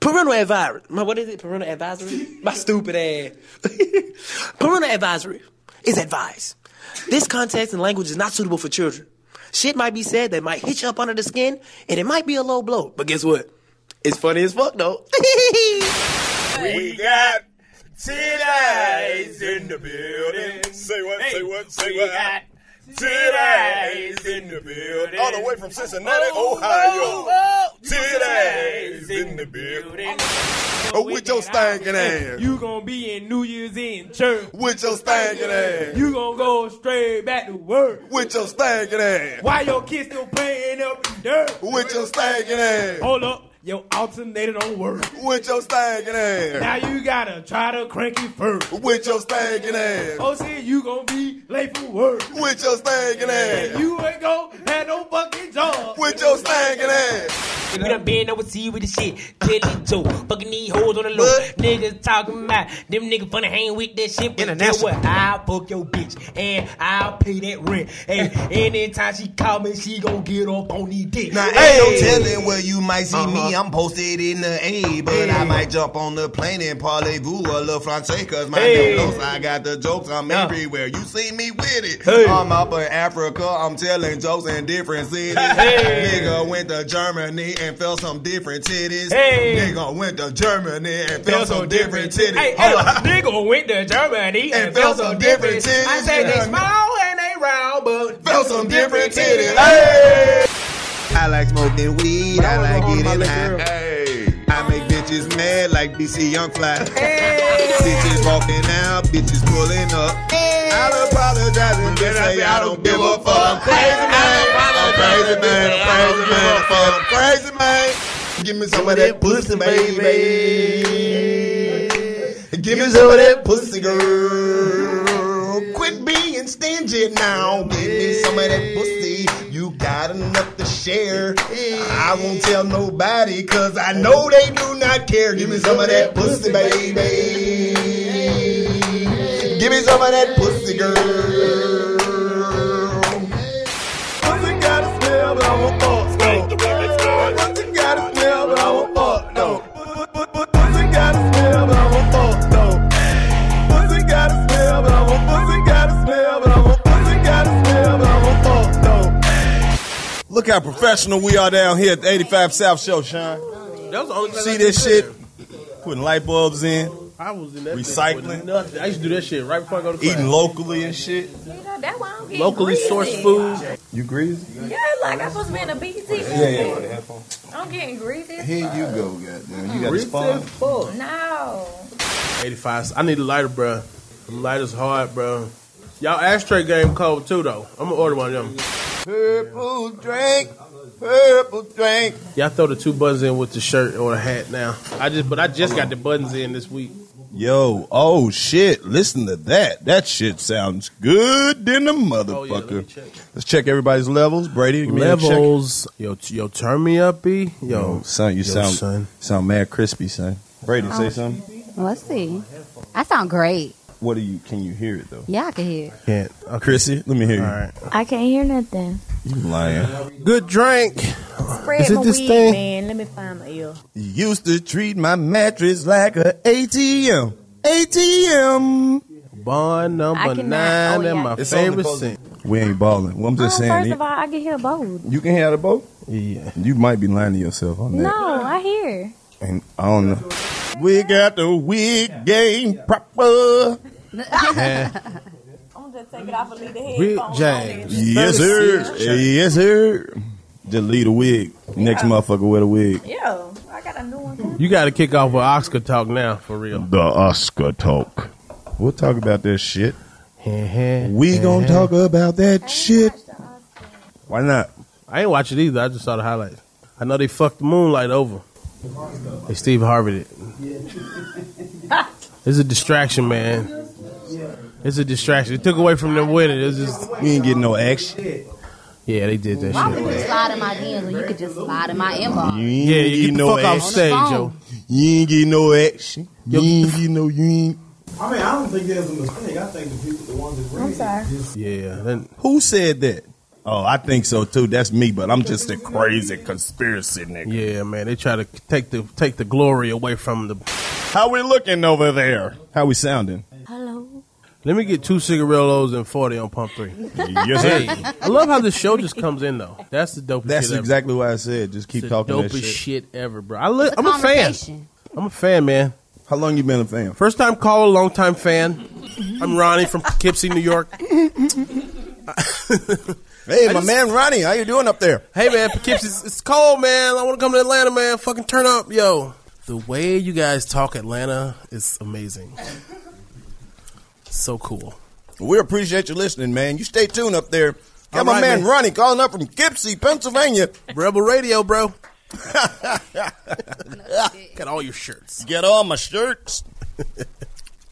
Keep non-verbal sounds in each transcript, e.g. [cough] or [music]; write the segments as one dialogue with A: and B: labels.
A: Parental advisory. My, what is it? Parental advisory? My stupid ass. [laughs] Parental advisory is advice. This context and language is not suitable for children. Shit might be said that might hit you up under the skin, and it might be a low blow. But guess what? It's funny as fuck, though. [laughs]
B: We got titties in the building.
C: Say what, say what, say
B: we
C: what.
B: got
C: Titties
B: titties in the building.
C: All the way from Cincinnati,
B: Oh,
C: Ohio.
B: oh, oh,
C: Titties in the building.
B: building.
C: Oh, with your stinking ass.
D: You gonna be in New Year's in church.
C: With your stinking ass.
D: You gonna go straight back to work.
C: With your stinking ass.
D: Why your kids still playing up in dirt?
C: With your stinking ass.
D: Hold up, your alternator don't work.
C: With your stinking ass.
D: Now you gotta try to crank it first.
C: With your stinking ass.
D: Oh, see, you gonna be late for work.
C: With your stinking
D: And
C: ass.
D: you ain't gonna have no fucking job.
C: With your stinking ass.
E: We done been overseas with the shit. Jelly toe. Fucking these hoes on the low. Niggas talking about them niggas funny hang with that shit. But International. What? I'll fuck your bitch. And I'll pay that rent. And anytime she call me, she gon' get up on these dicks.
F: Now,
E: Hey. Uh-huh.
F: ain't no telling where you might see me. I'm posted in the A, but I might jump on the plane and parlez-vous or La Francais, cause my name
E: Hey.
F: knows I got the jokes. I'm
E: Yeah.
F: everywhere. You see me with it.
E: Hey.
F: I'm up in Africa. I'm telling jokes in different cities.
E: Hey.
F: Nigga went to Germany and felt some different titties.
E: Hey.
F: Nigga went to Germany and felt some different titties.
E: Hey, hey,
F: Hold on.
E: nigga went to Germany
F: And felt some different titties.
E: I said they
F: Yeah.
E: small and they round, but
F: Felt some different titties.
E: Hey.
F: Hey. I like smoking weed. I like getting high.
C: Hey.
F: I make bitches mad like BC Young Fly. Bitches walking out, bitches pulling up. I'll apologize and just say I don't give a fuck. I'm crazy man, I'm crazy man, I'm crazy man, I'm crazy man. Give me some of that pussy, baby. [laughs] Give me some of that pussy, girl. Quit being stingy now. Give me some of that pussy. You got enough to share. I won't tell nobody, cause I know they do not care. Give me some of that pussy, baby. Give me some of that pussy, girl. Pussy got a smell, but I won't fuck, no. Pussy got a smell, but I won't fuck, no. Pussy got a smell, but I won't fuck, no. Pussy got a smell, but I won't pussy got a smell, but I won't pussy got a smell, but I won't fuck, no.
C: Look how professional we are down here at the 85 South Show, Sean.
G: That was the only
C: See this shit? Putting light bulbs in,
G: I was in that bitch
C: Recycling.
G: with nothing. I used to do that shit right before I go to class.
C: eating locally and shit.
H: You know, that why I don't get
G: locally
H: greasy.
G: sourced food.
C: You greasy?
H: Yeah, like I'm supposed to be in a BT. I'm getting greasy.
F: Here you go, goddamn. You got
G: Greasy as fuck.
H: No.
G: 85. I need a lighter, bruh. The lighter's hard, bruh. Y'all ashtray game cold too, though. I'm gonna order one of them.
F: Purple drink, purple drink.
G: Y'all throw the two buttons in with the shirt or the hat now. I just, but I just got the buttons in this week.
C: Yo, oh shit, listen to that. That shit sounds good than a
G: Oh, yeah, let me
C: motherfucker.
G: check.
C: Let's check everybody's levels. Brady, give me a check.
G: Levels, yo, t- yo, turn me up, b, yo,
C: Oh, son, you
G: Yo,
C: sound
G: son.
C: sound mad crispy, son. Brady,
H: Oh.
C: say something.
I: Let's see. I sound great.
C: What do you can you hear it though?
I: Yeah, I can hear. it.
G: can't. Okay.
C: Chrissy, let me hear you.
G: All right,
H: I can't hear nothing.
C: You lying.
G: good drink.
H: Spread
G: Is it
H: my
G: this
H: weed,
G: thing?
H: man. Let me find my ear.
C: You used to treat my mattress like a ATM. ATM.
G: Bond number
H: I cannot-
G: nine
H: oh, yeah.
G: and my
F: It's on the
G: favorite
F: post-
G: scent.
C: We ain't balling. Well, I'm
H: Oh,
C: just saying.
H: first of all, I can hear both.
C: you can hear the boat.
G: Yeah,
C: You might be lying to yourself on that.
H: No, I hear.
C: And I don't know. We got the wig game proper.
H: I'm gonna just take it off and leave the
G: Rick James.
C: Yes, sir. Yes, sir. Delete a wig. Next motherfucker with a wig.
H: Yeah, I got a new one.
G: You got to kick off with Oscar talk now, for real.
C: The Oscar talk. We'll talk about that shit. We
G: we
C: gonna talk about that shit. Why not?
G: I ain't watch it either. I just saw the highlights. I know they fucked the moonlight over. They Steve Harvey it. [laughs] it's a distraction, man. It's a distraction. It took away from them winning. It's just
C: We ain't getting no action.
G: yeah, they did that
I: Why
G: shit.
I: would you slide in my DMs when you could just slide in my inbox?
C: You ain't
G: Yeah, you
C: getting
G: get the
C: no
G: fuck off
C: action.
G: stage,
I: phone.
G: yo.
C: You ain't getting no action. You ain't getting no. You ain't.
J: I mean, I don't think there's a mistake. I think the people, the ones that read,
H: I'm sorry.
G: Yeah, then
C: Who said that? Oh, I think so too. That's me, but I'm just a crazy conspiracy nigga.
G: Yeah, man, they try to take the take the glory away from the.
C: How we looking over there? How we sounding?
I: Hello.
G: Let me get two cigarillos and forty on pump [laughs] three.
C: yes,
G: Hey,
C: sir.
G: I love how the show just comes in though. That's the dopest.
C: That's
G: shit ever.
C: exactly why I said just keep
G: It's the
C: talking that
G: dopest
C: shit.
G: ever, bro. I li-
I: It's
G: I'm a fan.
I: conversation.
G: I'm a fan, man.
C: How long you been a fan?
G: First time caller, long time fan. I'm Ronnie from Poughkeepsie, New York.
C: Hey, my man Ronnie, how you doing up there?
G: Hey man, Poughkeepsie, it's- it's cold, man. I want to come to Atlanta, man. Fucking turn up, yo. The way you guys talk Atlanta is amazing. So cool.
C: We appreciate you listening, man. You stay tuned up there. Got
G: All
C: my
G: right,
C: man,
G: man.
C: Ronnie calling up from Gipsy, Pennsylvania.
G: Rebel Radio, bro. [laughs] Got all your shirts.
C: Get all my shirts.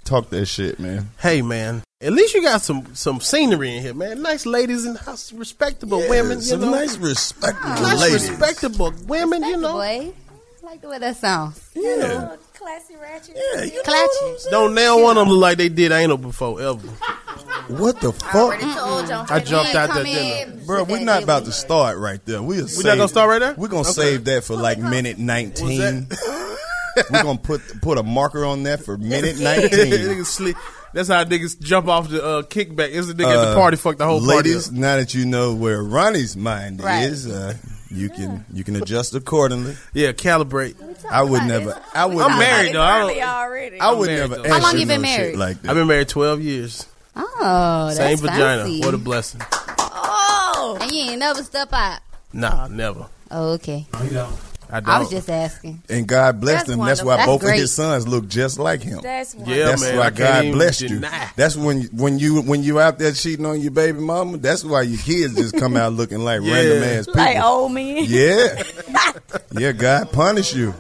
C: Talk that shit, man.
G: Hey man, at least you got some some scenery in here, man. Nice ladies and house, respectable women. You
C: some
G: know?
C: nice respectable
G: Nice,
C: ladies.
G: respectable women. You know,
I: Boy, I like the way that sounds.
H: Yeah. Classy ratchet.
C: Yeah, you know
I: Clutch.
C: what I'm saying?
G: don't nail one of them look like they did. I ain't no before ever.
C: What the
H: I
C: fuck?
H: already told y'all.
G: I jumped out that
I: Come
G: dinner.
I: in.
C: Bro, we're not about to start right there. We we
G: not gonna start right there?
C: We're gonna
G: Okay. Oh
C: save that for like minute nineteen. we're gonna put put a marker on
G: [laughs]
C: that for minute nineteen.
G: Niggas sleep. That's how niggas jump off the uh, kickback. It's the nigga at the party fuck the whole
C: Uh, Ladies,
G: party. up.
C: now that you know where Ronnie's mind
I: Right.
C: is, uh, you can
G: [laughs]
C: you can adjust accordinly.
G: Yeah, calibrate.
C: I would never. I would.
G: I'm
C: never-
G: married though. I,
H: Early
G: don't-
H: already.
C: I would
G: I'm married,
C: never.
G: though.
I: How long
C: answer
I: you been
C: no shit
I: married?
C: Like that.
G: I've been married twelve years.
I: Oh, that's
G: Same vagina.
I: fancy.
G: What a blessing.
H: oh,
I: And you ain't never step out.
G: Nah, never.
I: Oh, okay.
G: I don't.
I: I was just asking.
C: and God blessed
H: That's
C: him. That's why
I: wonderful.
C: both of
I: That's
C: his sons look just like him.
H: that's one.
G: Yeah,
C: That's
G: man.
C: why
G: I can't
C: God
G: even
C: blessed you.
G: deny.
C: That's when when you when you out there cheating on your baby mama. That's why your kids just come out looking like
G: [laughs] Yeah.
C: random ass people.
H: Like old man.
C: yeah, yeah. God punish you.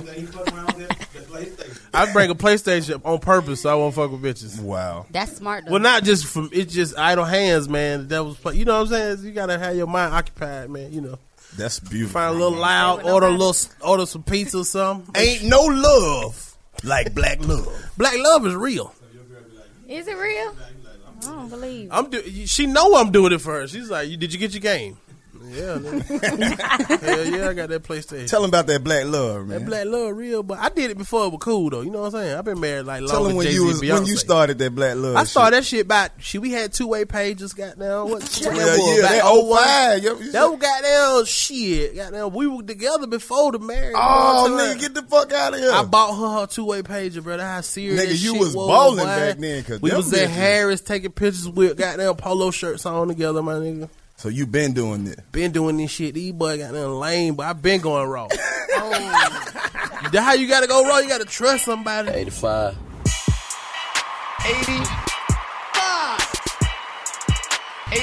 G: I bring a PlayStation on purpose so I won't fuck with bitches.
C: Wow.
I: That's smart. Though.
G: Well, not just from it's just idle hands, man. The devil's play. You know what I'm saying? You gotta have your mind occupied, man. You know,
C: That's beautiful.
G: find a little loud, order a little, order some pizza, or something.
C: Ain't no love like black love.
G: Black love is real.
H: Is it real? I don't believe.
G: I'm do- she know I'm doing it for her. She's like, "You- "Did you get your game?" Yeah, nigga. hell yeah, I got that PlayStation.
C: Tell them about that black love, man.
G: that black love real, but I did it before it was cool though. You know what I'm saying? I've been married like
C: Tell
G: long.
C: them
G: as
C: when
G: Jay-Z
C: you was,
G: and Beyonce.
C: when you started that black love.
G: I
C: shit.
G: started that shit about she. We had two way pages. Goddamn, what?
C: Yeah,
G: what that was,
C: yeah,
G: back
C: that
G: 01?
C: 05. Yo, you
G: That was goddamn shit. Goddamn, we were together before the marriage.
C: Oh,
G: You know what I'm
C: nigga,
G: saying?
C: get the fuck out of here.
G: I bought her her two way pager, brother. How serious
C: Nigga, you
G: shit
C: was balling
G: boy.
C: back then, 'cause
G: we
C: them
G: was at
C: bitches-
G: Harris taking pictures with goddamn polo shirts on together, my nigga.
C: so you been doing this.
G: Been doing this shit. These boy got nothing lame, but I been going
C: [laughs]
G: raw. That how you gotta go raw? You gotta trust somebody.
K: 85.
G: 85, hey,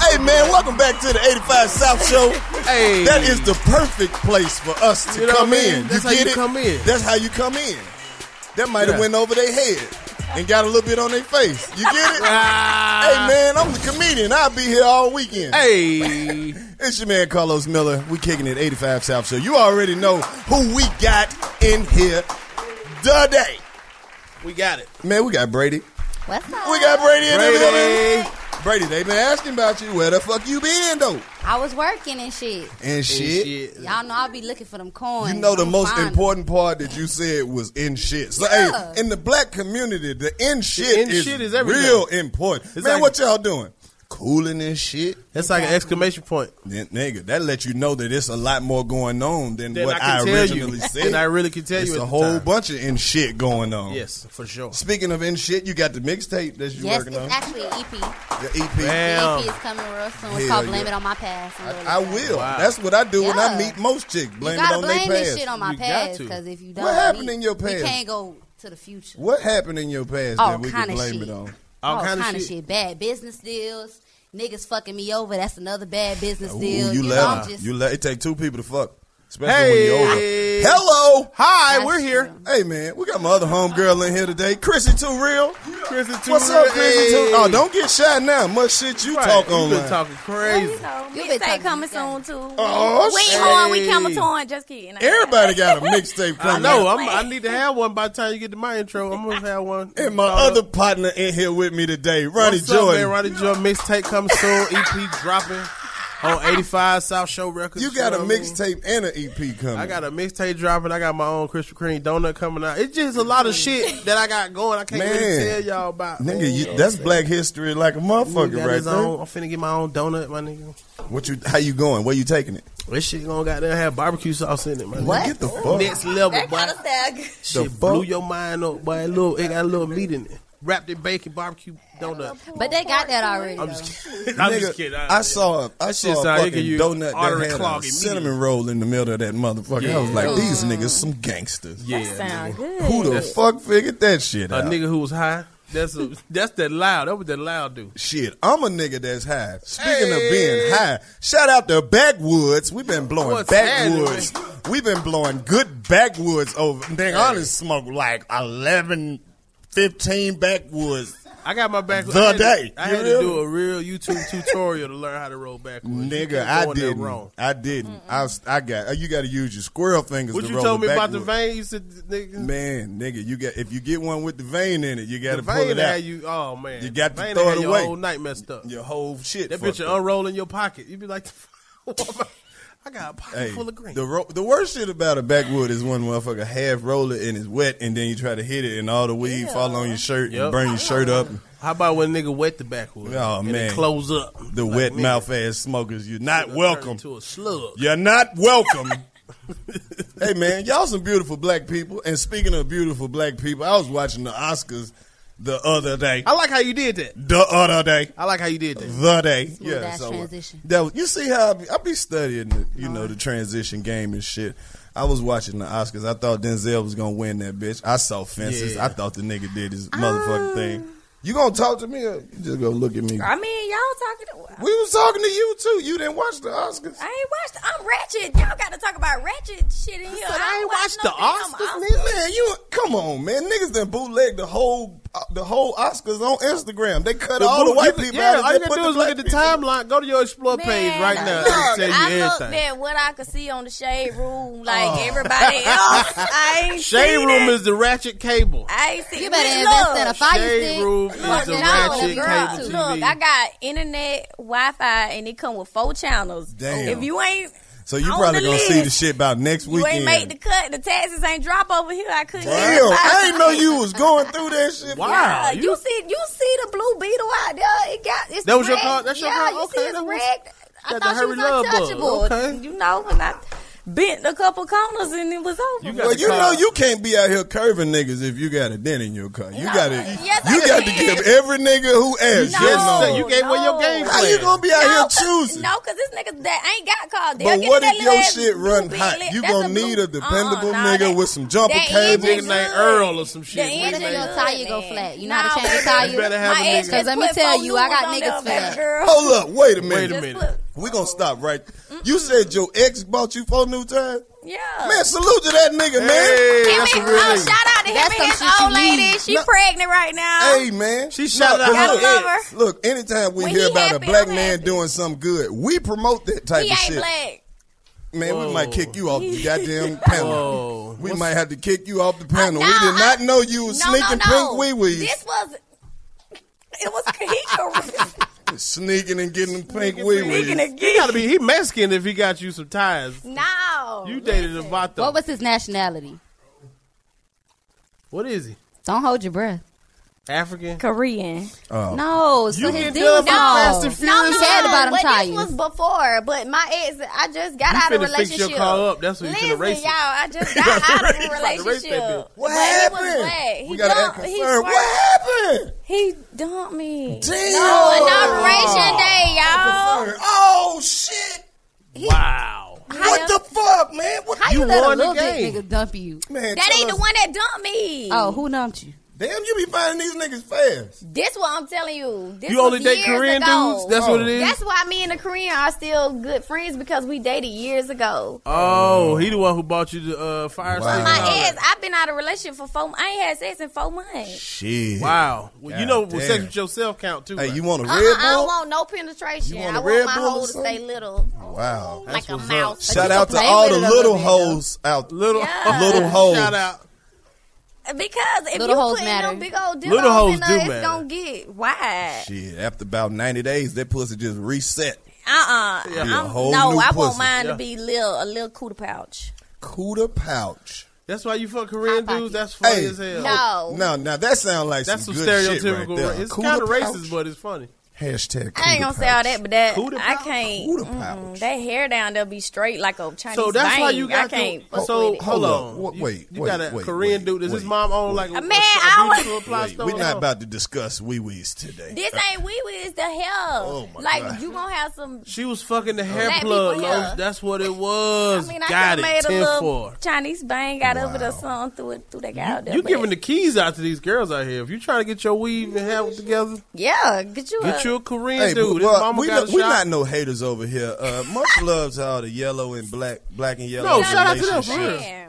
C: Hey, man, welcome back to the 85 South Show.
G: hey.
C: That is the perfect place for us to
G: You know
C: come
G: what I mean?
C: in.
G: That's
C: you
G: how
C: get
G: you
C: it?
G: come in.
C: That's how you come in. That might have
G: Yeah.
C: went over their head and got a little bit on their face. You
G: [laughs]
C: get it? [laughs] hey, man, I'm the comedian. I'll be here all weekend.
G: Hey,
C: It's your man Carlos Miller. We kicking it 85 South Show. You already know who we got in here today.
G: we got it.
C: Man, we got Brady.
I: What's up?
C: We got Brady in the building.
G: Brady.
C: Brady, they been asking about you. Where the fuck you been though?
I: I was working and shit.
C: And shit.
I: Y'all know I'll be looking for them coins.
C: You know the
I: I'm
C: most
I: fine.
C: important part that you said was in shit. So
I: Yeah.
C: hey, in the black community, the in shit,
G: in
C: is,
G: shit is everything.
C: real important.
G: It's
C: man,
G: like-
C: what y'all doing? Cooling and shit,
G: That's like an exclamation point.
C: Then, nigga. That let you know that it's a lot more going on than
G: Then
C: what
G: I can
C: I,
G: tell [laughs]
C: originally
G: you.
C: said.
G: Then I really can tell
C: it's
G: you. at
C: a
G: the
C: whole
G: time.
C: bunch of in shit going on.
G: Yes, for [laughs] sure.
C: Speaking of in shit, you got the mixtape that you
I: Yes,
C: working
I: it's
C: on.
I: actually E an EP.
C: Your E EP.
G: Damn.
I: The EP is coming real soon. It's
C: Hell
I: called
C: yeah.
I: Blame It On My Past. I'm really
C: I
I: excited.
C: will.
G: Wow.
C: That's what I do when I
I: Yeah.
C: meet most chicks.
I: You
C: Blame it
I: gotta
C: on
I: blame
C: their
I: this
C: past.
I: shit on my
G: You got
I: past
G: to.
I: because if you don't,
C: What happened
I: we-
C: in your
I: We
C: past?
I: can't go to the future.
C: What happened in your past
I: All
C: that we
I: kind
C: can
I: of
C: blame
I: shit.
C: it on?
G: All
I: All,
G: kinda
I: kind of
G: shit.
I: shit. Bad business deals. Niggas fucking me over. That's another bad business deal.
C: Ooh, you
I: know,
C: left.
I: I'm just-
C: You left. It take two people to fuck. Especially when
G: Hey.
C: you're older. Hello. Hi,
I: That's
C: we're here.
I: true.
C: Hey man, we got my other homegirl in here today. Chrissy Too Real.
G: Chrissy too
C: What's up,
G: real.
C: Chrissy Too? Oh, don't get shy now. Much shit you
G: Right.
C: talk
G: You been
C: online.
G: talking
H: You
G: crazy.
H: know,
I: You
H: you
I: been
H: say
I: talking
H: coming
I: to them.
H: soon too.
C: Oh,
H: we
C: shit.
H: on, we coming torn. Just kidding.
C: Everybody
G: [laughs]
C: got a mixtape
G: I
C: coming.
G: know.
C: out.
G: I'm, I need to have one by the time you get to my intro. I'm gonna have [laughs] one.
C: And my
G: Uh,
C: other partner in here with me today, Ronnie
G: What's up,
C: Jordan.
G: man? Ronnie Jordan mixtape comes soon. EP dropping on 85 South Show Records.
C: You got a
G: know what I mean?
C: mixtape and an EP coming.
G: I got a mixtape dropping. I got my own Krispy Kreme donut coming out. It's just a lot of shit that I got going. I can't
C: Man.
G: really tell y'all about.
C: Nigga, you, that's black history like a motherfucker
G: Got
C: right
G: his
C: there.
G: own- I'm finna get my own donut, my nigga.
C: What you? How you going? Where you taking it?
G: This shit gonna goddamn have barbecue sauce in it, man.
I: What?
C: Get the fuck.
G: Next level,
I: That
G: boy.
I: kind of stag.
G: Shit
C: the
G: blew
C: fuck?
G: your mind up, boy. It little, it got a little meat in it. Wrapped in bacon, barbecue donut.
I: But they got that already.
G: I'm
I: though.
G: just kidding. I'm just kidding.
C: I saw a, I saw
G: shit
C: a
G: sound- it
C: fucking
G: give you
C: donut
G: artery
C: that had
G: clog
C: a cinnamon
G: immediately.
C: roll in the middle of that motherfucker. I was like, these niggas some gangsters.
G: Yeah,
H: Sound good.
C: Who the fuck figured that shit
G: a
C: out?
G: nigga who was high. That's a, that's that loud. That was that loud dude.
C: Shit, I'm a nigga that's high. Speaking of being high, shout out to Backwoods. We've been blowing
G: What's
C: backwoods. We've been blowing good backwoods over. Nigga, I done smoked like 11, 15 backwoods.
G: I got my back.
C: The
G: I had to-
C: day.
G: I
C: You
G: had
C: feel
G: to do
C: me?
G: a real YouTube tutorial to learn how to roll backwards. You
C: Nigga,
G: keep
C: I
G: going there
C: didn't.
G: Wrong.
C: I didn't. I, was, I got. You got to use your squirrel fingers.
G: What
C: to
G: you
C: roll
G: told
C: the
G: me about the
C: backwoods.
G: vein? You said, nigga,
C: Man, nigga, you got if you get one with the vein in it, you got
G: the
C: to pull
G: vein
C: it
G: had
C: out.
G: you. Oh man,
C: You got to
G: The vein
C: throw
G: had
C: it
G: your
C: away.
G: Whole night messed up.
C: Your whole shit.
G: That
C: fucked
G: bitch
C: up.
G: unroll in your pocket. You'd be like, [laughs]
C: [laughs]
G: I got a pocket
C: Hey,
G: full of green.
C: the ro- the worst shit about a backwood is one motherfucker half roll it and it's wet, and then you try to hit it, and all the weed fall on your shirt
G: Yep.
C: and burn your shirt up.
G: how about when a nigga wet the backwood?
C: Oh,
G: and it
C: man.
G: close up.
C: The
G: Like,
C: wet
G: nigga,
C: mouth ass smokers, you're not
G: turn
C: [laughs] welcome.
G: to a slug.
C: You're not welcome. [laughs] hey man, y'all some beautiful black people. And speaking of beautiful black people, I was watching the Oscars the other day.
G: I like how you did that.
C: The other day.
G: I like how you did that.
C: the day.
I: ass
C: uh,
I: transition.
C: That was, you see how I be, I be studying, the, you know, the transition game and shit. I was watching the Oscars. I thought Denzel was gonna win that bitch. I saw fences.
G: Yeah.
C: I thought the nigga did his motherfucking thing. You gonna talk to me or you just gonna look at me?
H: I mean, y'all talking. To,
C: we was talking to you too. You didn't watch the Oscars.
H: I ain't watched. I'm ratchet. Y'all got to talk about ratchet shit in here.
G: I ain't watched the
H: nothing. I'm
G: Oscars,
H: Oscar.
C: Man, you come on, man. Niggas done bootleg the whole uh, the whole Oscars on Instagram. They cut all the
G: boot-
C: white
G: you-
C: people
G: yeah,
C: out. and
G: all
C: they
G: you gotta
C: put
G: do is look
C: black
G: at the
C: people.
G: timeline. Go to your explore page
H: Man,
G: right now.
H: look,
G: It'll tell
H: I
G: you
H: looked
G: everything.
H: at what I could see on the shade room, like
G: [laughs]
H: everybody else. I ain't
G: Oh. Shade
H: seen
G: room
H: it.
G: is the ratchet cable.
H: I ain't seen
I: You better
H: look,
I: invest in a fire
G: Shade
I: stick.
G: room is
H: Look,
G: the
H: no,
G: ratchet
H: girl,
G: cable
H: look,
G: TV.
H: I got internet, Wi Fi, and it come with four channels.
C: Damn.
H: If you ain't,
C: So you
H: on
C: probably
H: the
C: gonna see the
H: list.
C: shit about next
H: you
C: weekend.
H: ain't made the cut. The taxes ain't drop over here. I couldn't. get
C: Damn,
H: it.
C: I didn't know you was going through that shit.
G: Wow,
H: Yeah, you,
G: you-
H: see, you see the blue beetle out there. It got it's
G: That was your
H: red.
G: car- that's your
H: yeah,
G: car?
H: You
G: Okay,
H: see it's
G: that was-
H: red. I
G: got the
H: thought she
G: Hurry
H: was
G: Love bug.
H: untouchable.
G: Okay.
H: You know, and I bent a couple corners and it was over.
G: You got
C: Well,
G: the
C: you
G: car.
C: know you can't be out here curving niggas if you got a dent in your car. You got to,
H: Yes, I
C: you got to
H: did.
C: give every nigga who asks.
H: No.
C: yes,
G: Yes,
C: no.
G: sir. you gave away your
H: no.
G: game
C: How
G: plan.
C: you gonna be out
H: no,
C: here
H: cause-
C: choosing?
H: No, because this nigga that ain't got called.
C: But what if your shit run hot? You gonna need a
H: Oh,
C: dependable nigga with some jumper cable.
G: Nigga named Earl or some shit. What
H: The
G: his
I: Better
H: engine
G: name?
I: your
H: good,
I: tire go
H: man.
I: flat. You know
H: Nah,
I: how to change
H: baby.
I: the tire.
G: You better have a
H: My
G: nigga.
H: ass just
I: Because let me
H: put
I: tell
H: four
I: you,
H: new
I: I got
H: ones on
I: niggas
H: there,
I: for that.
H: baby girl.
C: Hold up, wait a minute.
G: Wait a
H: Just
G: minute.
H: put-
C: We gonna stop right. You said your ex bought you four new tires.
H: Yeah.
C: Man, salute to that
G: Hey,
C: nigga,
H: Him
G: that's a
H: and-
G: real
H: oh,
G: nigga.
H: shout out to him
I: That's
H: and
I: some
H: his
I: shit
H: old
I: you
H: lady.
I: need.
H: She pregnant right now.
C: man. Hey, man.
G: She shouted
C: Look,
G: out
H: I
G: her
C: look,
H: love
G: ex.
H: her.
C: Look, anytime we
H: When
C: hear
H: he
C: about a
H: happy,
C: black
H: I'm
C: man
H: happy.
C: doing something good, we promote that type
H: he
C: of
H: ain't
C: shit.
H: black.
C: Man, we
G: Whoa.
C: might kick you off the goddamn panel.
G: Whoa.
C: We might have to kick you off the panel.
H: No,
C: we did not
H: I-
C: know you was
H: No,
C: sneaking
H: no, no.
C: pink wee wees.
H: This was. It was he corrected
C: Sneaking and getting them pink wee wees.
H: again.
G: He gotta be he Mexican if he got you some ties.
H: No.
G: You dated a vato.
I: What was his nationality?
G: what is he?
I: Don't hold your breath.
G: African?
H: Korean.
C: Oh.
I: No, so
G: You
I: his
G: getting
I: dick
G: done
I: was
G: for Fast and
I: no.
G: Furious?
I: no. Sad about him
H: but
I: tired.
H: this was before. But my ex, I just got
G: You
H: out of a
G: finna fix
H: relationship.
G: your car up. That's what you finna
H: Listen,
G: race it.
H: y'all, I just got out of
G: You
H: a
G: about to race that bitch.
H: relationship.
C: What
H: But he was black.
C: happened?
H: He
C: We gotta act
H: dumped, he,
C: concerned.
H: swerved-
C: What happened?
H: he dumped me.
C: Damn.
H: Inauguration day, y'all.
C: Oh shit!
G: Wow.
C: What the fuck, man? What
I: How you,
G: You
I: let a
G: won the
I: little dick
G: game.
I: nigga dump you?
C: man?
H: That
C: tell
H: ain't the
C: us-
H: one that dumped me.
I: Oh, who dumped you?
C: Damn, you be finding these niggas fast.
H: This what I'm telling you. This
G: You only
H: was
G: date
H: years
G: Korean
H: ago.
G: dudes? That's what it is?
H: That's why me and the Korean are still good friends because we dated years ago.
G: oh, he the one who bought you the uh, fire
C: Wow.
G: stick.
H: My
G: and all that.
H: ex, I've been out of relationship for four. I ain't had sex in four months.
C: Shit.
G: Wow. Well, you
C: God
G: know, well,
C: damn.
G: sex with yourself count too.
C: Hey,
G: right?
C: you want a
H: Uh-uh,
C: Red
H: I don't
C: Bull?
H: want no penetration.
C: You want
H: I
C: a Red
H: want my
C: Bull or
H: hole to stay
C: something?
H: little,
C: Wow.
H: like a
G: what's up.
H: mouse.
C: Shout
I: you
C: out
I: can
C: to
I: play
C: all
I: with
C: the
I: it a
C: little
I: little bit, though.
C: hoes out
G: little
H: Yeah.
C: Little hoes.
G: Shout out.
H: Because if
I: Little
H: you
I: hoes
H: putting
I: matter.
H: them big old dildos
G: Little hoes
H: in
G: do
H: there, it's
G: matter.
H: gonna get wide.
C: Shit, after about 90 days, that pussy just reset.
H: Uh uh
C: Be a
H: I'm
C: whole
H: No,
C: new
H: I want
C: pussy.
H: mine
G: Yeah.
H: to be little, a little cooter pouch.
C: Cooter pouch.
G: That's why you fuck Korean
I: Hot
G: dudes.
I: pocket.
G: That's funny
C: Hey.
G: as hell.
H: No.
C: Now, now that sounds like
G: That's some
C: some, good shit right
G: stereotypical.
C: there.
G: it's
C: Cooler
G: kind of
C: pouch.
G: racist, but it's funny.
C: Hashtag
H: I ain't
C: cooler
H: gonna say all
C: pouch.
H: that, but that
G: Cooter
H: I
G: pouch?
H: can't.
C: Cooter
H: mm-mm.
C: pouch.
H: That hair down there be straight like a Chinese.
G: So that's why
H: bang.
G: you got
H: I can't.
G: to.
H: fuck
G: So
H: with it.
G: hold
C: Hold up.
G: on.
C: What-
G: You-
C: wait,
G: you
C: wait,
G: got a
C: wait,
G: Korean
C: wait,
G: dude. Does his
C: wait,
G: mom own like a,
H: Man,
G: a,
H: I
G: a beauty
H: was-
G: supply store?
C: We're
G: or
C: not
G: something?
C: about to discuss wee wees today.
H: This ain't wee wee, it's the hell.
C: Oh, my
H: like
C: God.
H: you gonna have some.
G: She was fucking the hair
H: Black
G: plug.
H: people
G: Lo.
H: hair.
G: That's what it
H: I
G: was.
H: mean,
G: got
H: I could have
G: it.
H: made a
G: 10
H: little
G: for.
H: Chinese bang out of it
C: Wow.
H: or something through it through that guy out there.
G: You
H: but-
G: giving the keys out to these girls out here. If you trying to get your weave and have it together,
H: yeah, get you
G: get
H: a
G: you a Korean
C: Hey,
G: dude.
C: but-
G: His
C: well,
G: mama
C: we,
G: got
C: no-
G: a
C: we
G: shop.
C: not no haters over here. Uh, much love to all the yellow and black, black and yellow.
G: No, shout out to them, for
C: relationships.
G: real.
H: man.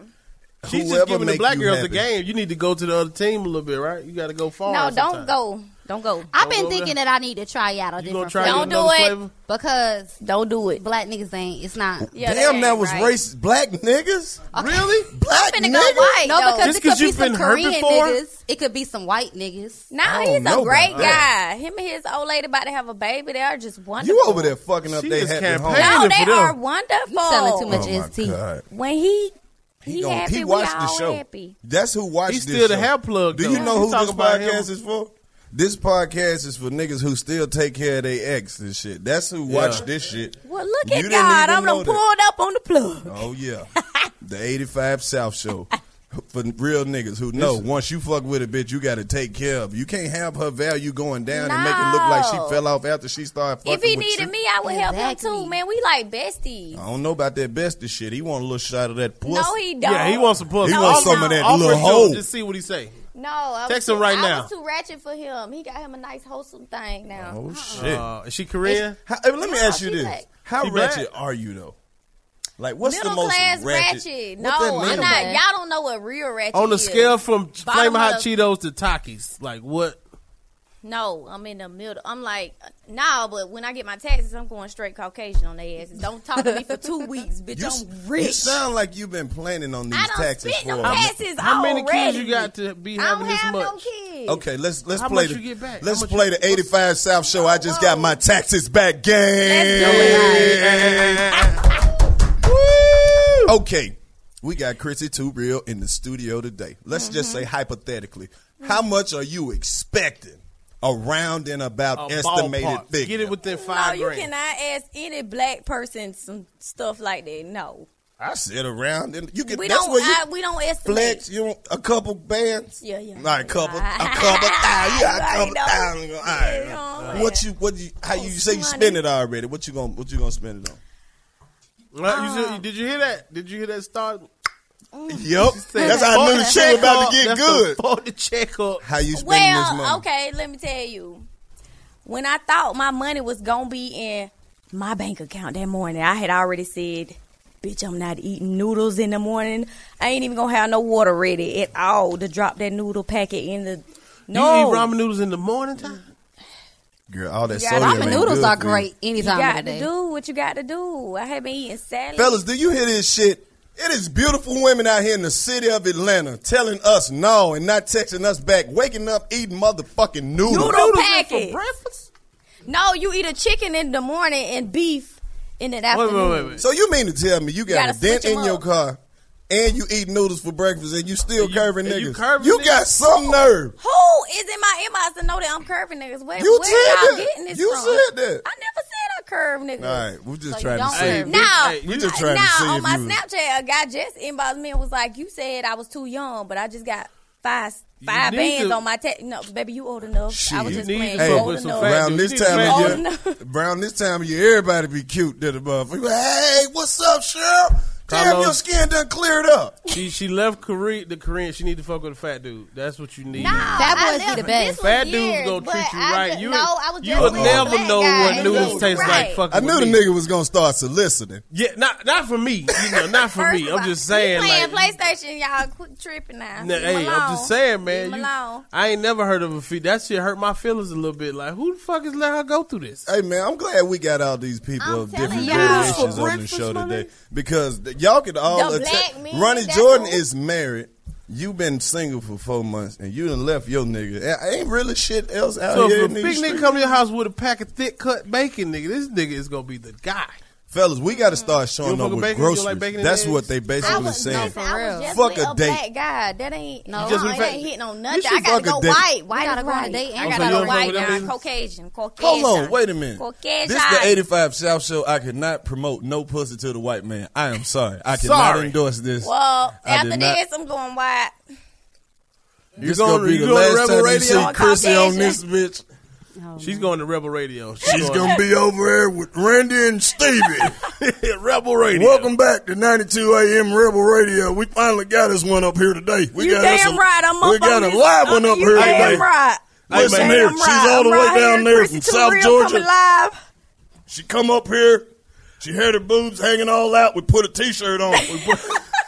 G: She's
C: Whoever
G: just giving the
C: make
G: black
C: you
G: girls a
C: happy.
G: game. You need to go to the other team a little bit, right? You got to go far.
H: No,
G: sometimes.
H: don't go. Don't go.
I: I've been
G: Don't go
I: thinking that I need to
G: You
I: try out a
G: gonna
I: different
G: try
I: flavor
H: Don't
G: get
H: do
G: another
H: it.
G: flavor?
I: because
H: Don't do it.
I: black niggas ain't. It's not.
H: Yeah,
C: Damn, that was
H: right.
C: racist. Black niggas?
G: Really?
C: Black
H: finna
C: niggas?
H: go white.
I: No,
H: though.
I: because
G: Just
I: it could
G: 'cause
I: be
G: you've
I: some
G: been hurt
I: Korean
G: before?
I: niggas. It could be some white niggas.
H: Nah,
C: I don't
H: he's
C: know
H: a great
C: about that.
H: guy. Him and his old lady about to have a baby. They are just wonderful.
C: You over there fucking up
G: She
C: their
G: is
C: happy home.
G: campaigning.
H: No,
G: for
H: they
G: them.
H: are wonderful.
I: You selling too much
C: Oh, my
I: ST.
C: God.
H: When he he,
C: gon-
H: happy,
C: he
H: we all
C: watched the show.
H: happy.
C: That's who watched
G: He's
C: this
G: still the
C: show.
G: hair plug,
C: Do
G: though.
C: you know
G: You
C: who
G: talk
C: this
G: about
C: podcast
G: him.
C: is for? This podcast is for niggas who still take care of their ex and shit. That's who watched this shit.
H: Well, look
C: You
H: at
C: didn't
H: God.
C: even
H: I'm
C: know
H: done
C: that.
H: pulled up on the plug. [laughs]
C: Oh yeah, the '85 South Show for real niggas who know. Once you fuck with a bitch, you got to take care of. You can't have her value going down and make it look like she
H: No.
C: fell off after she started fucking
H: If he
C: with
H: needed
C: you. Uh,
H: me, I would help him
I: Exactly.
H: too, man. We like besties.
C: I don't know about that bestie shit. He want a little shot of that pussy.
H: No, he don't.
G: Yeah, he wants some pussy.
C: He
H: No, wants he some
C: of that
G: Offer
C: little
G: it to
C: hoe.
G: him, Just see what he say.
H: No, I was
G: Text him
H: too-
G: right
H: I
G: now.
H: was too ratchet for him. He got him a nice wholesome thing now.
C: Oh shit!
G: Uh, is she Korean?
C: How, hey, let me
H: Yeah,
C: ask you
H: she
C: this:
H: black.
C: How
G: She black?
C: ratchet are you though? Like, what's
H: Middle
C: the most
H: class ratchet. No,
C: What that
H: I'm
C: mean?
H: not. Y'all don't know what real ratchet
G: On the
H: is.
G: scale from Flame Hot
H: of-
G: Cheetos to Takis, like what?
H: No, I'm in the middle. I'm like, no, but when I get my taxes, I'm going straight Caucasian on their asses. Don't talk to me for two weeks, bitch.
C: You, s-
H: I'm
C: you
H: rich.
C: sound like you've been planning on these
H: I don't
C: taxes
H: spent
C: for. a
H: no
C: minute.
H: taxes
G: How many kids
H: already.
G: you got to be
H: I
G: having
H: don't
G: this
H: have
G: much?
H: no kids.
C: Okay, let's let's
G: How
C: play
G: much
C: the
G: you get Oh. back?
C: let's
G: How much
C: play
G: you-
C: the eighty five South Show. I just got my taxes back
H: Let's
C: game. okay, we got Chrissy Two Real in the studio today. Let's just
G: Mm-hmm.
C: say hypothetically, how much are you expecting around and
G: A
C: about estimated
G: ballpark.
C: figure?
G: Get it within
H: No,
G: five
H: you
G: grand.
H: cannot ask any black person some stuff like that. No,
C: I said around and you get
H: we
C: that's
H: don't.
C: where you
H: I, we don't estimate.
C: flex. You want a couple bands?
H: Yeah, yeah.
C: Not a couple, a
H: Yeah.
C: couple thousand.
H: [laughs]
C: Yeah, a
H: You already
C: couple
H: know.
C: thousand. All right.
H: Yeah, you know.
C: What you what you how you say you
H: Money.
C: spend it already? What you gonna what you gonna spend it on?
G: Right, you said- did you hear that? Did you hear that start?
C: Yep. That's how I knew the
G: Fuck
C: shit was about to
G: check
C: get
G: up.
C: good.
G: That's the- fuck the check up.
C: How you spending this money?
H: Well, okay, let me tell you. When I thought my money was gonna be in my bank account that morning, I had already said, "Bitch, I'm not eating noodles in the morning. I ain't even gonna have no water ready at all to drop that noodle packet in the."
G: You
H: No,
G: eat ramen noodles in the morning time?
C: Girl, all that
H: Yeah,
C: sodium
H: ramen
C: ain't
I: Ramen noodles
C: good
I: are
C: for you.
I: great any
H: you
I: time
H: got
I: of the
H: to
I: day.
H: do what you got to do. I have been eating salad.
C: Fellas, do you hear this shit? It is beautiful women out here in the city of Atlanta telling us no and not texting us back, waking up eating motherfucking noodles.
H: noodle,
G: ain't for
H: packet. No, you eat a chicken in the morning and beef in the
G: Wait,
H: afternoon.
G: wait, wait, wait.
C: So you mean to tell me you got
H: gotta
C: a dent
H: switch 'em
C: in your
H: up.
C: car and you eat noodles for breakfast and you still
G: you-
C: curving
G: and
C: niggas?
G: you
C: You,
G: curving niggas?
C: got some nerve.
H: Who is in my inbox to know that I'm curving niggas? Where,
C: You
H: where
C: said
H: y'all
C: that.
H: getting this
C: You
H: from?
C: said
H: I
C: that.
H: never said I curve niggas.
C: All right, we're just
I: So
C: trying to
I: don't
C: see.
I: Hey,
G: bitch,
H: Now,
G: hey,
C: We just
H: now [laughs]
C: trying to see
H: on
C: if
H: my
C: you was-
H: Snapchat, a guy just inboxed me and was like, "You said I was too young, but I just got five five
G: need
H: bands
G: to-
H: on my tech." No, baby, you old enough. I
C: Shit.
H: was
C: You
H: just
G: need
H: playing.
G: to
H: You
G: fuck
H: old
G: with some
H: enough.
G: fat
C: Around
G: dude.
C: this
G: You need to
C: time
G: fat
H: [laughs]
C: of
H: dude.
C: year, around this time of year, everybody be cute to the motherfucker. Hey, what's up, Cheryl? Damn, your
G: Carlos,
C: skin done cleared up.
G: she she left Korea, the Korean. She need to fuck with a fat dude. That's what you need.
I: Fat
H: I
I: boys be the
H: lived-
I: best.
H: this was
G: Fat
H: years,
G: dudes gonna
H: but
G: treat you
H: I
G: right.
H: ju-
G: You,
H: no, I was
G: you
H: just
G: would
H: with
G: never
H: a black
G: know
H: guy,
G: what
H: and
G: noodles
H: you-
G: taste like.
H: right.
G: Fucking
C: I knew
G: with
C: the
G: me.
C: nigga was gonna start soliciting.
G: Yeah, not not for me. You know, not for me. I'm just saying.
H: playing
G: Like,
H: PlayStation, y'all quit tripping now.
G: nah,
H: Leave
G: hey,
H: him
G: I'm
H: alone.
G: just saying,
H: Leave
G: man.
H: him
G: you-
H: alone.
G: I ain't never heard of a feat. That shit hurt my feelings a little bit. Like, who the fuck is letting her go through this?
C: Hey man, I'm glad we got all these people
H: I'm
C: of
H: telling
C: different
H: y'all.
C: variations
G: For
C: on the
G: breakfast,
C: show
G: my
C: today
G: nigga?
C: because th- y'all could all.
H: The
C: attack.
H: black men,
C: Ronnie
H: that's
C: Jordan
H: who-
C: is married. You've been single for four months and you done left your nigga. I ain't really shit else out
G: So
C: here.
G: if a
C: in these
G: big nigga
C: streets.
G: come to your house with a pack of thick cut bacon, nigga, this nigga is gonna be the guy.
C: Fellas, we got to start
G: You
C: showing
G: don't fuck
C: up with
G: with bacon? You don't
C: groceries.
G: like bacon and
C: That's
G: eggs?
C: what they basically
I: was- no,
C: saying.
I: for
H: I was
I: real.
H: just
C: Fuck
H: with
C: a
H: a,
C: date.
H: black guy. That ain't no,
G: just
H: it
G: with fat-
H: ain't hitting on
C: You
H: nothing.
C: should
H: I gotta
C: fuck a
H: go
C: date.
H: white. White
I: gotta
H: is
I: go on a
H: right. I
I: date. Oh,
G: so
H: gotta
G: you
H: go
G: don't fuck
H: white
G: with them
H: now.
G: either?
H: Caucasian. Caucasian.
C: Hold on, wait a minute.
H: Caucasian.
C: This the 85 South Show. I could not promote no pussy to the white man. I am sorry. I cannot
G: Sorry.
C: endorse this.
H: Well,
C: I did
H: after
C: not-
H: this, I'm going white.
C: This
G: You
C: gonna
G: going-
C: be
G: you
C: the
G: going to
C: last
G: Rebel
C: time you
G: Radio?
C: see Chrissy on this bitch.
G: She's going to Rebel Radio.
C: She's gonna be over there with Randy and
H: [laughs]
C: Stevie.
G: Rebel Radio.
C: Welcome back to 92 AM Rebel Radio. We finally got us one up here today. We
H: You
C: got us
H: damn
C: a,
H: right. I'm
C: we
H: up
C: got
H: on
C: a
H: this-
C: live one
H: I'm-
C: up
H: you
C: here
H: damn
C: today.
H: right.
C: Listen
H: Damn
C: here,
H: right.
C: she's all the
H: I'm
C: way
H: right
C: down
H: here.
C: there
H: Chrissy
C: from South
H: Terrell
C: Georgia.
H: Coming live.
C: She come up here. She had her boobs hanging all out. We put a T-shirt on. We put-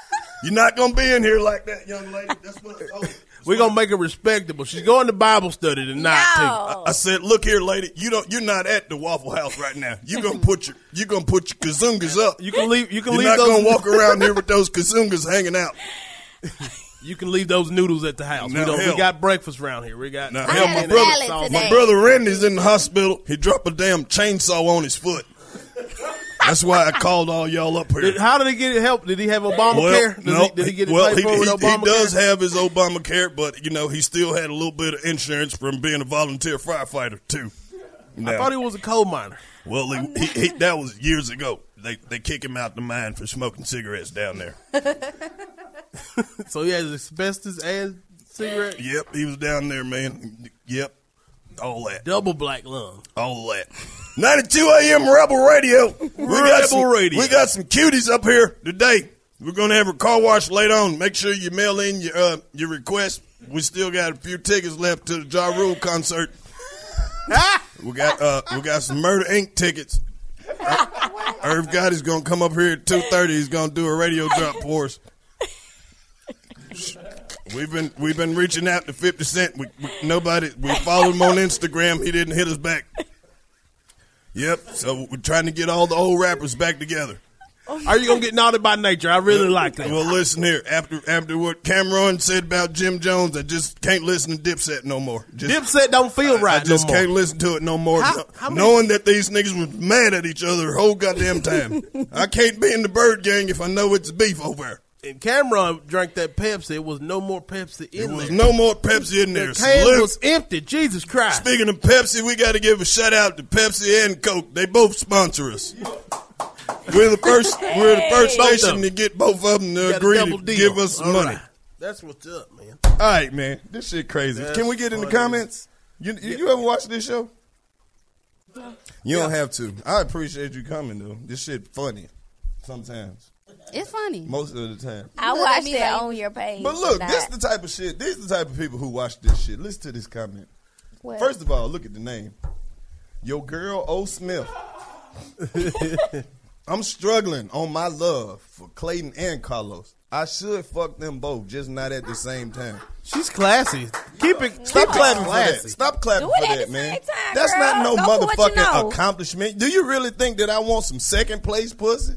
C: [laughs] You're not gonna be in here like that, young lady. That's what I told you.
G: We're gonna make it respectable. She's going to Bible study tonight.
H: Yo.
G: too.
C: I said, "Look here, lady. You don't. You're not at the Waffle House right now. You gonna put your. You gonna put your kazungas up.
G: You can leave. You can
C: You're
G: leave
C: not
G: those. [laughs]
C: gonna walk around here with those kazungas hanging out.
G: You can leave those noodles at the house.
C: Now,
G: we, don't,
C: hell.
G: we got breakfast round here. We got.
C: Now,
G: we
C: hell,
G: got
C: my
G: that
C: brother-
G: sauce.
H: today.
C: My brother Randy's in the hospital. He dropped a damn chainsaw on his foot. That's why I called all y'all up here.
G: Did- How did he get help? Did he have Obamacare? Does
C: no,
G: he, did he get his
C: well,
G: paid for with
C: he, he
G: Obamacare?
C: does have his Obamacare, but you know he still had a little bit of insurance from being a volunteer firefighter too.
G: I
C: Now,
G: thought he was a coal miner.
C: well, he, he, he, that was years ago. They they kick him out the mine for smoking cigarettes
G: [laughs]
C: down there.
G: So he has asbestos and cigarette,
C: Yep, he was down there, man. Yep, all that,
G: double black lung.
C: all that. 92 AM Rebel Radio. We got
G: Rebel
C: some,
G: Radio.
C: We got some cuties up here today. We're gonna have a car wash later on. Make sure you mail in your uh, your request. We still got a few tickets left to the Ja Rule concert. we got uh, we got some Murder Inc. tickets. Ir- Irv God is gonna come up here at two thirty. He's gonna do a radio drop for us. We've been we've been reaching out to Fifty Cent. We, we, nobody we followed him on Instagram. He didn't hit us back. Yep. So we're trying to get all the old rappers back together.
G: Are you gonna get knotted by nature? I really like that.
C: Oh. Well, listen here. After after what Cameron said about Jim Jones, I just can't listen to Dipset no more. Just,
G: Dipset don't feel
C: I
G: right
C: just
G: no more.
C: can't listen to it no more.
G: How-
C: No-
G: how many-
C: knowing that these niggas was mad at each other the whole
G: [laughs]
C: goddamn time. I can't be in the bird gang if I know it's beef over. there.
G: And Cameron drank that Pepsi. It was no more Pepsi in
C: There was
G: there.
C: no more Pepsi in there.
G: the can
C: Salute.
G: was empty. Jesus Christ!
C: Speaking of Pepsi, we got to give a shout out to Pepsi and Coke. They both sponsor us. We're the first. We're the first
G: Both of
C: station
G: them.
C: to get both of them to
G: Got a
C: agree
G: double
C: to
G: deal.
C: give us
G: All
C: money.
G: right. That's what's up, man.
C: All right, man. This shit crazy.
G: That's
C: Can we get in the
G: funny.
C: comments? You you, you ever watch this show? You don't have to. I appreciate you coming though. This shit funny. Sometimes,
I: It's funny.
C: most of the time.
H: I
I: Look at
H: watched
I: me
H: that
I: like-
H: on your page.
C: But look,
H: tonight.
C: this the type of shit. These the type of people who watch this shit. Listen to this comment.
H: What?
C: First of all, look at the name. Your girl O Smith. I'm struggling on my love for Clayton and Carlos. I should fuck them both, just not at the same time.
G: She's classy. Keep it.
C: Stop clapping for
G: classy.
C: that. Stop clapping
H: Do it
C: for
H: at
C: that,
H: the
C: man.
H: same time,
C: That's not
H: girl.
C: no
H: Go for what you
C: motherfucking
H: know.
C: accomplishment. Do you really think that I want some second place pussy?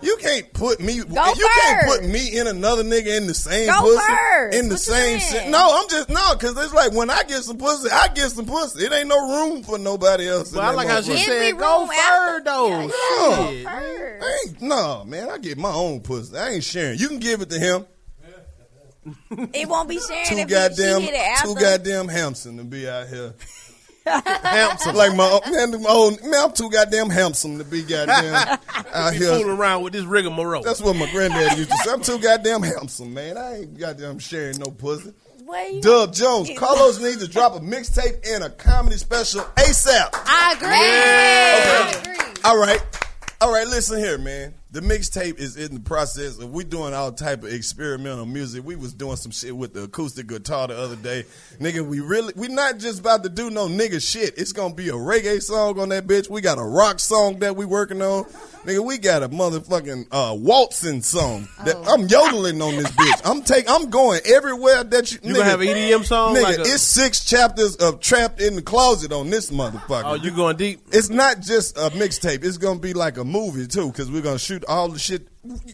C: You can't put me.
H: Go
C: you can't
H: first.
C: put me in another nigga in the same
H: Go
C: pussy
H: first.
C: in the
H: What you
C: same
H: saying?
C: shit. No, I'm just no, because it's like when I get some pussy, I get some pussy. It ain't no room for nobody else.
G: But I like how she
H: Every
G: said,
H: room
G: "Go
H: after-
G: fur though."
C: Yeah,
G: Shit.
H: Word.
C: Ain't, no, man, I get my own pussy. I ain't sharing. You can give it to him.
H: It won't be sharing
C: Two
H: if
C: goddamn,
H: she hit it after.
C: two goddamn Hampson to be out here.
G: Hampson.
C: like my man, my own, man, I'm too goddamn handsome to be goddamn out
G: be
C: here.
G: fooling around with this rigmarole.
C: That's what my granddaddy used to say. I'm too goddamn handsome, man. I ain't goddamn sharing no
H: [laughs]
C: pussy.
H: Well, you-
C: Dub Jones, Carlos needs to drop a mixtape and a comedy special ASAP.
I: I agree.
C: All right, all right. Listen here, man. The mixtape is in the process of we doing all type of experimental music. We was doing some shit with the acoustic guitar the other day, nigga. We really we not just about to do no nigga shit. It's gonna be a reggae song on that bitch. We got a rock song that we working on, nigga. We got a motherfucking uh, waltzing song. That, I'm yodeling on this bitch. I'm take I'm going everywhere that you.
G: You gonna
C: nigga.
G: have an EDM song?
C: nigga?
G: Like a-
C: it's six chapters of trapped in the closet on this motherfucker.
G: Oh, you going deep?
C: It's not just a mixtape. It's gonna be like a movie too, because we're gonna shoot all the shit.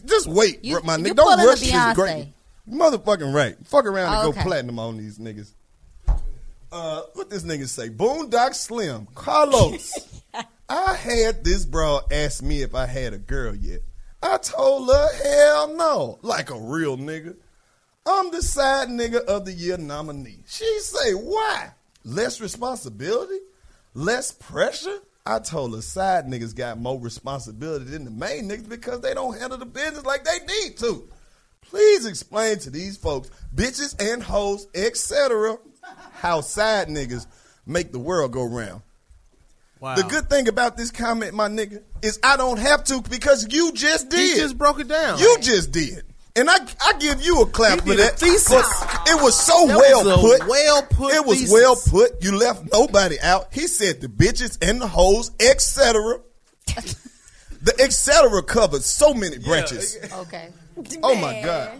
C: Just wait,
I: You-
C: my
I: you
C: nigga.
I: pulling
C: Don't
I: a
C: rush this
I: Beyonce.
C: great. Motherfucking right. Fuck around and
I: Oh,
C: go
I: okay.
C: platinum on these niggas. Uh, what this nigga say? Boondock Slim,
I: [laughs]
C: Carlos. I had this bro ask me if I had a girl yet. I told her hell no, like a real nigga. I'm the side nigga of the year nominee. She say, why? Less responsibility? Less pressure? I told her side niggas got more responsibility than the main niggas because they don't handle the business like they need to. Please explain to these folks, bitches and hoes, etc., how side niggas make the world go round.
G: Wow.
C: The
G: Um,
C: good thing about this comment, my nigga, is I don't have to because you just did.
G: He just broke it down.
C: You just did. And I, I give you a clap
G: He
C: for
G: did a
C: that.
G: thesis.
C: But It was so
G: That
C: well
G: was a
C: put.
G: well put
C: It was
G: thesis.
C: well put. You left nobody out. He said the bitches and the hoes,
G: [laughs]
C: etc. the etc. covered so many branches.
I: Okay.
C: Oh my god.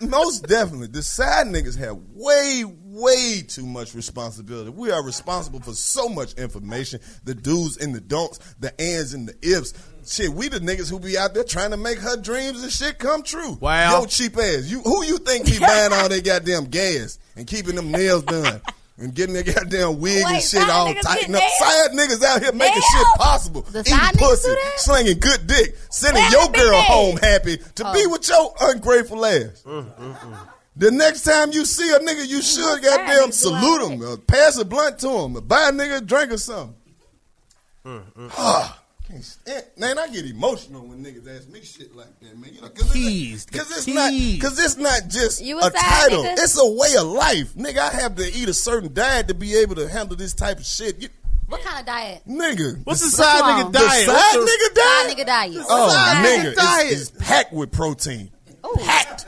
C: Most definitely, the side niggas have way, way too much responsibility. We are responsible for so much information. The do's and the don'ts, the ands and the ifs. Shit, we the niggas who be out there trying to make her dreams and shit come true.
G: Wow.
C: Yo, cheap ass. You who you think be buying all that goddamn gas and keeping them nails done? And getting their goddamn wig and
H: Wait,
C: shit
H: side
C: all
H: niggas
C: tightened up.
H: get
C: Side niggas out here making
H: Nails?
C: shit possible.
I: The
C: Eating
I: side niggas do
C: pussy,
I: that?
C: slinging good dick, sending
H: Let
C: your
H: it be
C: girl
H: me.
C: home happy to be
H: Oh.
C: with your ungrateful ass.
G: Mm,
C: The next time you see a nigga, you should goddamn salute him, or pass a blunt to him, or buy a nigga a drink or something.
G: Mm,
C: [sighs] Ah, can't stand- Man, I get emotional when niggas ask me shit like that, man. You know, cause
G: Tease,
C: it's, cause
G: the
C: it's not,
G: tease.
C: cause it's not just
H: You a
C: a
H: side
C: title.
H: nigga?
C: It's a way of life, nigga. I have to eat a certain diet to be able to handle this type of shit, you,
I: What kind of diet?
C: nigga.
G: What's the
C: the
G: side
I: wrong?
G: nigga
I: The
G: diet?
C: side
G: What's the-
C: nigga diet?
I: Side nigga diet.
C: Oh,
G: Side
C: nigga,
G: diet.
C: it's, it's packed with protein.
I: Ooh.
C: Packed.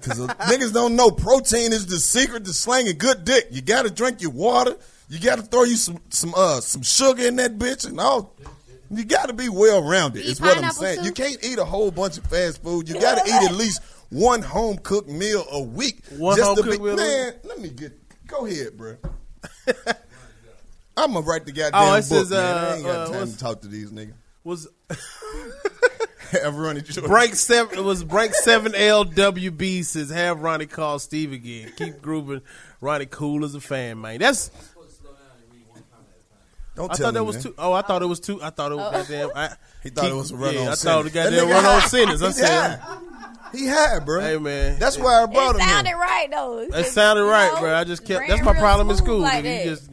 C: Because niggas don't know protein is the secret to slanging good dick. You got to drink your water. You got to throw you some some uh some sugar in that bitch and all. You got to be well rounded.
I: You
C: Is what I'm
I: pineapple
C: saying.
I: soup?
C: You can't eat a whole bunch of fast food. You got to eat at least one home cooked meal a week.
G: One
C: just to
G: home-cooked
C: be,
G: meal a
C: Man, let me get. Go ahead, bro. [laughs] I'm gonna write the goddamn
G: Oh,
C: book,
G: it says,
C: man. I
G: uh,
C: ain't got
G: uh,
C: time
G: what's-
C: to talk to these niggas.
G: was
C: Ever running short.
G: break seven. It was break seven. LWB says have Ronnie call Steve again. Keep grooving. Ronnie cool as a fan, man. That's
C: Don't
G: I
C: tell
G: thought that
C: me,
G: was
C: man.
G: too. Oh, I thought it was too. I thought it was
H: Oh.
G: goddamn. I,
C: He thought it was a run-on
G: yeah,
C: sentence.
G: I thought it
C: That
G: goddamn
C: nigga
G: run on
H: [laughs]
C: high.
G: sentence. I
C: He
G: said,
C: He had, bro.
G: hey man,
C: That's why I brought
H: It
C: him.
H: sounded
C: here.
H: right though.
G: That sounded
H: You
G: right,
H: know,
G: bro. I just kept.
H: ran
G: That's my
H: real
G: problem in
H: smooth
G: school.
H: like
G: nigga.
H: that.
G: You just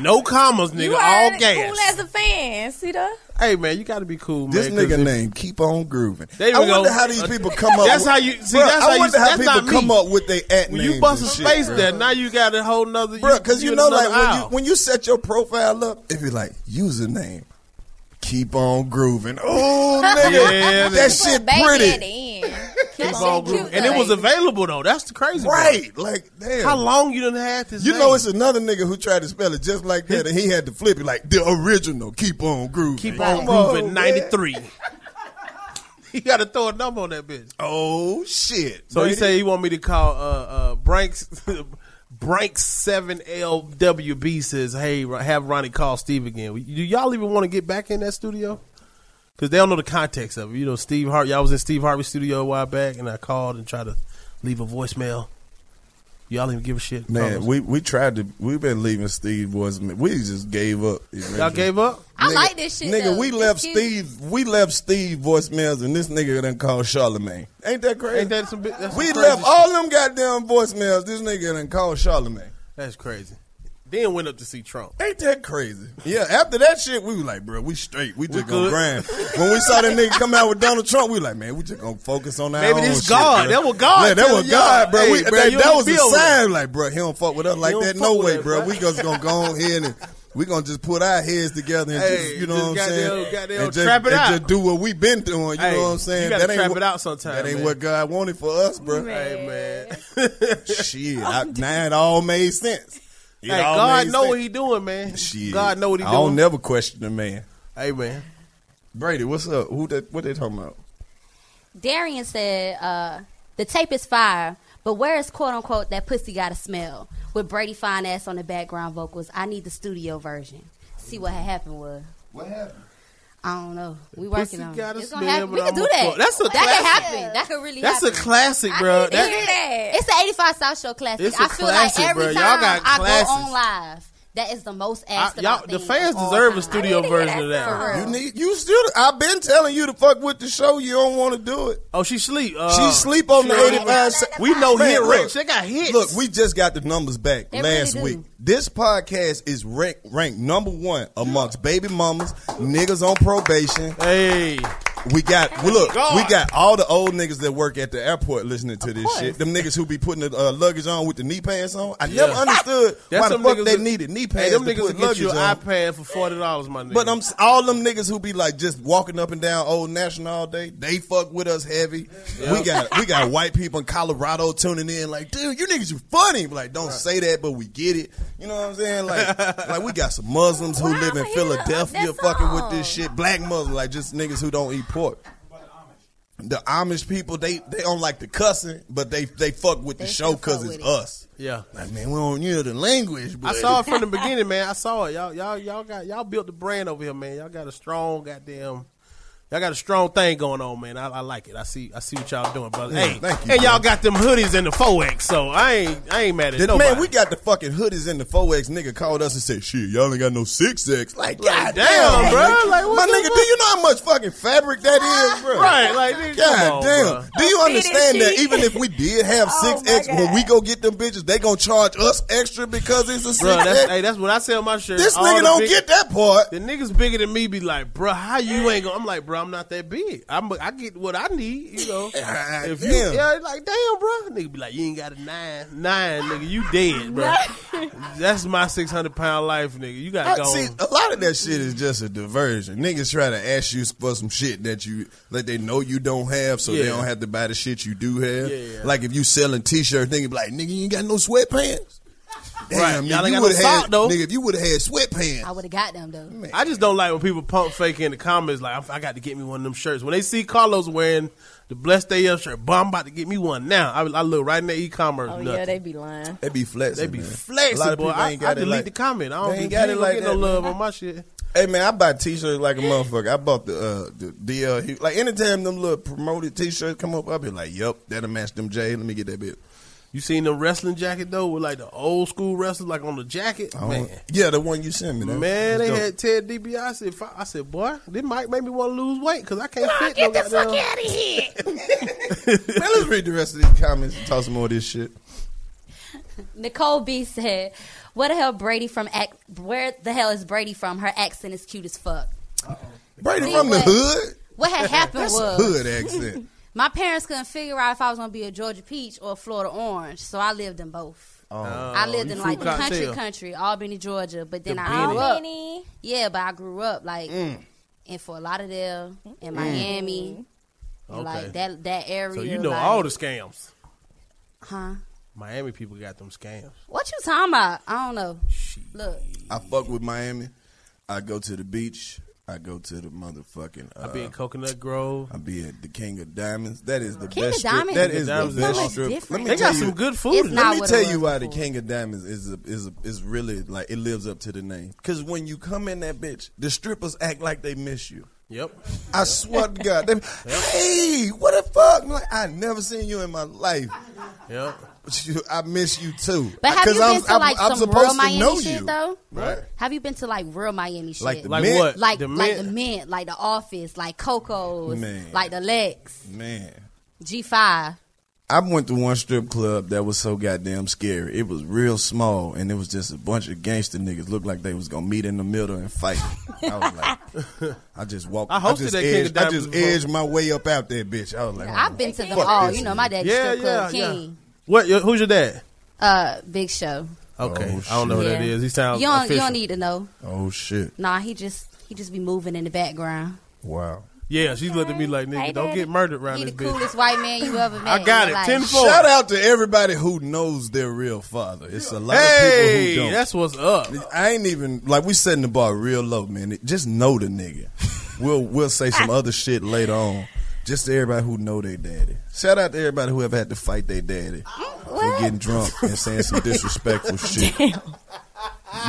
G: no commas, nigga.
H: You
G: all
H: heard it,
G: gas.
H: Cool as a fan, see that?
G: hey man, you got to be cool,
C: This
G: man. 'cause
C: nigga
G: if-
C: name keep on grooving.
G: There
C: I
G: we go.
C: wonder how these
G: Uh,
C: people come up.
G: that's
C: with-
G: how you- see,
C: Bruh,
G: that's
C: I
G: how you-
C: wonder how
G: that's not
C: people
G: me.
C: come up with their at
G: When
C: names.
G: you bust a
C: and shit,
G: space
C: bruh.
G: there, now you got a whole nother.
C: bro. Because you
G: in
C: know,
G: another
C: like when you,
G: aisle.
C: when you set your profile up, it be like username. Keep on grooving. Oh, nigga,
G: [laughs] Yeah,
C: that
G: nigga.
C: shit
H: Baby at
C: pretty,
H: the end.
I: That shit
G: Ball
I: cute
G: group. and it was
I: though.
G: available though. That's the crazy part.
C: right? Like, damn.
G: How long you done had this?
C: You
G: name?
C: know, it's another nigga who tried to spell it just like that, and he had to flip it like the original. Keep on grooving. Oh,
G: keep
C: Come
G: on grooving.
C: man.
G: Ninety three. [laughs] you got to throw a number on that bitch.
C: Oh shit!
G: So he
C: Brady.
G: say he want me to call uh uh Branks. [laughs] Brank seven LWB says, "Hey, Ro- have Ronnie call Steve again. Do y'all even want to get back in that studio? Because they don't know the context of it. You know, Steve Harvey. Y'all was in Steve Harvey's studio a while back, and I called and tried to leave a voicemail. Y'all even give a shit.
C: Man, we, we tried to. We've been leaving Steve was we just gave up.
G: y'all gave up.
I: I like this shit.
C: Nigga,
I: though.
C: we
I: It's
C: left
I: cute.
C: Steve. We left Steve voicemails, and this nigga done called Charlemagne. Ain't that crazy?
G: Ain't that some? bi- That's some
C: we
G: crazy
C: left
G: shit.
C: all them goddamn voicemails. This nigga done called Charlemagne.
G: That's crazy. Then went up to see Trump.
C: Ain't that crazy? Yeah. After that shit, we was like, bro, we straight. We just gonna
G: good.
C: grind. When we saw that nigga come out with Donald Trump, we like, man, we just gonna focus on that.
G: Maybe this God. That was God
C: Yeah, that
G: telling
C: was God,
G: y'all,
C: bro.
G: hey,
C: we,
G: bro,
C: that
G: you
C: that
G: don't
C: was a
G: feel it.
C: sign. Like, bro, he don't fuck with us like
G: don't
C: that.
G: fuck
C: No
G: with
C: way,
G: us,
C: bro.
G: bro.
C: We just gonna go on here and we gonna just put our heads together and
G: Hey,
C: just, you know
G: just
C: what I'm saying,
G: goddamn- goddamn
C: and just,
G: trap it
C: and
G: out.
C: just do what we've been doing. You
G: Hey,
C: know what I'm saying?
G: you gotta trap
C: what-
G: it out sometime,
C: That ain't
G: man.
C: what God wanted for us, bro.
G: Hey man,
C: [laughs] Shit, I, now it all made sense. It
G: hey,
C: all
G: God
C: made
G: know
C: sense.
G: what he doing, man.
C: Shit.
G: God know what he
C: I don't
G: doing.
C: never question a man.
G: Hey man,
C: Brady, what's up? Who that? What they talking about?
I: Darian said uh, the tape is fire, but where is quote unquote that pussy got to smell with Brady Fine ass on the background vocals? I need the studio version. See what had happened was.
C: What happened?
I: I don't know. We
G: Pussy
I: working on it.
G: gotta
I: It's gonna
G: smell,
I: happen. We
G: but
I: can
G: I'm
I: do
G: a
I: that.
G: fuck. That's a
I: that
G: classic.
I: can happen. That could really
G: that's a
I: happen.
G: classic, bro.
I: It
G: That-
I: is. It's the 85 South Show classic.
G: It's a
I: I feel
G: classic,
I: like every
G: bro. Y'all
I: time
G: got
I: I go
G: classics.
I: on live, that is the most asked
G: I- y'all,
I: about
G: the
I: thing
G: fans
I: of all
G: deserve a
I: time.
G: studio version of that.
I: For real.
C: You need. You still. I've been telling you to fuck with the show. You don't want to do it.
G: Oh, she sleep. Uh,
C: she sleep on the
G: she-
C: eighty five.
G: We know
C: Man,
G: hit
C: look.
G: rates. They got hits.
C: Look, we just got the numbers back
I: They
C: last
I: really do.
C: week. This podcast is ranked, ranked number one amongst baby mamas, niggas on probation.
G: hey,
C: We got well, look,
G: God.
C: we got all the old niggas that work at the airport listening to this
I: course.
C: shit. Them niggas who be putting the uh, luggage on with the knee pads on. I never understood
G: That's
C: why the
G: some
C: fuck
G: niggas
C: they
G: that-
C: needed knee pads
G: hey, them
C: to
G: niggas will
C: put
G: get
C: luggage
G: you an
C: on.
G: iPad for forty dollars, my nigga.
C: But I'm s- all them niggas who be like just walking up and down Old National all day. They fuck with us heavy. We got we got white people in Colorado tuning in like, dude, you niggas you funny. Be Like, don't say that, but we get it. You know what I'm saying? Like,
G: [laughs]
C: like we got some Muslims who
H: Wow,
C: live in
H: he loved
C: Philadelphia
H: that
C: fucking with this
H: song.
C: shit. Black Muslims, like just niggas who don't eat pork. The Amish people, they they don't like the cussing, but they they fuck with the
I: They
C: show
I: still fuck
C: because it's
I: with it.
C: us.
G: yeah.
C: Like, man, we don't hear the language. But
G: I saw it from the beginning, man. I saw it. Y'all, y'all, y'all got y'all built the brand over here, man. Y'all got a strong goddamn. Y'all got a strong thing going on, man. I, I like it. I see. I see what y'all doing, brother.
C: Yeah,
G: hey,
C: thank you,
G: and y'all
C: brother.
G: got them hoodies in the 4X, so I ain't. I ain't mad at
C: Then,
G: nobody.
C: man, we got the fucking hoodies in the 4X. Nigga called us and said, shit, y'all ain't got no 6X. Like,
G: Like,
C: goddamn,
G: damn, bro. Like,
C: my
G: what the
C: nigga,
G: fuck?
C: do you know how much fucking fabric that is, bro?
G: right, like nigga, come
C: God
G: on,
C: damn.
G: bruh.
C: Do you
H: How big is
C: understand that
H: she?
C: even if we did have
H: [laughs] Oh,
C: 6X,
H: my
C: when
H: God.
C: we go get them bitches, they gonna charge us extra because it's a
G: Bruh,
C: 6X?
G: that's, hey, that's what I sell my shirt.
C: this
G: All
C: nigga
G: the
C: don't
G: big-
C: get that part.
G: The niggas bigger than me be like, bruh, how you ain't gonna? I'm like, bruh, I'm not that big. I'm, I get what I need, you
C: [laughs]
G: know.
C: God
G: If you,
C: damn.
G: yeah, it's like, damn, bro. Nigga be like, you ain't got a nine, nine, nigga. You dead, bro. That's my six hundred pound life, nigga. You
C: I-
G: gotta go.
C: see, a lot of that shit is just a diversion. Niggas try to ask you for some shit that you like they know you don't have, so they
G: Yeah.
C: don't have to buy the shit you do have.
G: Yeah, yeah.
C: Like if you selling t-shirts, nigga be like, nigga, you ain't got no sweatpants.
G: Right.
C: Damn,
G: Y'all
C: if
G: ain't got
C: you
G: no
C: would have
G: sock,
C: had,
G: though.
C: nigga, if you would have had
I: I
C: sweatpants,
I: would have got them though.
G: I just don't like when people pump fake in the comments. Like, I, I got to get me one of them shirts. When they see Carlos wearing the blessed day up shirt, boy, I'm about to get me one now. I, I look right in the e-commerce.
H: Oh
G: nothing.
H: yeah, they be lying.
C: they be flexing.
G: They be
C: man.
G: flexing,
C: A lot of
G: boy.
C: people
G: I,
C: ain't
G: I
C: got it
G: delete
C: like-
G: the comment. I don't
C: they
G: be,
C: ain't
G: got
C: got it like
G: get
C: that,
G: no
C: man.
G: love on my shit.
C: Hey man, I buy t-shirts like a motherfucker. I bought the uh the DL Hugh- like anytime them little promoted t-shirts come up, I'll be like, Yup, that'll match them J. Let me get that bit.
G: You seen the wrestling jacket though, with like the old school wrestlers, like on the jacket,
C: I don't-
G: man.
C: Yeah, the one you sent me. that-
G: Man, they
C: that's dope.
G: had Ted DiBiase. If I- I said, boy, this might make me want to lose weight because I can't fit no goddamn.
I: out of here.
C: [laughs] Man, let's read the rest of these comments and talk some more of this shit.
I: Nicole B said, "Where the hell Brady from? Ac- where the hell is Brady from? Her accent is cute as fuck.
C: Brady
I: See
C: from the
I: what?
C: hood?
I: What
G: [laughs]
I: had happened
C: That's a
I: was
C: hood accent.
I: my parents couldn't figure out if I was gonna be a Georgia peach or a Florida orange, so I lived in both. I lived
G: Oh. you from
I: in like the country,
G: Cocktail.
I: country, Albany, Georgia. But then I
G: Benny.
I: grew up. Yeah, but I grew up like
C: Mm.
I: in Fort Lauderdale, in Miami,
G: Mm. Okay.
I: like that that area.
G: So you know
I: like-
G: all the scams.
I: huh?
G: Miami people got them scams.
I: What you talking about? I don't know. Look,
C: I fuck with Miami. I go to the beach. I go to the motherfucking. Uh,
G: I be in Coconut Grove.
C: I be at the King of Diamonds. That is the
I: King of
C: best strip.
I: Diamonds
C: That
I: is
C: is
G: so
C: the best
G: much
C: strip.
I: different.
C: Let me
G: They
C: tell
G: got some
C: you-
G: good food.
I: It's
G: in
I: not
G: there.
C: Let me
I: what it
C: tell
I: was
C: you why the
I: before.
C: King of Diamonds is a, is a, is really like it lives up to the name. Because when you come in that bitch, the strippers act like they miss you.
G: Yep.
C: I swear to God, they, hey, what the fuck? I'm like, I never seen you in my life.
G: Yep.
C: But you- I miss you too.
I: but have
C: 'Cause
I: you
C: I'm-
I: been to
C: I'm-
I: like
C: I'm
I: some
C: supposed
I: real
C: to
I: Miami
C: know
I: shit
C: you.
I: though?
C: Right.
I: Have you been to like real Miami shit?
C: Like the
G: Like
C: mint-
G: what?
I: like
G: The
I: like
G: mint-
I: the mint, like the office, like Coco's,
C: Man.
I: like the Lex,
C: Man.
I: G five.
C: I went to one strip club that was so goddamn scary. It was real small, and it was just a bunch of gangster niggas. Looked like they was gonna meet in the middle and fight. I was like, I just walked.
G: I hosted
C: just
G: that King of
C: edged, I
G: Diamonds
C: just
G: before.
C: edged my way up out there, bitch. I was like,
I: I've been to them
C: fuck
I: all.
C: this
I: You know,
C: shit.
I: my daddy
G: Yeah,
I: strip club
G: yeah, yeah.
I: king.
G: What? your- Who's your dad?
I: Uh, Big Show.
G: Okay,
C: Oh,
G: I don't know who that
I: Yeah.
G: is. He sounds
I: you don't, you
G: official.
I: don't need to know.
C: Oh shit!
I: Nah, he just he just be moving in the background.
C: Wow.
G: yeah, she's looking at me like nigga,
I: Hey,
G: don't
I: Daddy.
G: get murdered around
I: He the
G: this bitch.
I: coolest white man you ever met.
G: I got
I: in your
G: it.
I: life.
G: Tenfold.
C: Shout out to everybody who knows their real father. It's a lot of
G: Hey,
C: people who don't.
G: that's what's up.
C: I ain't even like we setting the bar real low, man. It- Just know the nigga. we'll we'll say some other shit later on. Just to everybody who know their daddy. Shout out to everybody who ever had to fight their daddy for getting drunk and saying some disrespectful shit.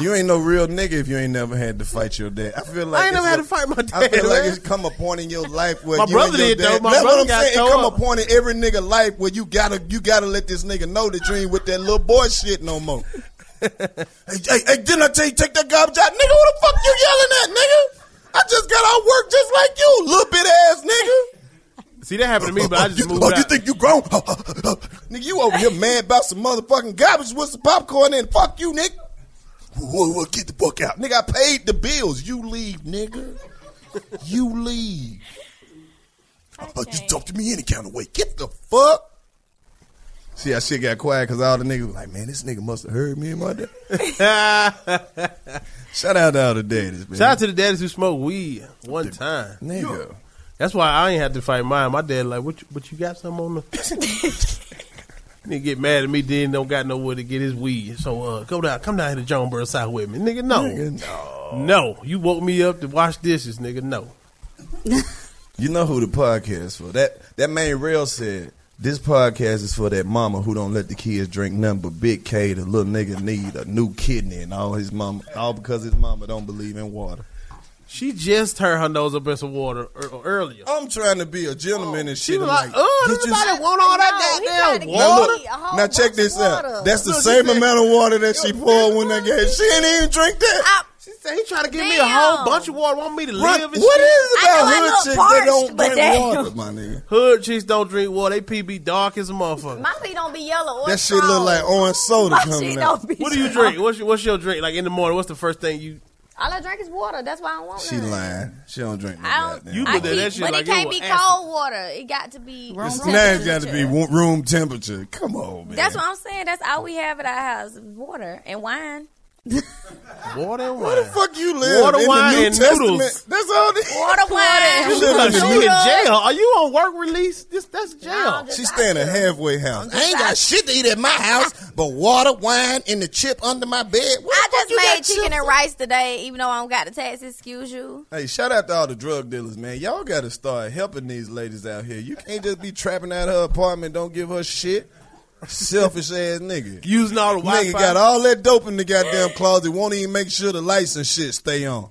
C: You ain't no real nigga if you ain't never had to fight your dad. I feel like
G: I ain't never
C: it's
G: had
C: a-
G: to fight my
C: I
G: dad.
C: feel like
G: man.
C: it's come a point in your life where
G: My
C: you
G: brother
C: and your
G: did, though.
C: dad-
G: My
C: That's what
G: brother
C: I'm
G: got
C: saying. It
G: tore
C: come
G: up.
C: a point in every nigga life where you gotta you gotta let this nigga know that you ain't with that little boy shit
G: [laughs]
C: no more. hey, hey, hey, didn't I tell you take that garbage out, nigga? What the fuck you yelling at, nigga? I just got out of work just like you, little bit ass nigga.
G: See, that happened to me, but I [laughs] just
C: [laughs] you,
G: moved
C: oh,
G: out.
C: you think you grown? [laughs] nigga, you over here mad about some motherfucking garbage with some popcorn in? Fuck you, nigga. Whoa, whoa, get the fuck out, nigga. I paid the bills. You leave, nigga. You leave. Fuck, you talk to me any kind of way. Get the fuck. See how shit got quiet because all the niggas was like, man, this nigga must have heard me and my dad.
G: [laughs]
C: Shout out to all the daddies, man.
G: Shout out to the daddies who smoked weed one time.
C: nigga.
G: That's why I ain't had to fight mine. My dad like, what? You, what you got something on the?
H: [laughs]
G: Nigga get mad at me, then don't got nowhere to get his weed. So uh, go down, come down here to Jonesboro South with me, nigga. No, no, You woke me up to wash dishes, nigga. No,
C: You know who the podcast for? That that main rail said this podcast is for that mama who don't let the kids drink nothing but Big K. The little nigga need a new kidney and all his mama, all because his mama don't believe in water.
G: she just turned her nose up in some water ear- earlier.
C: I'm trying to be a gentleman and shit.
G: Oh, She was
C: I'm
G: like, "Oh,
C: get your-
G: nobody want all that
H: No, he tried to
G: goddamn
H: get
C: Now
G: water."
H: me.
C: look,
H: a whole
C: now check
H: bunch
C: this
H: of
C: out.
H: water.
C: That's the
G: Look,
C: same
G: she said-
C: amount of water that she poured when I gave. She didn't even drink that.
G: She said he trying to give me a whole
H: Damn.
G: bunch of water, want me to
C: Right.
G: live.
C: What
G: And
C: is
G: shit.
C: it
H: I know
C: about
H: I
C: hood
H: look
C: chicks that
H: parched,
C: don't
H: but
C: drink
H: damn.
C: water, my nigga?
G: Hood chicks don't drink water. They pee be dark as a motherfucker.
H: My feet don't be yellow or
C: That shit look
H: strong.
C: like
H: [laughs]
C: orange soda
H: My shit
C: coming out.
H: don't be
G: What do you
H: strong.
G: drink? What's your, what's your drink like in the morning? What's the first thing you?
H: All I drink is water. That's why I don't want
C: She
H: none.
C: lying. She don't drink no
H: I don't.
C: goddamn
G: You
H: I
G: look at
H: keep-
G: that shit
H: but
G: like
H: it
G: you
H: can't
G: a
H: be
G: acid.
H: cold water. It got to be room
C: It's
H: temperature.
C: now it's got to be wo- room temperature. Come on, man.
H: That's what I'm saying. That's all we have at our house: is water and wine.
G: Water and wine.
C: Where the fuck you live?
G: Water,
C: in
G: wine,
C: the New
G: and
C: Testament?
G: noodles.
C: That's all. They-
H: Water, wine.
G: You look like
C: Shut
G: you
C: up.
G: in jail. Are you on work release? This that's jail.
C: She staying a halfway house. I ain't got shit to eat at my house, but water, wine, and the chip under my bed. Where
H: I
C: the
H: just
C: fuck you got
H: made chicken and rice today, even though I don't got the taxes. Excuse you.
C: Hey, shout out to all the drug dealers, man. Y'all got to start helping these ladies out here. You can't just be trapping at her apartment. Don't give her shit. Selfish ass nigga.
G: Using all the Wi-Fi.
C: Nigga got all that dope in the goddamn closet. Won't even make sure the lights and shit stay on.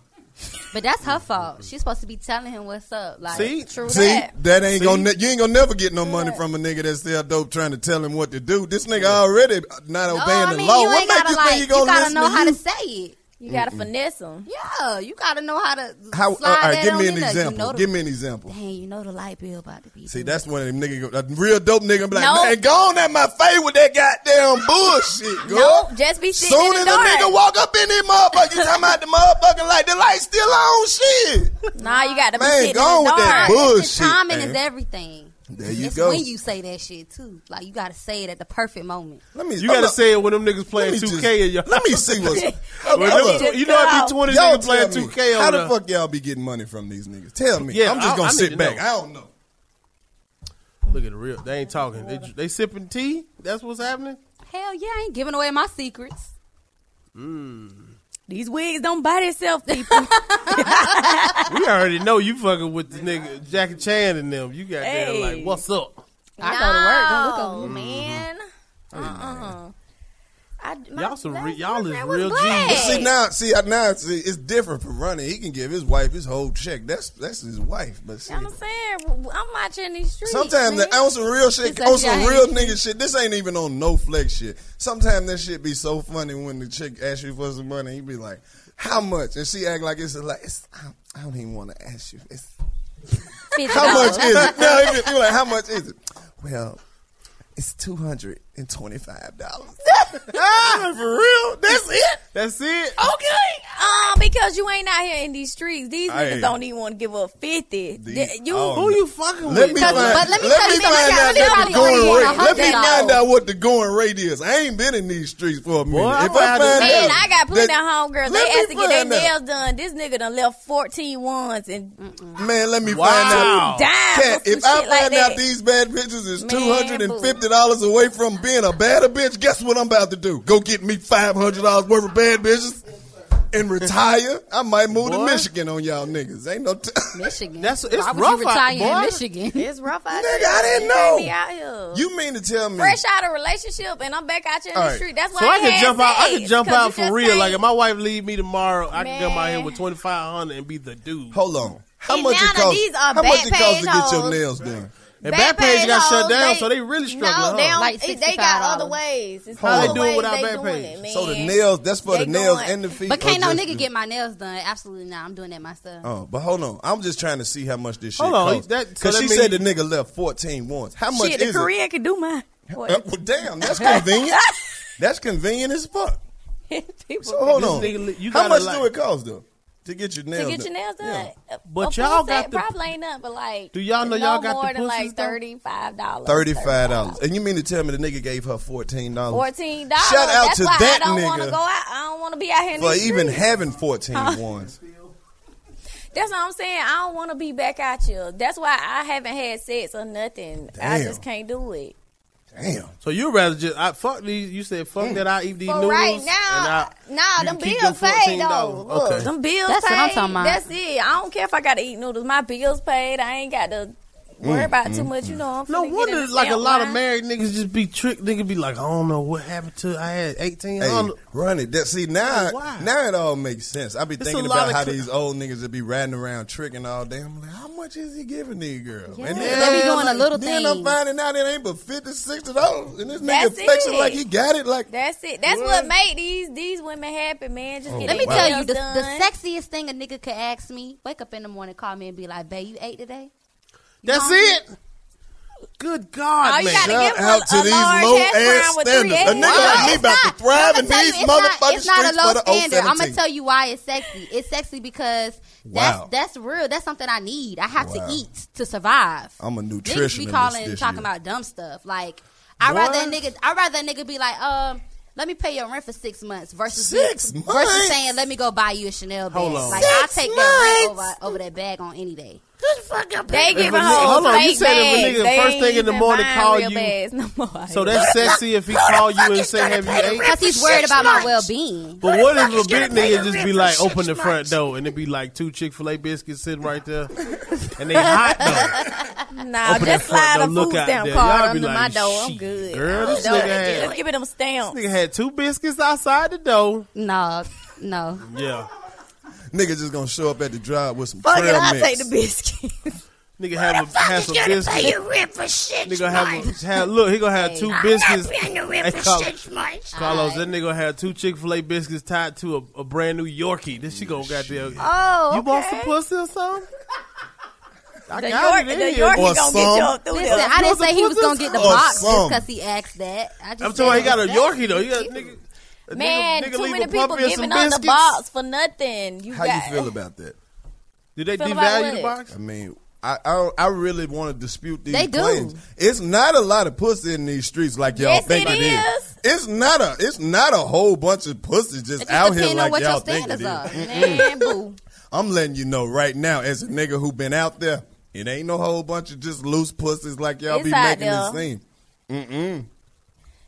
I: But that's her fault. She's supposed to be telling him what's up. Like,
G: See?
H: True
C: See,
H: that.
C: that, ain't gonna ne- you ain't gonna never get no money from a nigga that sell dope trying to tell him what to do. This nigga already not obeying
I: no, Oh, I
C: the
I: mean,
C: law.
I: you
C: What
I: ain't
C: make
I: gotta
C: you
I: like.
C: think
I: You
C: he gonna
I: gotta
C: listen
I: know
C: to
I: how
C: you?
I: to say it.
H: You gotta finesse them.
I: Yeah, you gotta know how to
C: How?
I: slide
C: all right,
I: that
C: give
I: on
C: me
I: in
C: an
I: there.
C: example.
I: You know the,
C: give me an example.
I: Dang, you know the light bill about to be.
C: See,
I: due.
C: that's one of them niggas. A real dope nigga be like,
H: Nope.
C: man, go on at my face with that goddamn bullshit, girl.
H: Nope, just be sitting
C: Soon
H: in
C: as
H: the
C: a
H: dark.
C: nigga walk up in this motherfucker, you talking about the motherfucking light, the light still on, shit.
H: Nah, you gotta be
C: Man,
H: sitting in
C: gone
H: the
C: with that
H: dark.
C: bull-
I: Listen,
C: bullshit,
I: Timing
C: man.
I: is everything.
C: There you
I: it's
C: go.
I: when you say that shit too. Like you gotta say it at the perfect moment.
C: Let me.
G: You gotta
C: hold up.
G: say it when them niggas playing
C: Let me
G: 2K
C: just-
G: and y'all. [laughs]
C: Let me see
I: [laughs]
C: what's.
G: When
C: Hold
G: them
C: up.
G: tw- you know I be
H: out.
G: twenty
C: Y'all
G: niggas playing
C: tell
G: two
C: me,
G: K
C: How
G: on
C: the
G: the.
C: fuck y'all be getting money from these niggas? Tell me.
G: Yeah,
C: I'm just
G: I-
C: gonna
G: I need
C: sit
G: to
C: back.
G: know.
C: I don't know.
G: Look at the real. They ain't talking. They, they sipping tea. That's what's
C: [laughs]
G: happening.
I: Hell yeah, I ain't giving away my secrets.
H: These wigs don't buy themselves, [laughs] people.
G: We already know you fucking with the nigga Jackie Chan and them. You got
H: Hey.
G: there like what's up?
I: I go to work. Don't look over
H: No,
I: me.
C: Mm-hmm.
H: man. Uh-uh. I, my
G: Y'all some re-
H: last
G: y'all is
H: boyfriend was
G: real
H: black.
G: G's.
C: See now, see I- now, see, it's different from running. He can give his wife his whole check. That's that's his wife. But see,
H: You know what I'm saying? W- I'm watching these streets.
C: sometimes
H: man.
C: the, on some real shit,
I: It's like
C: on some
I: y'all
C: real
I: ain't-
C: nigga shit. This ain't even on no flex shit. Sometimes that shit be so funny when the chick asks you for some money. He be like, "How much?" And she act like it's a- like it's, I don't- I don't even want to ask you. It's How much is
I: [laughs]
C: it? No, you like, how much is it? Well, it's two hundred and twenty-five dollars. [laughs] Ah, For real? That's it?
G: That's it.
H: [laughs] Okay. Um, because you ain't out here in these streets. These
C: I
H: niggas
C: ain't.
H: don't even want to give up fifty.
C: These-
H: Th- you
C: oh,
G: Who you fucking
C: Let
G: with?
C: me
I: Because-
C: find, let
I: but let
C: me,
I: me tell you something.
C: find out
I: They
C: what
I: probably
C: the going
I: only
C: rate.
I: get a
C: Let me
I: hundred
C: find
I: dollars.
C: out what the going rate is. I ain't been in these streets for a minute.
G: I
C: if
G: find
C: I find
G: it-
C: out,
H: Man, I got plenty
C: that-
H: of homegirls.
C: Let
H: They
C: me
H: asked to get their
C: find out.
H: nails done. This nigga done left 14 ones and
G: Mm,
C: Man, let me find
G: Wow.
C: out.
H: died
C: Cat,
H: for some
C: if I
H: shit like
C: find
H: that.
C: out these bad bitches is
I: Man,
C: two hundred and fifty dollars away from being a badder bitch, guess what I'm about to do? Go get me five hundred dollars worth of bad bitches and retire. I might move to
G: Boy.
C: Michigan on y'all niggas. Ain't no. T- [laughs]
I: Michigan.
G: That's- it's
I: Why would
G: rough out,
I: you retire
G: boy.
I: in Michigan? [laughs]
H: it's rough out
C: Nigga,
H: here.
C: I didn't
H: You
C: know.
H: can't be out here.
C: you mean to tell me?
H: Fresh out of relationship and I'm back out here in
C: All
H: the
C: right.
H: street. That's why
G: So I can jump out. I can jump out for real. Like if
H: my
G: my wife leave me tomorrow, I can come out here
H: Man.
G: with twenty five hundred and be the dude.
C: Hold on. How
H: And
C: much
H: now that
C: it costs?
H: these are
C: How much it
H: back
C: costs
H: page
C: to get your
H: hoes.
C: nails done?
G: And Backpage got shut down, so they really
H: No,
G: struggling.
H: they,
G: huh?
H: don't,
I: Like
H: it- they got
I: $65.
H: other ways. It's
C: How they
H: other
G: do it
H: ways
G: without
H: they
G: back
H: doing
G: pay?
H: it, man.
C: So the nails, that's for
H: They
C: the nails
H: going-
C: and the feet.
I: But can't
C: or
I: no
C: just
I: nigga
C: the-
I: get my nails done? Absolutely not. I'm doing that myself.
C: Oh, but hold on. I'm just trying to see how much this shit
G: Hold on,
C: costs.
G: that- so
C: Because
G: that
C: she
G: mean-
C: said the nigga left 14 once. How much
H: Shit,
C: is
H: the
C: it?
H: Korean can do mine. Boy,
C: Uh, well, damn, that's convenient.
H: [laughs]
C: that's convenient as fuck.
H: people-
C: So hold
G: This
C: on.
G: nigga li- you gotta
C: how much
G: like-
C: do it cost though to get your nails?
H: to get your nails done. A-
G: But
H: a
G: y'all
H: full
G: got
H: set
G: the-
H: probably ain't nothing but like
G: Do y'all know
H: no
G: y'all got the
H: more than
G: pussies,
H: like
G: though?
H: thirty five dollars.
C: Thirty-five dollars, and you mean to tell me the nigga gave her fourteen dollars
H: Fourteen dollars.
C: Shout out
H: That's
C: to
H: why
C: that
H: I don't want
C: nigga.
H: to go out. I don't want to be out here in
C: for
H: these
C: even
H: streets.
C: having 14 ones?
H: That's what I'm saying. I don't want to be back out here. That's why I haven't had sex or nothing. I
C: Damn.
H: just can't do it.
C: Damn,
G: So you rather just I fuck these? You said fuck that I eat these
H: But
G: noodles.
H: right
G: and
H: now,
G: I-
H: nah,
G: you
H: them
G: keep
H: bills paid though.
G: $14.
H: Look,
G: Okay.
H: them bills
I: That's
H: paid.
I: what I'm talking about.
H: That's it. I don't care if I got to eat noodles. My bills paid. I ain't got to
C: Mm,
H: worry about too much. You know, I'm
G: No
H: finna get
G: wonder,
H: in the
G: like a
H: stamp
G: lot of
H: line.
G: married niggas just be tricked. Nigga be like, I don't know what happened to. I had eighteen. I
C: Hey,
G: don't know.
C: run it. That, see
I: Oh,
C: now,
G: Why?
C: now it all makes sense. I be
G: It's
C: thinking
G: a lot
C: about
G: of
C: how
G: cl-
C: these old niggas would be riding around tricking all day. I'm like, how much is he giving these girls? And
I: Yeah, they be doing the little
C: then I'm
I: things.
C: finding out it ain't but fifty, sixty dollars, and this nigga
H: That's
C: flexing
H: it.
C: like he got it. Like
H: That's it. That's what made these these women happy, man. Just get
I: Let me
H: their
I: tell you,
H: nails
I: the, the
H: done.
I: sexiest thing a nigga could ask me, wake up in the morning, call me and be like, babe, you ate today?
G: That's
I: hungry?
G: it. Good God,
H: All you
G: man.
H: gotta
C: shout
H: give
C: out
H: a-
C: to
H: a
C: these
H: large
C: low
H: hash
C: ass
H: brown with three
C: standards. A
H: eggs.
C: nigga like me
I: It's
C: about to
I: not-
C: thrive
I: I'ma
C: in
I: tell you,
C: these
I: it's not-
C: motherfucking
I: it's not a
C: streets
I: low
C: for the old
I: standard. I'm gonna
C: sanity.
I: tell you why it's sexy. It's sexy because that's
C: Wow.
I: that's real. That's something I need. I have
C: Wow.
I: to eat to survive.
C: I'm a
I: Niggas be
C: nutritionalist
I: calling
C: this
I: talking
C: year.
I: about dumb stuff. Like I rather a nigga I rather a nigga be like, um, let me pay your rent for six months versus
C: Six
I: versus
C: months?
I: saying let me go buy you a Chanel bag.
G: Hold on.
I: Like
C: Six
I: I'll take that rent
C: months?
I: over over that bag on any day.
H: They give
G: a
H: a
G: nigga- hold on, you
H: fake
G: said if a
H: bags.
G: nigga
H: They
G: first thing
H: ain't
G: in the
H: even
G: morning
H: buying
G: call
H: real
G: you-
H: bags no more.
G: So that's sexy if he call you and say, "Have you ate?"
I: Because he's worried about my well being.
G: But what if a big nigga just be like, open the front door and it be like two Chick Fil A biscuits sitting right there,
H: [laughs]
G: and they hot though.
H: nah,
G: open
H: just
G: that front
H: slide a
G: door, look
H: food
G: out
H: stamp
G: there.
H: card
G: Y'all be
H: under my
G: like,
H: door. I'm
G: "Shit,
H: good.
G: girl, this
H: Don't-
G: nigga had-
H: just give me them stamps.
G: Nigga had two biscuits outside the door.
I: No, no.
G: Yeah,
C: Niggas just gonna show up at the drive with some
H: Fuck it,
C: trail
H: I'll
C: mix.
H: take the biscuit.
G: nigga have a have some biscuits.
L: rent for six
G: Nigga have, a, have look. He gonna have two biscuits.
L: the
G: Hey, Carlos,
L: months.
G: Carlos, that nigga gonna have two Chick Fil A biscuits tied to a, a brand new Yorkie. Then she gonna goddamn.
H: Oh,
G: You want
H: okay.
G: some pussy or something? I
H: The
G: got
H: York,
G: it
H: the
G: in here.
H: Yorkie
C: Or
H: gonna get you
C: some.
H: up through
I: Listen,
H: there.
I: I didn't say he was gonna get the box
C: some.
I: just because he asked that. I just
G: I'm talking about he got a
I: said it was
G: Yorkie though. He got nigga. a nigga-
H: Man,
G: nigga
H: too
G: leave
H: many
G: a
H: people
G: puppy and some
H: giving up the
G: biscuits.
H: box for nothing. You
C: How
H: got
C: you feel about that?
G: Do they
H: Feel about
G: devalue the
H: what?
G: box?
C: I mean, I I, don't- I really want to dispute these
I: They do.
C: claims. It's not a lot of pussy in these streets like y'all
H: Yes,
C: think
H: it
C: it is.
H: is.
C: It's not a it's not a whole bunch of pussy just,
I: It
C: out
I: just
C: here
I: depends on
C: like
I: what
C: y'all
I: your
C: think it
I: standards are.
C: is. [laughs]
I: Man, boo.
C: I'm letting you know right now, as a nigga who been out there, it ain't no whole bunch of just loose pussies like y'all
H: It's
C: be
H: out
C: making
H: there.
C: it seem.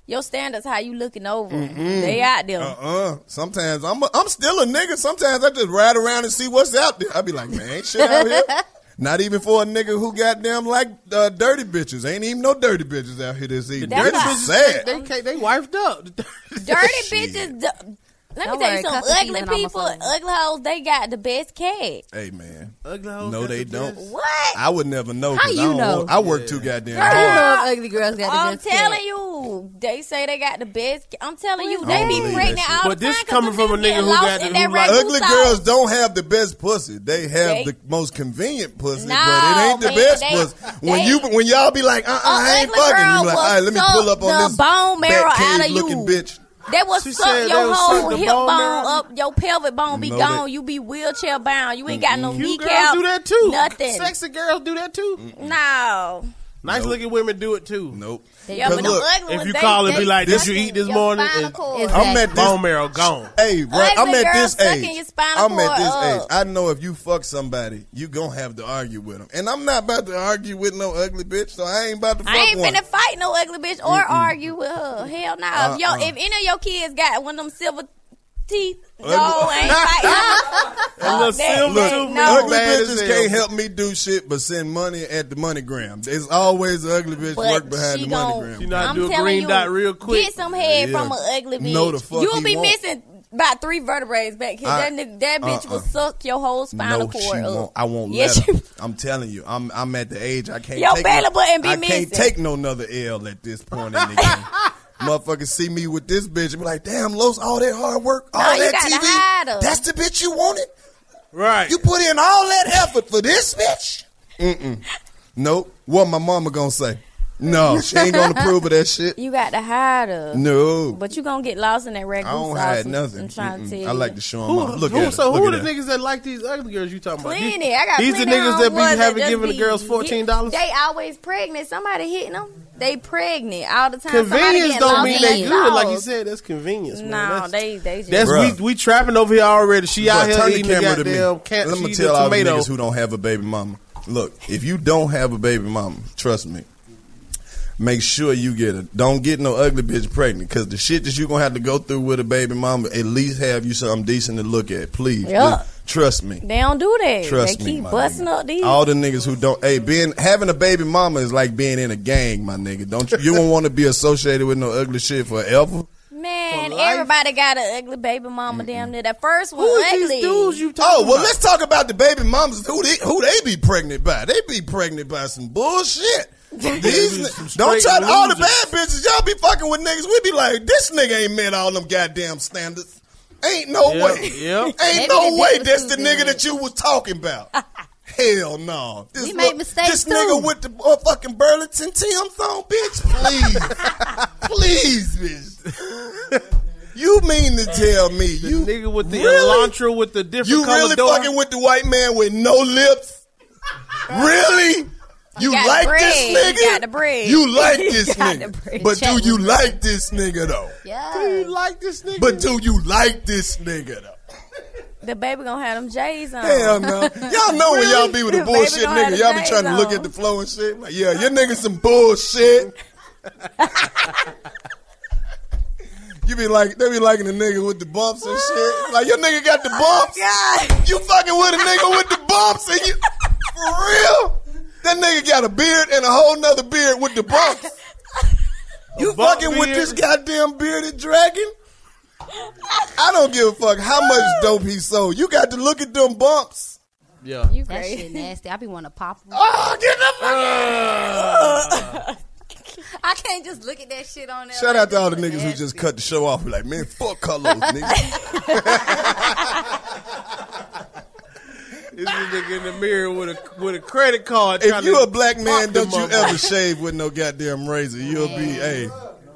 H: Your standards, how you looking over? 'em.
I: Mm-hmm.
H: They out there.
G: Oh.
C: Uh uh Sometimes I'm a, I'm still a nigga. Sometimes I just ride around and see what's out there. I be like, man, ain't shit
H: [laughs]
C: out here. Not even for a nigga who goddamn like uh, dirty bitches. Ain't even no dirty bitches out here this evening.
H: That's
C: It's
H: why-
C: sad.
G: They can't. They wifed up.
H: [laughs]
G: [laughs]
H: Dirty
C: Shit.
H: bitches. d- Let me
I: Don't
H: tell
I: worry,
H: you some
I: cussing
H: ugly
I: season almost
H: people,
I: over.
H: ugly hoes. They got the best cat.
C: Hey man,
G: Ugly hoes
C: no,
G: got
C: they
G: the
C: don't.
G: best.
H: What?
C: I would never know. 'cause
I: How you
C: I don't
I: know?
C: want- I work too goddamn.
I: I
C: hard.
I: love ugly girls got the
H: I'm
I: best cat.
H: telling you, they say they got the best. I'm telling you, they
C: don't
H: be
C: believe that
H: pregnant
C: shit.
H: all
G: But
H: the
G: this
H: time 'cause
G: coming
H: them
G: from a
H: niggas
G: nigga
H: getting
G: who
H: lost
G: got-
H: in
G: who
H: that
G: like-
H: ragu
C: Ugly
H: sauce.
C: girls don't have the best pussy. They have
H: They-
C: the most convenient pussy,
H: No,
C: but it ain't the
H: man,
C: best
H: they-
C: pussy. When
H: they-
C: you when y'all be like, uh, uh
H: A
C: I ain't
H: ugly
C: fucking. You
H: girl
C: be like,
H: will
C: all right, let me
H: suck
C: pull up on
H: the
C: this
H: bone marrow
C: Batcave
H: out of you.
C: looking bitch.
H: That will
G: She
H: suck
G: said that
H: your
G: will
H: whole
G: suck the
H: hip
G: bone
H: bone,
G: down?
H: up, your pelvic bone be
C: No,
H: gone.
C: that-
H: you be wheelchair bound. You ain't got no
G: You
H: kneecap.
G: girls do that too.
H: Nothing.
G: Sexy girls do that too.
H: No.
G: Nice looking women do it too.
C: Nope.
H: Yeah, but
C: Cause
H: the
C: look,
H: ugly
G: If
H: ones,
G: you
H: they-
G: call and
H: they
G: be like, "Did you
M: sucking
G: eat this
M: your
G: morning?"
M: spinal
G: and
M: cord.
I: Exactly.
C: I'm at this
G: bone marrow gone.
C: Hey, bro,
H: Ugly
C: I'm at
H: girl
C: this
H: sucking
C: age.
H: your spinal
C: I'm at
H: cord
C: this
H: up.
C: age. I know if you fuck somebody, you gonna have to argue with them, and I'm not about to argue with no ugly bitch. So I ain't about to fuck
H: I ain't
C: one.
H: finna fight no ugly bitch or argue with her. Hell no. If, yo,
C: Uh-uh.
H: if any of your kids got one of them silver teeth, no, I ain't
C: [laughs]
H: fighting.
G: A little silver
H: Look,
G: tooth,
H: no.
G: man.
C: Ugly
G: Bad as
C: bitches
G: hell.
C: can't help me do shit but send money at the MoneyGram. There's always an ugly bitch
H: But
C: work behind
H: she
C: the
H: gon-
C: MoneyGram.
G: She not
H: I'm
G: do a
H: telling
G: green
H: you,
G: dot real quick.
H: Get some head
C: Yeah.
H: from an ugly bitch.
C: No, the fuck
H: You'll
C: he
H: be
C: won't.
H: missing about three vertebrae back because
C: I-
H: that, nigga- that bitch will
C: uh-uh.
H: suck your whole spinal
C: no, she
H: cord up.
C: won't. I won't
H: Yes,
C: let her.
H: you-
C: I'm telling you, I'm I'm at the age I can't.
H: Your
C: take
H: belly
C: no,
H: button be
C: I
H: missing.
C: can't take no another L at this point in the game.
H: [laughs]
C: Motherfuckers see me with this bitch and be like, "Damn, Los, all that hard work, all
H: you
C: that
H: gotta hide her.
C: TV, that's the bitch you wanted.
G: Right.
C: You put in all that effort for this bitch." Mm mm. Nope. What my mama gonna say? No, she
H: [laughs]
C: ain't gonna approve of that shit.
H: You got to hide her.
C: No.
H: But you gonna get lost in that ragu
C: I don't
H: sauce.
C: hide
H: I'm-
C: nothing.
H: I'm trying
C: Mm-mm.
H: to tell
C: I
H: you.
C: like to show them
G: Who,
C: off. Look
G: who-
C: at it.
G: so who
C: Look
G: are
C: at
G: the
C: that.
G: niggas that like these ugly girls you talking about? These-
H: Plenty. I got
G: These the
H: plenty of
G: niggas that be
H: ones
G: having
H: just
G: giving the
H: be
G: girls $14?
H: They always pregnant. Somebody hitting them. They pregnant all the time. Somebody
G: Convenience
H: getting
G: don't
H: lost
G: mean
H: in
G: they
H: that
G: good, like
H: sauce.
G: you said. That's convenience, man.
H: No,
G: That's-
H: they they just.
G: That's
C: Bruh.
G: we we trapping over here already. She out
C: Bruh,
G: here
C: turn the
G: eating the
C: camera to me.
G: goddamn cat.
C: Let me
G: she
C: tell
G: the
C: all the
G: tomato.
C: niggas who don't have a baby mama. Look, if you don't have a baby mama, trust me. Make sure you get a. Don't get no ugly bitch pregnant, because the shit that you gonna have to go through with a baby mama, at least have you something decent to look at. Please,
H: Yeah.
C: Just trust me.
H: they don't do that.
C: Trust
H: they
C: me,
H: keep
C: my
H: busting
C: nigga.
H: up these.
C: All the niggas who don't, hey, being having a baby mama is like being in a gang, my nigga. Don't you? You don't want to be associated with no ugly shit forever.
H: Man,
G: For life.
H: everybody got an ugly baby mama. Damn near that first one
G: Who is
H: ugly.
G: these dudes you
C: Oh
G: talking
C: well,
G: about?
C: let's talk about the baby mamas. Who they who they be pregnant by? They be pregnant by some bullshit.
G: [laughs] These
C: These
G: some
C: don't try
G: straight
C: to, all the
G: losers.
C: bad bitches. Y'all be fucking with niggas. We be like, this nigga ain't met all them goddamn standards. Ain't no
G: Yeah,
C: way.
G: yeah.
C: [laughs] Ain't
I: Maybe the
C: no
I: dick
C: way.
I: was
C: That's
I: too
C: the nigga
I: good.
C: that you was talking about. [laughs] Hell no. This
I: We make
C: look-
I: mistakes
C: This
I: too.
C: nigga with the motherfucking Burlington Tim's on, bitch.
I: [laughs]
C: Please, please, bitch. You mean to tell me you
G: nigga with the
C: really?
G: Elantra with the different
C: you
G: color
C: really
G: door.
C: fucking with the white man with no lips? really? You
H: got
C: like
H: the bread.
C: this nigga?
H: You got the bread.
C: You
H: [laughs]
C: like this
H: got the bread.
C: nigga. But do you like this nigga though?
H: Oh,
I: Yeah.
G: like this nigga?
C: But do you like this nigga though?
H: The baby gonna have them J's on. [laughs]
C: Hell no. Y'all know when y'all be with a
H: Baby
C: bullshit
H: don't have
C: nigga.
H: the
C: Y'all be
H: days
C: trying to look
H: on.
C: at the flow and shit. Like, yeah, your nigga
H: [laughs]
C: some bullshit. you be like, they be liking the nigga with the bumps and shit. Like, your nigga got
H: Oh
C: the bumps. You fucking with a nigga with the bumps and you, for real? That nigga got a beard and a whole nother beard with the bumps. You
G: bump
C: fucking with
G: beard.
C: this goddamn bearded dragon? I don't give a fuck how much dope he sold. You got to look at them bumps.
G: yeah.
H: You
I: That
H: crazy.
I: shit nasty. I be want to pop 'em.
C: Oh, get the fuck
I: [laughs] I can't just look at that shit on there.
C: Shout out to all the niggas who just cut the show off. Like, man, fuck colors,
G: [laughs]
C: nigga.
G: This is nigga in the mirror with a with a credit card.
C: If
G: trying
C: you
G: to
C: a black man,
G: fuck
C: don't
G: the
C: you
G: motherfucker.
C: ever shave with no goddamn razor. You'll be, hey,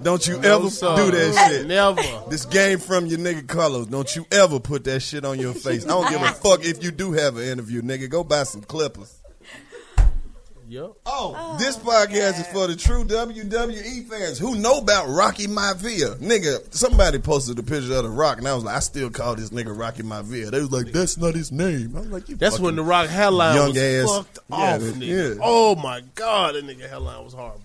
C: don't you
G: No,
C: ever
G: sir.
C: do that shit.
G: Never.
C: This game from your nigga Carlos. Don't you ever put that shit on your face. I don't
I: [laughs]
C: give a fuck if you do have an interview, nigga. Go buy some clippers.
G: Yep.
C: Oh, this podcast is for the true WWE fans who know about Rocky Maivia. Nigga, somebody posted a picture of The Rock, and I was like, I still call this nigga Rocky Maivia. They was like, that's not his name. I was like, you
G: That's
C: fucking
G: when the Rock hairline
C: young
G: was
C: ass-
G: fucked
C: Yeah,
G: off,
C: that-
G: nigga.
C: yeah.
G: Oh my god, that nigga hairline was horrible.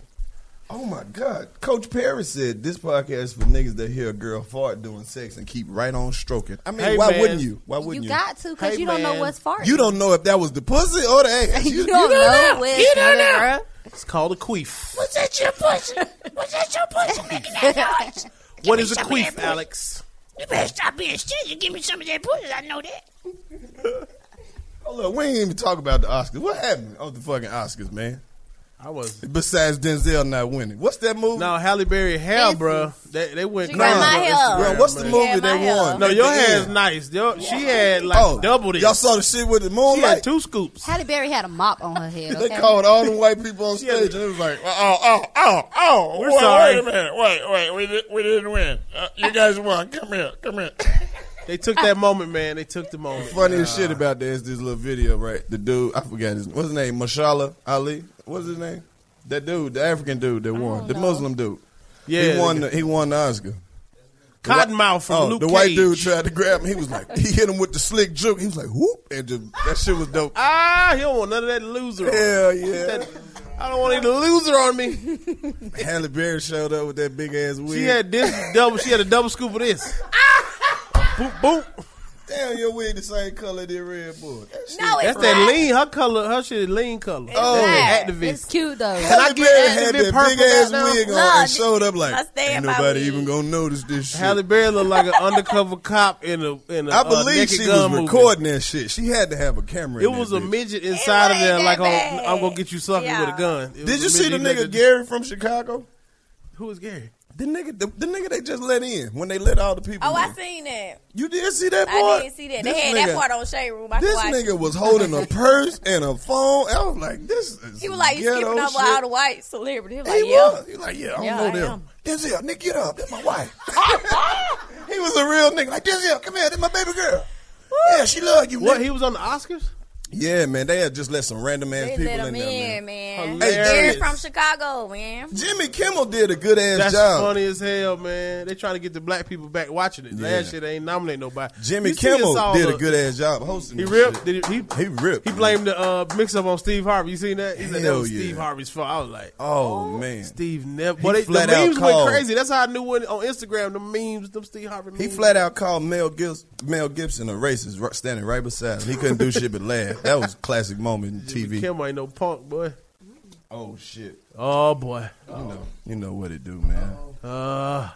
C: Oh my God. Coach Perry said this podcast is for niggas that hear a girl fart doing sex and keep right on stroking. I mean,
G: Hey,
C: why
G: man.
C: wouldn't you? Why
I: You
C: wouldn't you?
I: got to because
G: Hey,
I: you don't
G: man.
I: know what's farting.
C: You don't know if that was the pussy or the ass.
I: You don't know what's You don't know.
G: It's called a queef.
H: What's at your pussy? What's at your pussy? Making that noise.
G: What is a queef, Alex?
H: You better stop being stingy. Give me some of that pussy. I know that.
C: Oh, Hold up, we ain't even talk about the Oh, Oscars. What happened on the fucking Oscars, man?
G: I was
C: Besides Denzel not winning, what's that movie?
G: no Halle Berry hair, bro. They they went
N: She got
G: crazy
N: my
G: on
N: hair.
G: Instagram,
C: Bro, what's the
G: bruh.
C: movie
N: Yeah, my
C: they
N: hell.
C: won?
G: No,
C: at
G: your
C: the
G: hair's
C: end?
G: nice. Yo, She had like double this.
C: Oh, Y'all saw the shit with the
G: she had
C: moonlight.
G: two scoops.
I: Halle Berry had a mop on her head.
C: They
I: Okay?
C: called all the white people on stage, and it was like, oh, oh, oh, oh.
G: We're
C: wait,
G: sorry.
C: Wait a minute. Wait, wait. We, did, we didn't win. Uh, you guys won. Come here. Come here.
G: They took that moment, man. They took the moment.
C: Funniest shit about that is this little video, right? The dude, I forgot his what's his name, Mashallah Ali. What's his name? That dude, the African dude that won, the Muslim dude.
G: Yeah,
C: he won. The, he won the Oscar.
G: Cottonmouth from
C: oh,
G: Luke
C: the white
G: Cage.
C: dude tried to grab him. He was like, he hit him with the slick juke. He was like, whoop, and just, that shit was dope.
G: Ah, he don't want none of that loser. on.
C: Hell yeah.
G: That- I don't want any loser on me.
C: Halle Berry showed up with that big ass wig.
G: She had this double. She had a double scoop of this. boop boop.
C: Damn, your wig the same color that Red Bull. That shit-
H: No, it's
G: That's that
H: not.
G: lean. Her color. Her shit is lean color.
C: Oh.
G: That's that
I: It's
G: activist.
I: cute though.
C: Halle
G: get
C: Berry
G: that
C: had
G: bit
C: that
G: purple
C: big ass
G: now?
C: wig on
H: Look,
C: and showed up like
H: I stand
C: ain't
H: by
C: nobody
H: me."
C: even gonna notice this shit.
G: Halle Berry looked
C: [laughs]
G: like an undercover cop in a in a.
C: I
G: uh,
C: believe
G: Naked
C: she was
G: Gun movie.
C: recording that shit. She had to have a camera.
G: It
C: in
G: was
C: that
G: a
C: bitch.
G: midget inside of
H: wasn't
G: there,
H: that
G: like I'm,
H: bad.
G: I'm gonna get you something with a
H: Yeah.
G: gun. It
C: Did
G: was
C: you
G: a
C: see the
G: midget that-
C: nigga Gary from Chicago?
G: Who was Gary?
C: The nigga, the, the nigga they just let in when they let all the people.
H: Oh, I
C: in.
H: seen that.
C: You did see that part?
H: I didn't see that. They
C: This
H: had
C: nigga-
H: that part on Shade Room. I
C: This
H: watched.
C: nigga was holding a purse and a phone. I was like, this is.
H: He was like, you
C: ghetto
H: skipping over
C: shit.
H: all the white celebrity. He was
C: He
H: like, yeah.
C: was. He was like, yeah, I don't
H: Yeah, I
C: know them.
H: am.
C: Denzel, nigga, get up. That's my wife. [laughs] he was a real nigga. Like, Denzel, come here. That's my baby girl. Yeah, she love you.
G: What
C: nigga.
G: he was on the Oscars?
C: Yeah, man, they had just let some random ass
H: They
C: people
H: let
C: in
H: him
C: there.
H: in,
C: Man.
H: man.
G: Hilarious.
H: Jerry from Chicago, man.
C: Jimmy Kimmel did a good ass
G: That's
C: job.
G: funny as hell, man. They trying to get the black people back watching it. Last year they ain't nominate nobody.
C: Jimmy
G: You see
C: Kimmel
G: us all
C: did a
G: the-
C: good ass job hosting.
G: He
C: this
G: ripped.
C: shit.
G: Did he, he,
C: He ripped.
G: he blamed the uh, mix up on Steve Harvey. You seen that? He said that
C: Hell
G: was
C: yeah.
G: Steve Harvey's fault. I was like,
C: Oh man,
G: Steve never. But they, the
C: flat out
G: memes
C: called.
G: went crazy. That's how I knew when on Instagram the memes, them Steve Harvey. Memes.
C: he flat out called Mel Gibson, Mel Gibson a racist, right- standing right beside him. He couldn't do shit but laugh. That was a classic moment in
G: Jimmy
C: TV.
G: Kimmel ain't no punk boy.
C: Oh shit,
G: Oh boy.
C: you know, you know what it do, man.
G: Uh.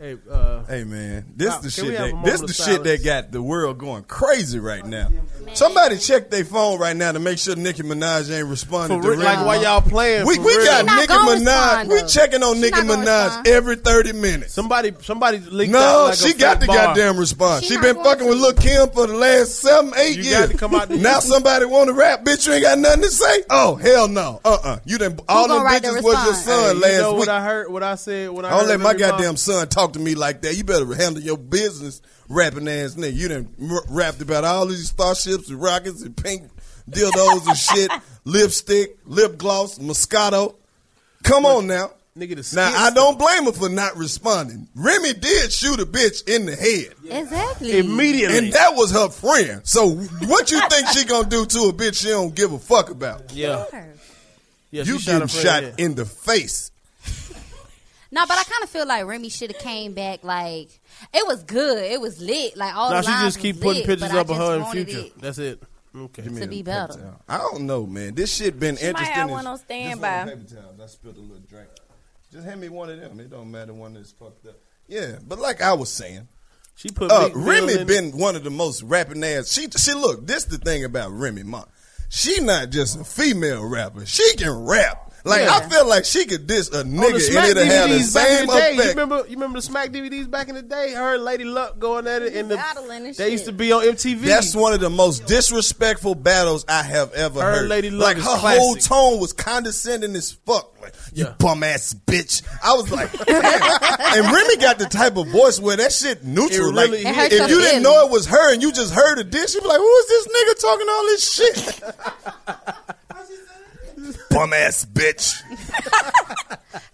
G: Hey. Uh.
C: Hey man, this
G: Wow,
C: the
G: can
C: shit.
G: we have a
C: That,
G: moment
C: this
G: of
C: the shit that
G: silence?
C: got the world going crazy right now. Somebody check their phone right now to make sure Nicki Minaj
G: For
C: ain't responding. to
G: real, like
C: Remy Ma.
G: why y'all playing?
C: We,
G: for
C: we
G: real.
C: got
I: not
C: Nicki
I: gonna
C: Minaj.
I: respond,
C: we
I: though.
C: checking on
I: She
C: Nicki
I: not gonna
C: Minaj
I: respond.
C: every thirty minutes.
G: somebody. Somebody leaked. out
C: no,
G: like a
C: she
G: fat
C: got the
G: bar.
C: goddamn response.
I: She
C: She,
I: not
C: been
I: going
C: fucking with
I: to.
C: Lil Kim for the last seven, eight
G: You
C: years.
G: got to come out the-
C: [laughs] now somebody want to rap, bitch. You ain't got nothing to say. Oh hell no, uh uh You done all them
I: gonna write the
C: bitches was your
I: response?
C: son
G: You
C: last
G: know
C: week.
G: what I heard? What I said? When I,
C: I don't
G: heard
C: let my
G: Remy Ma-
C: goddamn son talk to me like that. You better handle your business, rapping ass nigga. You done r- rapped about all these starships and rockets and pink dildos and
I: [laughs]
C: shit, lipstick, lip gloss, Moscato. Come on now.
G: Nigga, the
C: Now
G: skits,
C: I don't blame her for not responding. Remy did shoot a bitch in the head,
I: Exactly.
G: immediately.
C: and that was her friend. So what you
G: [laughs]
C: think she gonna do to a bitch she don't give a fuck about?
G: yeah. yeah, she
C: You
G: shot her
C: getting
G: friend
C: shot
G: in.
C: in the face.
I: No, but I kind of feel like Remy should have came back. Like it was good. It was lit. Like all.
G: Now
I: the
G: she
I: lines
G: just
I: was
G: keep putting
I: lit,
G: pictures
I: but I
G: up of
I: just
G: her in
I: wanted
G: future.
I: it
G: That's it. Okay.
I: To be better.
C: uh, I don't know, man. This shit been
H: might
C: interesting.
H: have
C: as-
H: one on
C: Just
H: standby.
C: one of the paper towels. I spilled a little drink. Just hand me one of them. It don't matter one that's fucked up. Yeah, but like I was saying,
G: She put
C: uh,
G: Meek Mill
C: Remy
G: in-
C: been one of the most rapping ass. She she look. This the thing about Remy Ma. She not just a female rapper. She can rap. Like I
I: Yeah.
C: feel like she could diss a
G: on the
C: nigga
G: Smack
C: and it'll have the
G: DVDs back in
C: same
G: the day. You
C: effect.
G: remember? You remember the Smack DVDs back in the day? Her and Lady Luck going at it, and the,
H: Battling and
G: they
H: shit.
G: used to be on MTV.
C: That's one of the most disrespectful battles I have ever
G: Her
C: heard.
G: Lady Luck
C: like her
G: is
C: whole
G: classic.
C: tone was condescending as fuck. Like you
G: Yeah.
C: bum ass bitch. I was like, "Damn." and Remy got the type of voice where that shit neutral.
G: It
C: like
G: really It
I: hurts
C: if
I: her
C: you didn't
I: feelings.
C: know it was her and you just heard a dish, you'd be like, who is this nigga talking all this shit? bum ass bitch.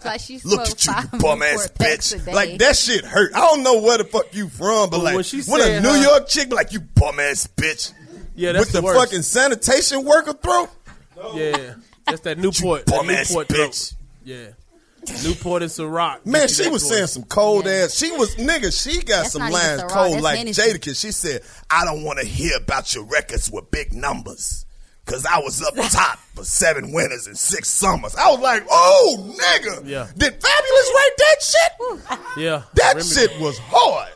I: Like she
C: Look
I: smoked
C: at you,
I: five
C: you bum ass
I: Newport packs a
C: bitch.
I: day.
C: Like that shit hurt. I don't know where the fuck you from, but
G: But
C: like
G: when she
C: when a
G: said
C: New
G: her-
C: York chick be like, you bum ass bitch.
G: yeah, that's
C: with the,
G: worst.
C: fucking sanitation worker throat.
G: yeah. That's that Newport, that
C: bum ass
G: Newport
C: bitch.
G: throat. Yeah, Newport and Ciroc. Get
C: Man,
G: you
C: she
G: that
C: was
G: joint.
C: saying some cold ass. She was nigga. She got
I: That's
C: some
I: not even
C: lines
I: Ciroc,
C: cold
I: that's
C: like
I: Hennessy.
C: Jadakiss. She said, "I don't want to hear about your records with big numbers, cause I was
I: [laughs]
C: up top for seven winters and six summers." I was like, "Oh, nigga,
G: Yeah.
C: did Fabulous write that shit?
G: Yeah,
C: That
G: Remy-
C: shit was hard."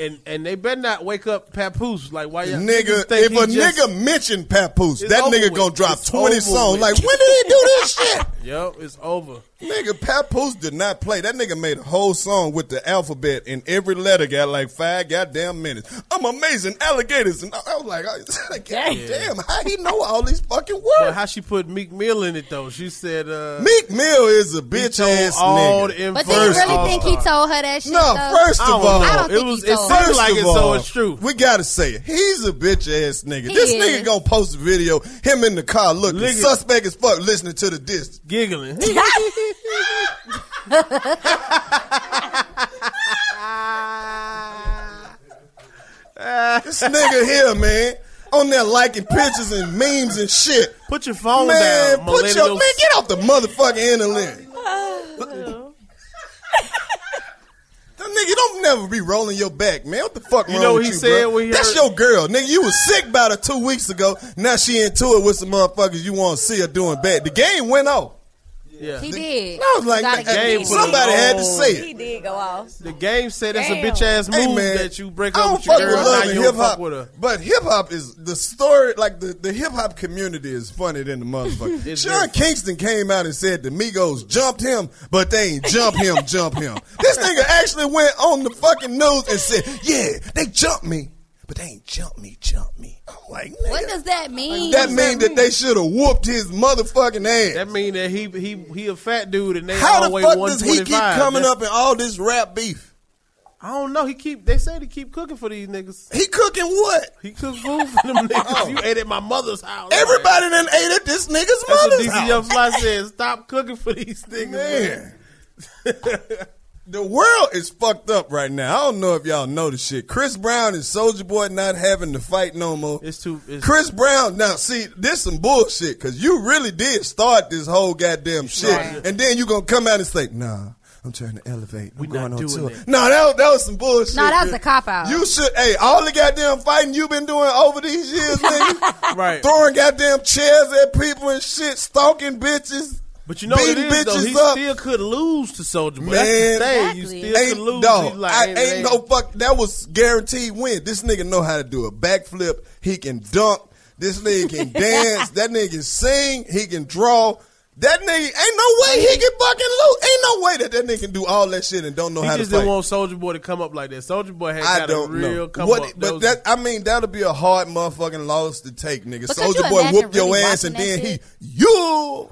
G: and and they better not wake up Papoose like why y'all
C: Nigga,
G: niggas think
C: if
G: he
C: a
G: just-
C: nigga mention Papoose,
G: It's
C: that
G: over
C: nigga
G: with.
C: gonna drop
G: It's
C: 20
G: over
C: songs.
G: with.
C: Like, when did he do this
G: [laughs]
C: shit?
G: Yep, it's over.
C: Nigga, Papoose did not play. That nigga made a whole song with the alphabet, and every letter got like five goddamn minutes. I'm amazing alligators, and I I was like, I- [laughs] God damn, how he know all these fucking
G: But
C: words?
G: how she put Meek Mill in it though? She said uh
C: Meek Mill is a
G: he
C: bitch
G: told
C: ass
G: all
C: nigga.
G: the
I: But do you
G: first
I: really think he
G: all-star.
I: told her that shit?
C: No,
I: though?
C: first
G: I
C: of
G: don't
C: all,
G: know.
I: I don't
G: it
I: think
G: was.
I: he
G: It
I: told
G: seemed
I: her.
G: like
C: First
G: it,
C: of
G: so
C: all,
G: it's true.
C: We gotta say it. He's a bitch ass nigga. this
I: is.
C: nigga gonna post a video, him in the car looking
G: Nigga.
C: suspect as fuck, listening to the disc.
I: [laughs]
G: Giggling.
C: This nigga here, man, on there liking pictures and memes and shit.
G: Put your phone
C: Man,
G: down,
C: put your
G: millennials.
C: man get off the motherfucking internet. That nigga don't never be rolling your back, man. What the fuck
G: You
C: wrong
G: know what
C: with
G: he
C: you,
G: said
C: bro?
G: when he
C: That's
G: heard-
C: your girl, nigga. You was sick about her two weeks ago. Now she into it with some motherfuckers you want to see her doing bad. The game went off.
G: Yeah.
I: He did.
C: And I was like,
I: Gotta
C: "Hey,
G: game put
C: somebody
G: it
C: had to
G: on."
C: say
H: He
C: it.
H: did go off.
G: The game said that's a
H: Damn.
G: bitch ass
C: Hey
G: move
C: man,
G: that you break
C: I
G: up with
C: don't
G: your
C: fuck with
G: girl.
C: love
G: Now
C: and
G: you
C: hip
G: don't fuck with
C: hop,
G: her.
C: but hip hop is the story. Like the, the hip hop community is funny than
G: [laughs]
C: the motherfucker.
G: It's
C: Sean
G: very
C: Kingston came out and said the Migos jumped him, but they ain't jump him,
G: [laughs]
C: jump him. This nigga actually went on the fucking news and said, "Yeah, they jumped me, but they ain't jump me, jump me." I'm like, nigga,
I: What does that mean?
C: that mean that they should have whooped his motherfucking ass?
G: That mean that he he he a fat dude and they
C: How
G: all
C: the
G: weigh
C: fuck
G: one
C: does he
G: twenty
C: keep
G: five.
C: coming up in all this rap beef?
G: I don't know. He keep they said he keep cooking for these niggas.
C: He cooking what?
G: He cook food for them
C: [laughs]
G: niggas.
C: Oh.
G: You ate at my mother's house.
C: Everybody done ate at this nigga's
G: That's what
C: mother's
G: DC
C: house.
G: Young Fly said. Stop cooking for these niggas.
C: Man. the world is fucked up right now. I don't know if y'all know this shit. Chris Brown and Soldier Boy not having to fight no more.
G: It's too. It's,
C: Chris Brown, now see, this some bullshit because you really did start this whole goddamn shit, and then you gonna come out and say, "Nah, I'm trying to elevate. I'm
G: We
C: going
G: not
C: on
G: doing
C: tour."
G: that.
C: No, that was, that was some bullshit.
I: No, that was a
C: dude.
I: cop out.
C: You should, hey, all the goddamn fighting you been doing over these years, [laughs] nigga.
G: Right.
C: Throwing goddamn chairs at people and shit, stalking bitches.
G: but you know what it
C: beating
G: is though. He
C: bitches up.
G: still could lose to Soldier Boy. That's the
C: Man.
G: thing.
I: Exactly.
G: You still could lose.
C: dog,
G: He's like,
C: I
G: hey, man.
C: ain't, no fuck. That was guaranteed win. This nigga know how to do a backflip. He can dunk. This nigga
G: [laughs]
C: can dance. That nigga can sing. He can draw. That nigga ain't no way he can fucking lose. Ain't no way that that nigga can do all that shit and don't know how
G: He
C: to
G: just didn't
C: fight.
G: want Soldier Boy to come up like that. Soldier Boy had
C: I
G: got
C: don't
G: a real
C: know.
G: come
C: What,
G: up.
C: but
G: was-
C: that I mean that'll be a hard motherfucking loss to take, nigga.
I: But could
C: Soldier
I: you
C: boy
I: imagine
C: whoop your
I: really
C: ass and
I: watching
C: then
I: that
C: he
I: shit?
C: [laughs] you.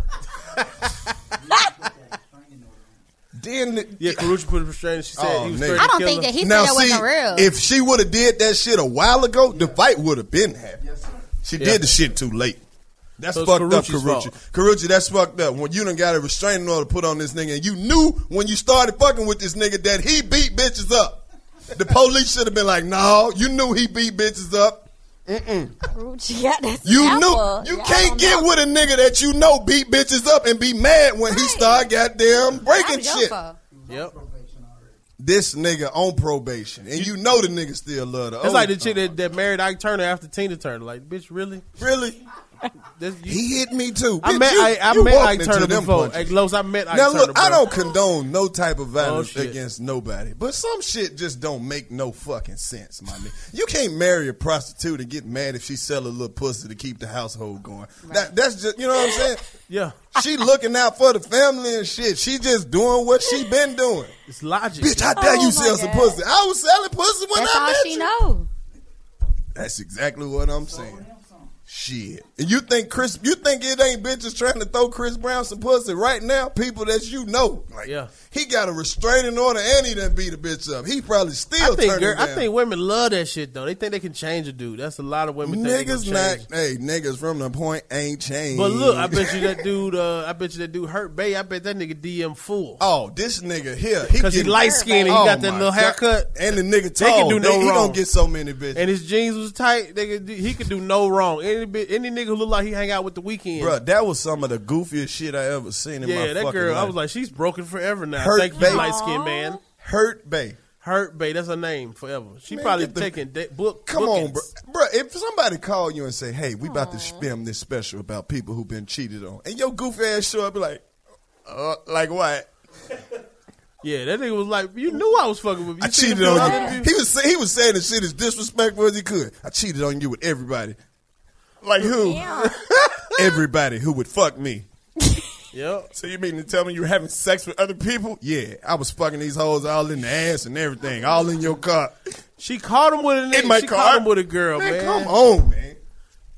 C: then
G: yeah, Karuchi put a restraint. She said
C: Oh,
G: he was
C: nigga.
G: threatening
I: I
G: to
I: don't
G: kill
I: think
G: her.
I: that he said
C: now
I: that
C: see,
I: wasn't real.
C: if she would have did that shit a while ago, the fight would have been happening. She
G: Yeah.
C: did the shit too late. That's
G: So it's
C: fucked up,
G: Karuchi's
C: Karuchi.
G: fault.
C: Karuchi, that's fucked up. When you done got a restraining order put on this nigga, and you knew when you started fucking with this nigga that he beat bitches up. The police should have been like, "No, you knew he beat bitches up.
H: [laughs] Yeah, that's
C: You
H: Alpha.
C: knew you
H: Yeah, I
C: can't
H: don't
C: get
H: know.
C: with a nigga that you know beat bitches up and be mad when he start goddamn breaking
I: That was your
C: shit.
I: fault.
G: Yep.
C: This nigga on probation, and you know the nigga still love her.
G: It's
C: Oh,
G: like the chick that, that married Ike Turner after Tina Turner. Like, bitch, really?
C: really."
G: That's, you,
C: He hit me too.
G: I
C: Bitch,
G: met
C: you-
G: I, I
C: you
G: met
C: walked
G: Ike
C: into
G: Turner
C: them
G: before.
C: punches.
G: Hey, Glows, I met Ike
C: now
G: Turner. Oh,
C: look, I
G: bro.
C: don't condone no type of violence
G: Bullshit.
C: against nobody, but some shit just don't make no fucking sense, my nigga. You can't marry a prostitute and get mad if she sell a little pussy to keep the household going. That, that's just you know what I'm saying.
G: Yeah,
C: She looking out for the family and shit. She just doing what she been doing.
G: it's logic.
C: Bitch, how dare you sell some pussy? I was selling pussy when
I: Oh That's
C: I
I: all
C: met
I: she
C: you.
I: know.
C: That's exactly what I'm saying. Shit. And you think Chris you think it ain't bitches trying to throw Chris Brown some pussy right now? People that you know. Like
G: Yeah.
C: he got a restraining order and he done beat a bitch up. He probably still
G: I think
C: turning
G: girl, I
C: down.
G: think women love that shit though. They think they can change a dude. That's a lot of women. think they can
C: niggas
G: change.
C: not hey, niggas from the point ain't changed.
G: But look, I bet you
C: [laughs]
G: that dude. Uh, I bet you that dude hurt Bay. I bet that nigga DM fool.
C: Oh, this nigga here. He
G: Cause he
C: getting-
G: light skinned and he
C: Oh
G: got that
C: my
G: little
C: God.
G: haircut
C: And the nigga
G: They can
C: tall.
G: do
C: They
G: no
C: he
G: wrong.
C: gonna get so many bitches.
G: and his jeans was tight. They could, do- he could do no wrong. Any bi- any nigga who look like he hang out with the weekend.
C: Bruh, that was some of the goofiest shit I ever seen in my
G: yeah, that
C: fucking
G: girl. I
C: life.
G: was like, she's broken forever now.
C: Hurt
G: Thank
C: Bay.
G: you, light skinned man.
C: Hurt Bay.
G: Hurt Bay. That's her name forever. She
C: Man,
G: probably
C: get the-
G: taking da- book.
C: Come on, bro.
G: bookings.
C: bro. If somebody call you and say, "Hey, we about to film this special about people who've been cheated on," and your goofy ass show up, be like, uh, "Like what?"
G: Yeah, that nigga was like, you knew I was fucking with you.
C: I
G: You seen
C: cheated
G: the
C: on
G: picture I
C: you.
G: did of
C: He was say- he was saying the shit as disrespectful as he could. I cheated on you with everybody. Like who? [laughs] everybody who would fuck me.
G: Yep.
C: So you mean to tell me you were having sex with other people? Yeah, I was fucking these hoes all in the ass and everything, all in your car.
G: She caught him with a
C: In
G: nigga.
C: my
G: she
C: car.
G: caught him with a girl, man.
C: Man, come on, man.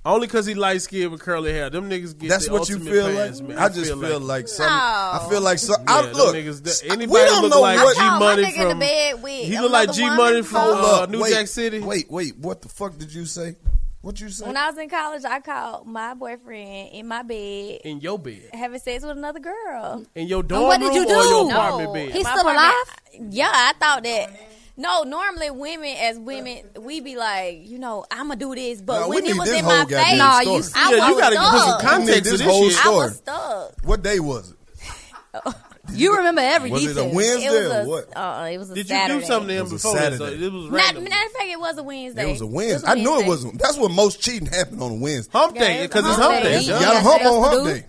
G: Only because he light skinned with curly hair. Them niggas get
C: That's
G: the
C: what you
G: ultimate
C: feel
G: pass,
C: like.
G: Man.
C: I just feel, like, some. I feel like some.
G: Yeah,
C: I,
G: them
C: look,
G: niggas, that-
C: I- we
G: anybody
C: don't
G: look
C: know
G: like
C: what.
G: G Money
H: Oh, nigga in the
G: from.
H: bed with
G: He look like
H: another
G: G Money
H: woman,
G: from
H: folks.
G: uh,
C: Hold up,
G: New
C: wait,
G: Jack City.
C: Wait, wait. What the fuck did you say? What you say?
H: When I was in college, I called my boyfriend in my bed
G: In your bed,
H: having sex with another girl.
G: in your dorm
I: And what did you
G: room or your
I: do?
G: apartment bed.
I: He's
H: My
I: still alive.
H: apartment- Yeah, I thought that. No, normally women as women, we be like, you know, I'ma do this, but
C: Nah, we
H: when it
C: need
H: was
C: this
H: in
C: whole
H: my
C: goddamn
H: face,
C: story.
H: no, you- I
G: yeah, you
H: was
G: gotta put some
H: stuck.
G: context
C: this
G: to this
C: whole
G: shit.
C: story.
H: I was stuck.
C: what day was it?
I: You remember every
C: Was it a
I: detail.
H: It was
C: Wednesday or
H: a,
C: what?
H: uh, it was a
G: Did you
H: Saturday.
G: do something to him
C: It was a
G: before? that, so
C: Saturday.
G: It was
H: Not,
G: random.
H: matter of fact, it was a Wednesday.
C: It was a Wednesday. I knew it was. a- That's when most cheating happened on a Wednesday.
G: Hump
H: Yeah,
G: day
H: it's
G: because it's
H: hump
G: hump
H: day.
G: day.
H: He-
G: dog.
C: Y'all
I: got
C: hump
I: things
C: on
I: to
C: hump
I: do.
C: day.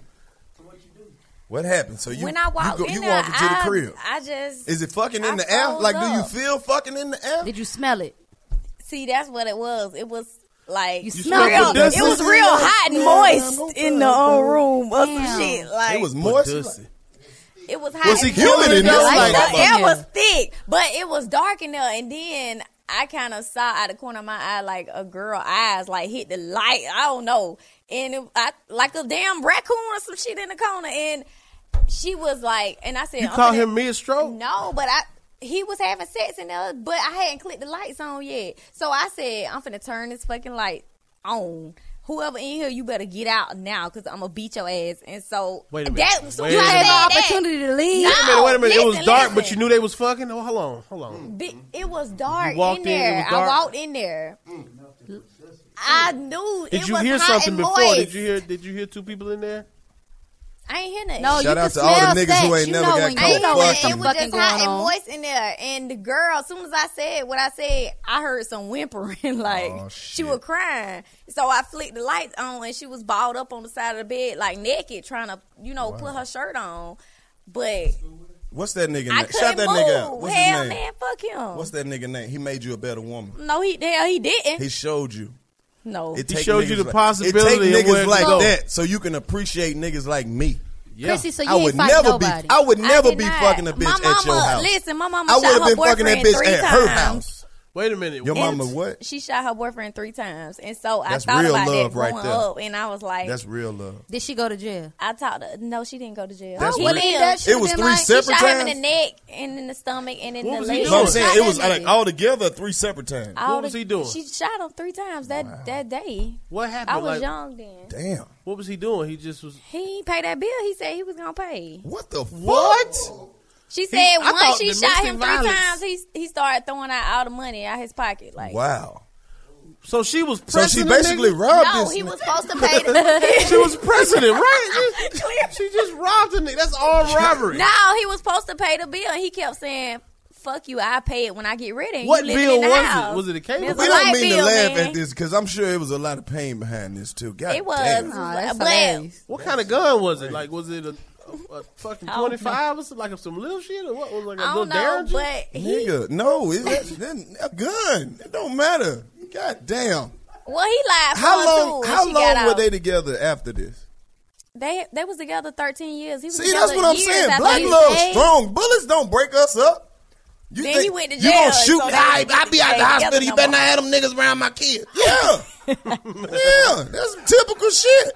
C: What happened? So you
H: When I walked
C: you, go,
H: in
C: you
H: there,
C: walk into the
H: I-
C: crib.
H: I just
C: Is it fucking in
H: I
C: the air?
H: froze
C: Like, do you
H: up.
C: feel fucking in the air?
I: Did you smell it?
H: See, that's what it was. It was like
I: You
H: real.
I: smelled
G: smelled
I: it.
G: this?
H: It was real hot and moist in the own room or some
I: Damn.
H: shit. Like
C: It was moist.
G: Pussy.
H: it was hot.
C: Was he
H: and moist.
C: killing it?
I: Like,
C: That's
H: The
C: like-
I: that-
H: air
I: Yeah.
H: was thick, but it was dark in there. And then I kind of saw out the corner of my eye like a girl eyes like hit the light. I don't know, and it, I like a damn raccoon or some shit in the corner. And she was like, and I said,
G: You
H: "I'm
G: call
H: finna-
G: him mid stroke?
H: no, but I he was having sex in there, but I hadn't clicked the lights on yet. So I said, I'm finna turn this fucking light on. Whoever in here, you better get out now, cause I'm gonna beat your ass. And so
G: Wait a minute.
H: that
G: Wait
H: so
G: a
H: you
G: minute.
H: said
I: Had
G: Yeah.
I: an
H: that.
I: opportunity to leave.
H: No,
G: Wait a minute, wait a minute. It was
H: listen,
G: dark, but
H: listen.
G: you knew they was fucking. Oh, hold on, hold on.
H: Bi- It was dark
G: walked
H: in
G: in, it
H: there.
G: was dark.
H: I walked in there. I knew
G: Did
H: it
G: you
H: was
G: hear
H: hot
G: something
H: and
G: before?
H: moist.
G: Did you hear? Did you hear two people in there?
H: I ain't hear nothing.
I: No, you
C: Shout
I: can
C: out to all the
I: smell
C: niggas who
I: sex.
C: ain't
I: You
C: never
I: know
C: got
I: when
C: caught
I: you know
H: Anyway,
C: fucking.
I: when
H: it
I: something
H: was just
I: fucking
H: hot
I: going
H: and
I: on.
H: moist in there. And the girl, as soon as I said what I said, I heard some whimpering. [laughs] Like
C: Oh,
H: she
C: shit.
H: was crying. So I flicked the lights on, and she was balled up on the side of the bed, like naked, trying to you know put her shirt on. But
C: What's that nigga
H: I
C: name?
H: couldn't
C: Shout that
H: move.
C: nigga out. What's
H: hell,
C: his name?
H: man, fuck him.
C: What's that nigga name? He made you a better woman.
H: no, he hell he didn't.
C: He showed you.
H: no,
C: It
G: He
C: take
G: showed you
C: niggas
G: the
C: like-
G: possibility
C: It
G: of
C: take
G: where
C: niggas
G: to
C: like
G: go.
C: that so you can appreciate niggas like me.
G: Yeah.
I: Chrissy, so you
C: I
I: ain't
C: would
I: fight
C: never
I: nobody.
C: be. I would never
H: did
C: be
H: not.
C: fucking a
H: my
C: bitch
H: mama,
C: at your house.
H: Listen, my mama
C: I
H: shot
C: would
H: her
C: have been fucking that
H: boyfriend
C: bitch
H: three
C: at her
H: times.
C: house.
G: Wait a minute.
C: Your
G: What-
C: mama what?
H: She shot her boyfriend three times, and so
C: That's
H: I thought
C: real
H: about that
C: love
H: growing
C: right there.
H: up, and I was like,
C: That's real love.
I: Did she go to jail?
H: I talked. To, no, she didn't go to jail.
C: That's
H: he
C: real.
H: lived.
I: That
H: She
I: shit
C: It was
I: been
C: three
I: like-
C: separate
H: shot him in
C: times.
H: the neck and in the stomach and in
G: What
H: the
G: was he
H: leg.
G: doing?
C: No, I'm
G: She
C: saying
I: shot
C: it
I: that
C: was
I: nigga.
C: like all together three separate times.
H: All
G: What was
H: the-
G: he doing?
H: She shot him three times that that day.
G: What happened?
H: I
G: Like,
H: was young then.
C: Damn.
G: What was he doing? He just was.
H: He ain't pay that bill. He said he was gonna pay.
C: What the
G: What?
C: fuck?
H: She said
G: I thought
H: once she
G: domestic
H: shot him three
G: violence-
H: times, he he started throwing out all the money out his pocket. Like
C: Wow.
G: So she was.
C: So she
G: pressing the
C: basically
G: nigga?
C: robbed
H: no,
C: this.
H: he
C: nigga.
H: was supposed to pay.
G: [laughs]
H: The-
G: She was president, right? She- She just robbed a nigga. That's all robbery.
H: no, he was supposed to pay the bill, and he kept saying. Fuck you! I pay it when I get ready. and
G: What
H: you living
G: bill
H: in the
G: was it?
H: house."
G: Was it a cable
H: It was
G: bill?
H: a
C: We don't
H: light
C: mean to
H: bill,
C: laugh
H: man.
C: at this because I'm sure it was a lot of pain behind this too. God
H: It was.
C: damn.
I: Aw, that's
H: but
I: hilarious.
G: What kind of gun was it? Like, was it a, a, a fucking
H: I don't know.
G: twenty five or something? Like some little shit or what? Was it like a
H: I
G: little
H: don't know,
G: Derringer?
H: but he
C: Nigga, no, it's
H: [laughs]
C: that, a gun. It don't matter. God damn.
H: well he lied. For
C: How
H: her,
C: long?
H: Too, when
C: How
H: she got
C: long were
H: out.
C: they together after this?
H: They they was together thirteen years. He was
C: See,
H: together
C: that's what I'm
H: years
C: saying.
H: after
C: Black
H: he
C: love
H: stayed.
C: strong. Bullets don't break us up. You
H: Then he went to
C: You
H: jail,
C: gonna shoot
H: so
C: me?
H: they don't
C: I,
H: get
C: I
H: to
C: be out
H: stay
C: the hospital.
H: together
C: You
H: no
C: better not
H: more.
C: have them niggas around my kids. Yeah, [laughs] yeah. That's typical shit.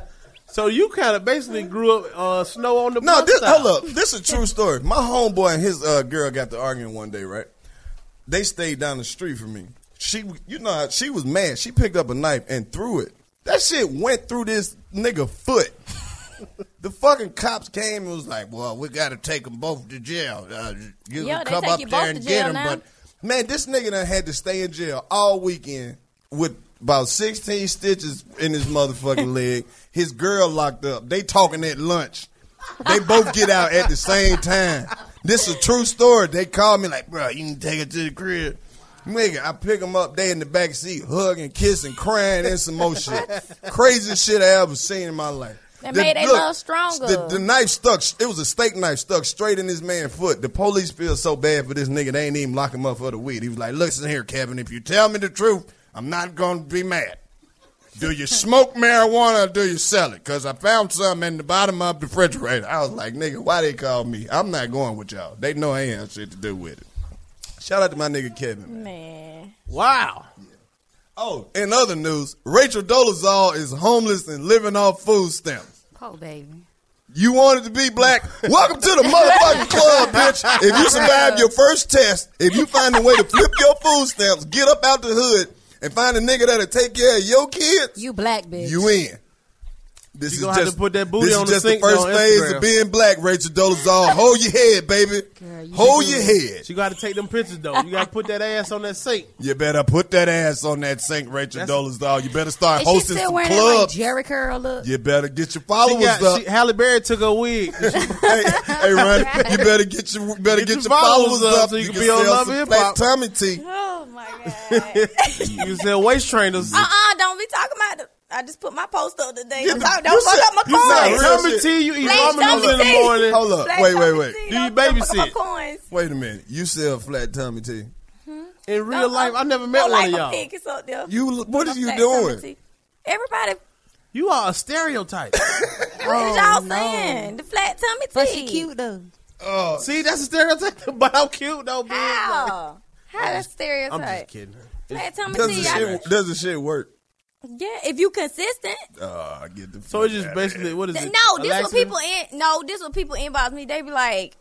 G: So you kind of basically grew up uh, snow on the
C: No,
G: bus
C: this,
G: stop.
C: hold up. This is a true story. My homeboy and his uh, girl got to arguing one day, right? They stayed down the street from me. She, you know, how she was mad. She picked up a knife and threw it. That shit went through this nigga foot. [laughs] the fucking cops came and was like, "Well, we got to take them both to jail. Uh, you
H: Yeah,
C: can
H: they
C: come
H: take
C: up
H: you both
C: there and
H: to
C: get
H: jail
C: them."
H: now.
C: But man, this nigga done had to stay in jail all weekend with about sixteen stitches in
H: [laughs]
C: his motherfucking leg. His girl locked up. They talking at lunch. They both get out at the same time. This is a true story. They called me like, bro, you can take it to the crib. Nigga, I pick them up. They in
H: [laughs]
C: the back seat, hugging, kissing, crying, and some more shit. Craziest shit I ever seen in my life.
H: That
C: The-
H: made they
C: look,
H: love stronger.
C: The, the knife stuck. It was a steak knife stuck straight in this man's foot. The police feel so bad for this nigga. They ain't even lock him up for the weed. He was like, "Listen here, Kevin. If you tell me the truth, I'm not gonna be mad. Do you smoke marijuana or do you sell it? Cause I found some in the bottom of the refrigerator. I was like, nigga, why they call me? I'm not going with y'all. They know I ain't have shit to do with it. Shout out to my nigga Kevin.
H: Man.
G: Wow.
C: Oh, in other news, Rachel Dolezal is homeless and living off food stamps.
I: Poor baby.
C: You wanted to be black? Welcome to the motherfucking club, bitch. If you survive your first test, if you find a way to flip your food stamps, get up out the hood, and find a nigga that'll take care of your kids,
I: You black bitch.
C: you in. This
G: You
C: is
G: gonna have
C: just-
G: to put that booty
C: this
G: on
C: is
G: the
C: just the
G: sink
C: first
G: on
C: phase
G: Instagram.
C: of being black, Rachel Dolezal. Hold your head, baby.
I: you
C: Hold
I: do
C: your head.
G: She got to take them pictures though. You got to put that ass on that sink.
C: You better put that ass on that sink, Rachel
G: That's-
C: Dolezal. You better start
I: Is she
C: hosting
I: still
C: some
I: wearing that like
C: clubs.
I: Jerry curl look?
C: you better get your
G: She
C: followers up.
G: got, she, Halle Berry took her
H: [laughs]
G: wig.
C: hey, hey, Ronnie, you better get your better get, your followers, up so you, can,
G: be on
C: sell
G: Love
C: some
G: Hip
C: flat
G: Hop.
C: tummy tea.
H: Oh my god. [laughs]
G: you said waist trainers.
H: uh uh, don't be talking about it. I just put my post up today.
C: Yeah,
H: Don't,
C: but
H: don't
C: you
H: fuck
C: said-
H: up my
C: you said
H: coins.
C: real
G: Coming
C: shit.
G: to you, eat
H: Please
G: Domino's
H: don't
G: in the
H: be-
G: morning.
C: Hold up,
H: Black
C: wait, wait,
H: Tommy T,
C: wait.
G: Do you
H: don't- don't fuck up
G: babysit?
H: my coins.
C: Wait a minute, you sell flat tummy tea?
G: In real
H: Don't- uh,
G: life, I never met
H: don't
G: one of
H: Uh-uh. like my
G: y'all.
H: pig is up there.
C: You l- what
H: My
C: are you
H: fat
C: doing?
H: Tommy T. Everybody,
G: You are a
C: [laughs]
G: stereotype.
H: what is y'all
I: no.
H: saying? The flat tummy
I: But
H: tea.
I: she cute though.
G: See, that's a stereotype. [laughs] But I'm cute though, [laughs] man.
H: Ah, How? How that's
G: I'm just
H: stereotype?
G: kidding.
H: Flat tummy
C: Does the
H: tea. I-
C: shit does the shit work?
H: Yeah, if you consistent.
C: Oh, I get the.
G: So
C: fuck
G: it's just
C: outta here.
G: basically what is
H: Th-
G: it?
H: No, this
G: Alexa?
H: what people in. No, this what people inbox me. They be like,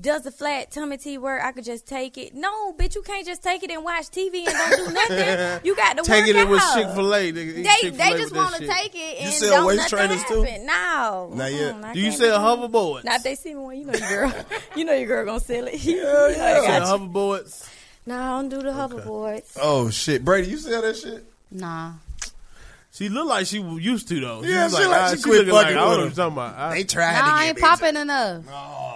H: "Does the flat tummy tea work? I could just take it." No, bitch, you can't just take it and watch TV and don't do
C: [laughs]
H: nothing. You got to
G: Take
H: work
G: it in with
H: out.
G: Chick Fil A. They,
H: They they just want to take it and
C: sell
H: don't
C: waist
H: nothing
C: trainers too?
H: happen. No,
C: Not yet.
H: Mm-mm, I
G: Do you
H: can't
G: sell
H: that.
G: hoverboards?
H: Now if they see me one, you know your girl, [laughs] you know your girl gonna sell it. [laughs] You know they
G: You
H: got
G: sell
H: you.
G: hoverboards.
H: No, I don't do the hoverboards.
C: Oh shit, Brady, you sell that shit?
I: Nah.
G: She looked like she was used to though.
C: Yeah,
G: was
C: she like
G: ah,
C: she quit
G: looking like,
C: fucking
G: I don't
C: with
G: know what
C: him.
G: you're talking about. I-
C: tried
I: Nah, I ain't popping enough.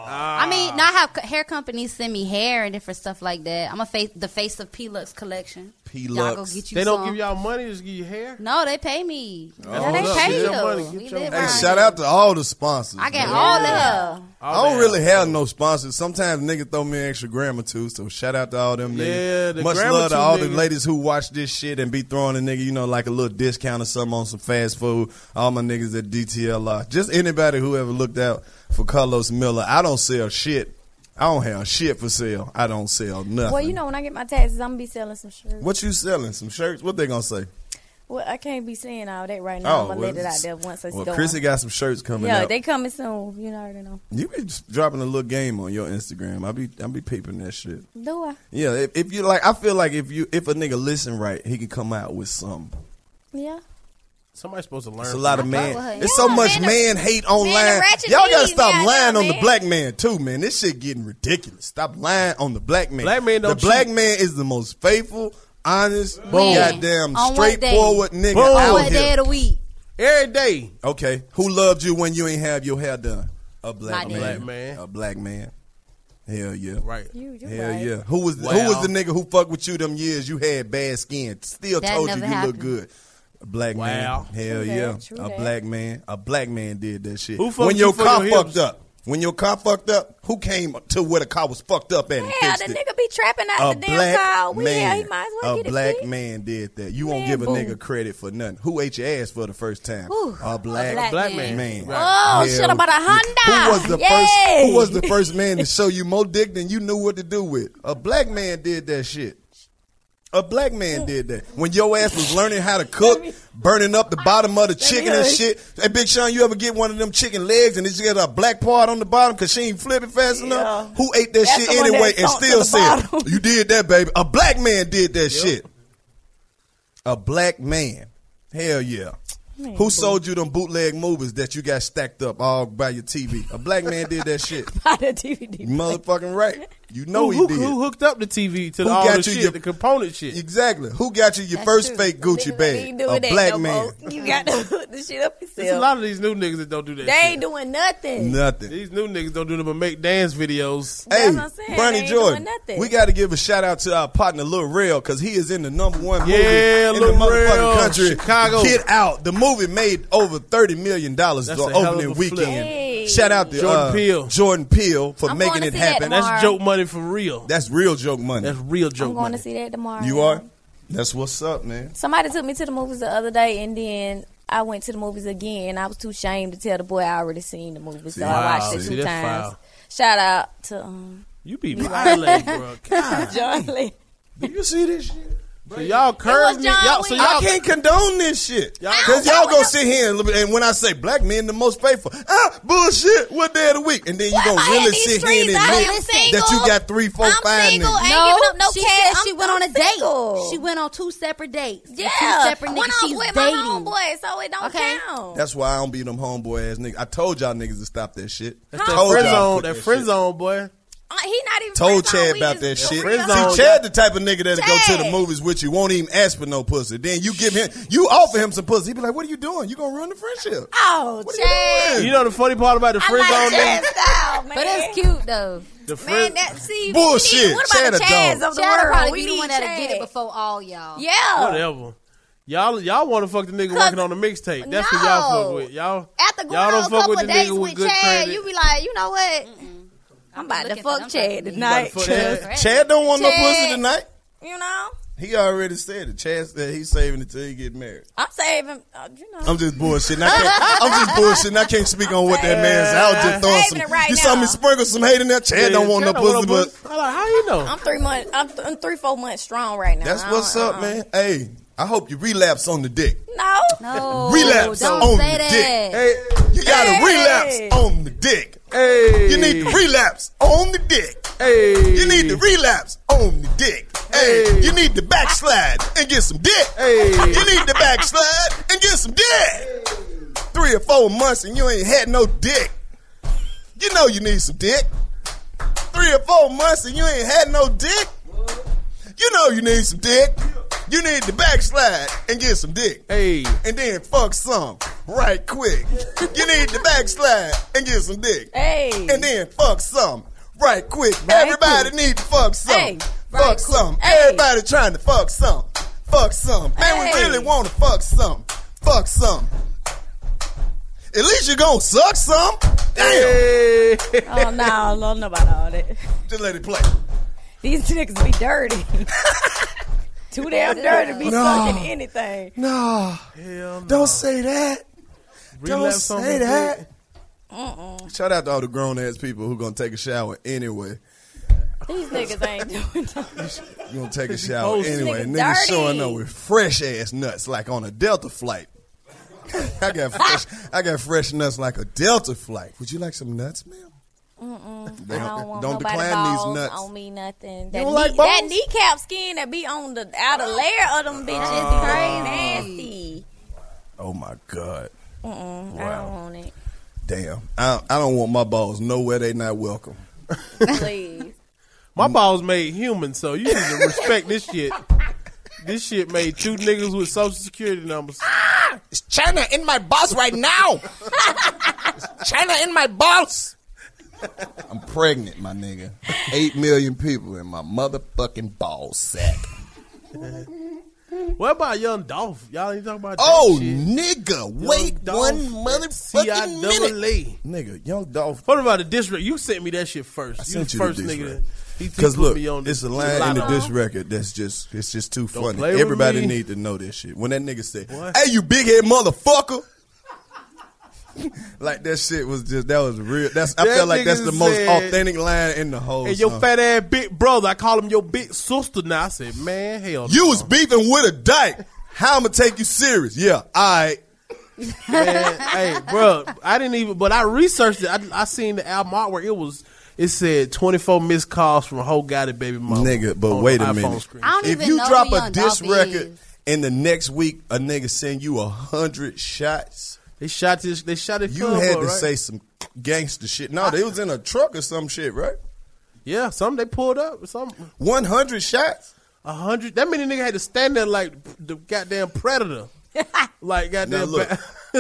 I: I mean, now I have co- hair companies send me hair and different stuff like that. I'm a face, the face of P-Lux collection. Y'all go
C: P-Lux.
I: get you
G: they don't
I: some.
G: give y'all money. Just give you hair.
I: No, they pay me.
G: Oh,
I: they
G: look, get
I: pay
G: your
I: you.
G: money, get your
I: We live
G: money.
C: Hey,
I: around
C: shout
I: here.
C: out to all the sponsors.
I: I got
C: man.
I: all the help.
C: I don't really have no sponsors. Sometimes niggas throw me an extra gram or two, so shout out to all them
G: Yeah,
C: niggas.
G: the
C: Much
G: gram or
C: love to
G: two
C: all the
G: niggas.
C: ladies who watch this shit and be throwing a nigga, you know, like a little discount or something on some fast food. All my niggas at DTLR. Just anybody who ever looked out for Carlos Miller. I don't sell shit. I don't have shit for sale. I don't sell Uh, nothing.
H: Well, you know when I get my taxes, I'm gonna be selling some shirts.
C: What you selling? Some shirts? What they gonna say?
H: Well, I can't be saying all that right
C: Oh,
H: now. I'm gonna let it out there once it's
C: well,
H: gone.
C: Chrissy got some shirts coming
H: yeah,
C: up.
H: they coming soon. You already know.
C: you be just dropping a little game on your Instagram. I be I be peeping that shit.
H: Do I?
C: Yeah, if, if you like, I feel like if you if a nigga listen right, he can come out with some.
H: Yeah.
G: Somebody's supposed to learn.
C: It's a lot of
I: fuck
C: man.
I: with her.
C: It's so
H: Yeah,
C: much
H: man,
C: man,
H: the-
C: hate online.
H: ratchet
C: Y'all gotta
H: knees
C: stop
H: out
C: lying
H: there,
C: on the
H: man.
C: black man too, man. This shit getting ridiculous. Stop lying on the black man.
G: Black man
C: the
G: don't
C: black
G: cheat.
C: man is the most faithful, honest,
I: When?
C: goddamn
I: On what day?
C: straightforward nigga
G: Boom.
C: out
I: What
C: here.
I: day of the week?
G: Every day.
C: Okay, who loved you when you ain't have your hair done? A black
I: My
G: nigga.
C: man.
G: Black man.
C: A black man. Hell yeah.
G: Right.
H: You, you
C: Hell
H: right.
C: yeah! Who was who
G: Wow.
C: was the nigga who fucked with you them years you had bad skin? Still
I: That
C: told you you
I: never
C: look
I: happened.
C: good. A black
G: Wow.
C: man. Hell
H: True
C: yeah!
H: that, true
C: a
H: that.
C: black man. A black man did that shit.
G: Who fucked
C: when
G: you
C: your
G: for
C: car
G: your
C: fucked
G: hips?
C: up? When your car fucked up? Who came to where the car was fucked up at? and
H: Yeah,
C: fixed
H: the
C: it?
H: nigga be trapping out
C: a
H: the damn
C: black
H: car. We yeah,
C: man.
H: he might as well
C: a
H: get
C: black
H: it fixed.
C: man did that. You won't
H: Man,
C: give a
H: boom.
C: nigga credit for nothing. Who ate your ass for the first time?
I: Ooh,
C: a black,
I: black
G: Black
I: man.
G: man.
C: man.
G: Right.
H: Oh,
C: Hell
H: shit about a
C: yeah.
H: Honda.
C: Who was the first?
H: Yay.
C: Who was the first man
H: [laughs]
C: to show you more dick than you knew what to do with? A black man did that shit. A black man did that when your ass was learning how to cook, burning up the bottom of the chicken and
H: hush.
C: shit. Hey, Big Sean, you ever get one of them chicken legs and it's got a black part on the bottom because she ain't flipping fast enough? Who ate that
H: That's
C: shit
H: the one that
C: anyway and
H: sunk to
C: still
H: the
C: said,
H: bottom.
C: "You did that, baby"? A black man did that shit. A black man. Hell yeah. Who sold you them bootleg movies that
H: [laughs]
C: you got stacked up all by your TV? A black man did that shit.
H: By the DVD.
C: [laughs] You motherfucking right. You know
G: who,
C: he
G: who,
C: did.
G: who hooked up the TV to
C: Who
G: all
C: got
G: the
C: you
G: shit,
C: your-
G: the component shit?
C: Exactly. Who got you your first fake Gucci bag? A black man.
H: [laughs] You got to hook the shit up yourself.
G: There's a lot of these new niggas that don't do that.
H: they ain't doing nothing.
G: shit.
C: Nothing.
G: These new niggas don't do them but make dance videos.
C: Hey,
H: what I'm saying. They
C: Bronny
H: ain't doing
C: Jordan,
H: nothing.
C: we got to give a shout out to our partner Lil Rel because he is in the number one movie
G: Yeah,
C: in
G: Lil
C: the motherfucking
G: Rel,
C: country.
G: Chicago.
C: Get out! The movie made over thirty million dollars the
G: That's a hell of
C: opening
G: a
C: weekend.
G: flip.
H: Hey.
C: Shout out to
G: Jordan
C: uh,
G: Peele.
C: Jordan Peele for
H: I'm
C: making
H: going to
C: it
H: see that
C: happen.
H: tomorrow.
C: That's,
G: That's joke money for real.
C: that's real joke money.
G: That's real joke
H: I'm going
G: money.
H: to see that tomorrow.
C: you are. That's what's up, man.
H: Somebody took me to the movies the other day, and then I went to the movies again. and I was too ashamed to tell the boy I already seen the movie, so I
G: Wow,
H: watched it
G: see,
H: two
G: that's
H: times.
G: foul.
H: Shout out to um,
G: You
H: [laughs]
G: be violating, bro. God,
H: John Lee.
C: Do you see this shit?
G: so y'all curve me.
H: John
G: Y'all, so
H: Wick.
C: I
G: y'all,
C: can't condone this shit.
G: Y'all-
C: Because y'all gonna sit here and, and when I say black men the most faithful, ah, bullshit, what day of the week? And then you
H: Well,
C: gonna
H: I
C: really
H: had these
C: sit here and
H: streets.
C: admit
H: I am
C: that you
H: single.
C: got three, four,
H: I'm
C: five
H: single.
C: niggas.
H: I ain't giving up no
I: she
H: cash.
I: said she
H: I'm-
I: went on a
H: I'm single.
I: date. She went on two separate dates.
H: [laughs]
I: with
H: Yeah,
I: two separate
H: when
I: niggas.
H: I was
I: She's
H: with
I: dating.
H: my homeboy, so it don't
I: Okay.
H: count.
C: That's why I don't be them homeboy ass niggas. I told y'all niggas to stop that shit.
G: that
C: told
G: friend
C: y'all
G: zone,
C: to
G: that
C: quit
G: friend
C: shit.
G: zone, boy.
H: Uh, he not even
C: Told
H: friends
C: Chad
H: on, we
C: about
H: is
C: that
H: for
C: shit.
H: real.
G: zone,
C: See, Chad the type of nigga that'll go to the
H: Chad.
C: movies with you, won't even ask for no pussy. Then you give him, you offer him some pussy. He be like, "What are you doing? You gonna ruin the friendship?"
H: Oh, Chad.
G: You know the funny part about the
H: I
G: friend
H: like
G: zone niggas?
H: Chad style, man.
I: But it's cute though.
G: The friend,
H: Man, that see
C: Bullshit.
H: we need- What
C: Chad
H: about
C: a
H: the Chads
C: dog.
H: of the
I: Chad will
H: world?
I: probably
H: we
I: be the
H: need
I: one that'll get
H: Chad.
I: it before all y'all.
G: [laughs]
H: Yeah.
G: whatever. Y'all, y'all want to fuck the nigga
H: Cause-
G: working on the mixtape. That's what y'all fuck with. Y'all,
H: After going
G: y'all
H: on
G: don't
H: a
G: fuck
H: couple
G: with the
H: of days
G: nigga with
H: with
G: good
H: Chad,
G: credit.
H: you be like, you know what? I'm about to
I: looking
H: fuck
I: for them
H: Chad
I: fucking
H: tonight.
G: fuck that.
C: Chad don't want no
H: Chad.
C: pussy tonight.
H: You know,
C: He already said it. Chad said he's saving it till he get married.
H: I'm saving. Uh, you know,
C: I'm just bullshitting. I can't, I'm just bullshitting. I can't speak on what that man's. I was just throwing
H: Saving
C: some.
H: it right
C: you saw me
H: now.
C: sprinkle some hate in there. Chad don't want no pussy, but
G: I'm like, how you know?
H: I'm three months. I'm, th- I'm three four months strong right now.
C: that's
H: I
C: what's
H: don't-
C: up, man. Hey, I hope you relapse on the dick.
H: No,
I: No,
C: Relapse
I: don't
C: on
I: say
C: the
I: that.
C: dick.
G: Hey,
C: You gotta
H: Hey.
C: relapse on the dick.
G: hey,
C: You need to relapse on the dick.
G: Hey,
C: You need to relapse on the dick. Hey,
G: Hey.
C: you need to backslide and get some dick.
G: Hey.
C: You need to backslide and get some dick. Three or four months and you ain't had no dick. You know you need some dick. Three or four months and you ain't had no dick. You know you need some dick. You need to backslide and get some dick.
G: hey.
C: And then fuck some right quick. You need to backslide and get some dick
H: hey,
C: and then fuck some right quick.
H: Right
C: Everybody
H: quick.
C: need to fuck some.
H: Hey,
C: fuck
H: right
C: some.
H: quick. Hey.
C: Everybody trying to fuck some. Fuck some. Man, we
H: Hey.
C: really want to fuck some. Fuck some. At least you gonna suck some. Damn.
G: Hey.
H: oh no, I don't know about all that.
C: Just let it play.
H: These niggas be dirty. [laughs] Too damn dirty to be fucking anything.
C: No, don't say that.
G: Relapse on the dick.
C: Shout out to all the grown ass people who gonna take a shower anyway.
H: These niggas ain't [laughs] doing nothing.
C: You gonna take a shower
G: posted.
C: anyway.
H: Nigga
C: Niggas
H: dirty.
C: showing up with fresh ass nuts like on a Delta flight. [laughs] I got fresh, I got fresh nuts like a Delta flight. Would you like some nuts, ma'am?
H: I don't want
C: Don't
H: nobody
C: decline these
H: balls
C: nuts.
H: on me nothing. That,
C: don't
H: knee,
C: like
H: that
C: balls?
H: kneecap skin that be on the outer layer of them bitches is crazy nasty.
C: Oh my god,
H: Mm-mm, I
C: Wow.
H: don't want it.
C: damn! I, I don't want my balls nowhere they not welcome.
H: Please.
G: My balls made human, so you need to respect this shit. This shit made two niggas with social security numbers.
B: It's China in my balls right
H: [laughs]
B: now. China in my balls.
C: I'm pregnant, my nigga. Eight million people in my motherfucking ball sack.
G: What about Young Dolph? Y'all ain't talking about
C: Oh,
G: that shit.
C: nigga,
G: Young
C: wait
G: Dolph,
C: one
G: C.I.double-A.
C: motherfucking minute, nigga. Young Dolph
G: What about the diss record? You sent me that shit first. you
C: sent
G: the
C: you the
G: first
C: diss
G: nigga.
C: record.
G: He
C: Because
G: put
C: look,
G: me on
C: it's a
G: the
C: line in the
G: lineup.
C: diss record that's just it's just too
G: play
C: funny.
G: with
C: Everybody
G: me.
C: need to know this shit. When that nigga said,
G: What?
C: "Hey, you big head motherfucker," [laughs] like that shit was just that was real. That's I
G: That
C: felt like that's
G: nigga
C: the most
G: said-
C: authentic line in the whole.
G: And your
C: song.
G: fat ass big brother, I call him your big sister now. I said, man, hell
C: you was beefing with a dyke. How I'ma take you serious? Yeah, I.
G: man. hey, bro, I didn't even, but I researched it. I, I seen the album artwork. It was, it said 24 missed calls from whole guy to baby mama.
C: Nigga, but
G: on the
C: wait a
G: iPhone
C: minute.
G: screen.
I: I don't
C: If
I: even
C: you
I: know
C: drop
I: who
C: a
I: Young
C: diss
I: Dolph
C: record
I: is.
C: and the next week a nigga send you a hundred shots.
G: They shot this. They shot it.
C: You had to say some gangster shit. No, they was in a truck or some shit, right?
G: Yeah, some they pulled up. Some
C: one hundred shots.
G: A hundred. That many nigga had to stand there like the goddamn predator, like goddamn.
C: Now look,
G: ba- [laughs]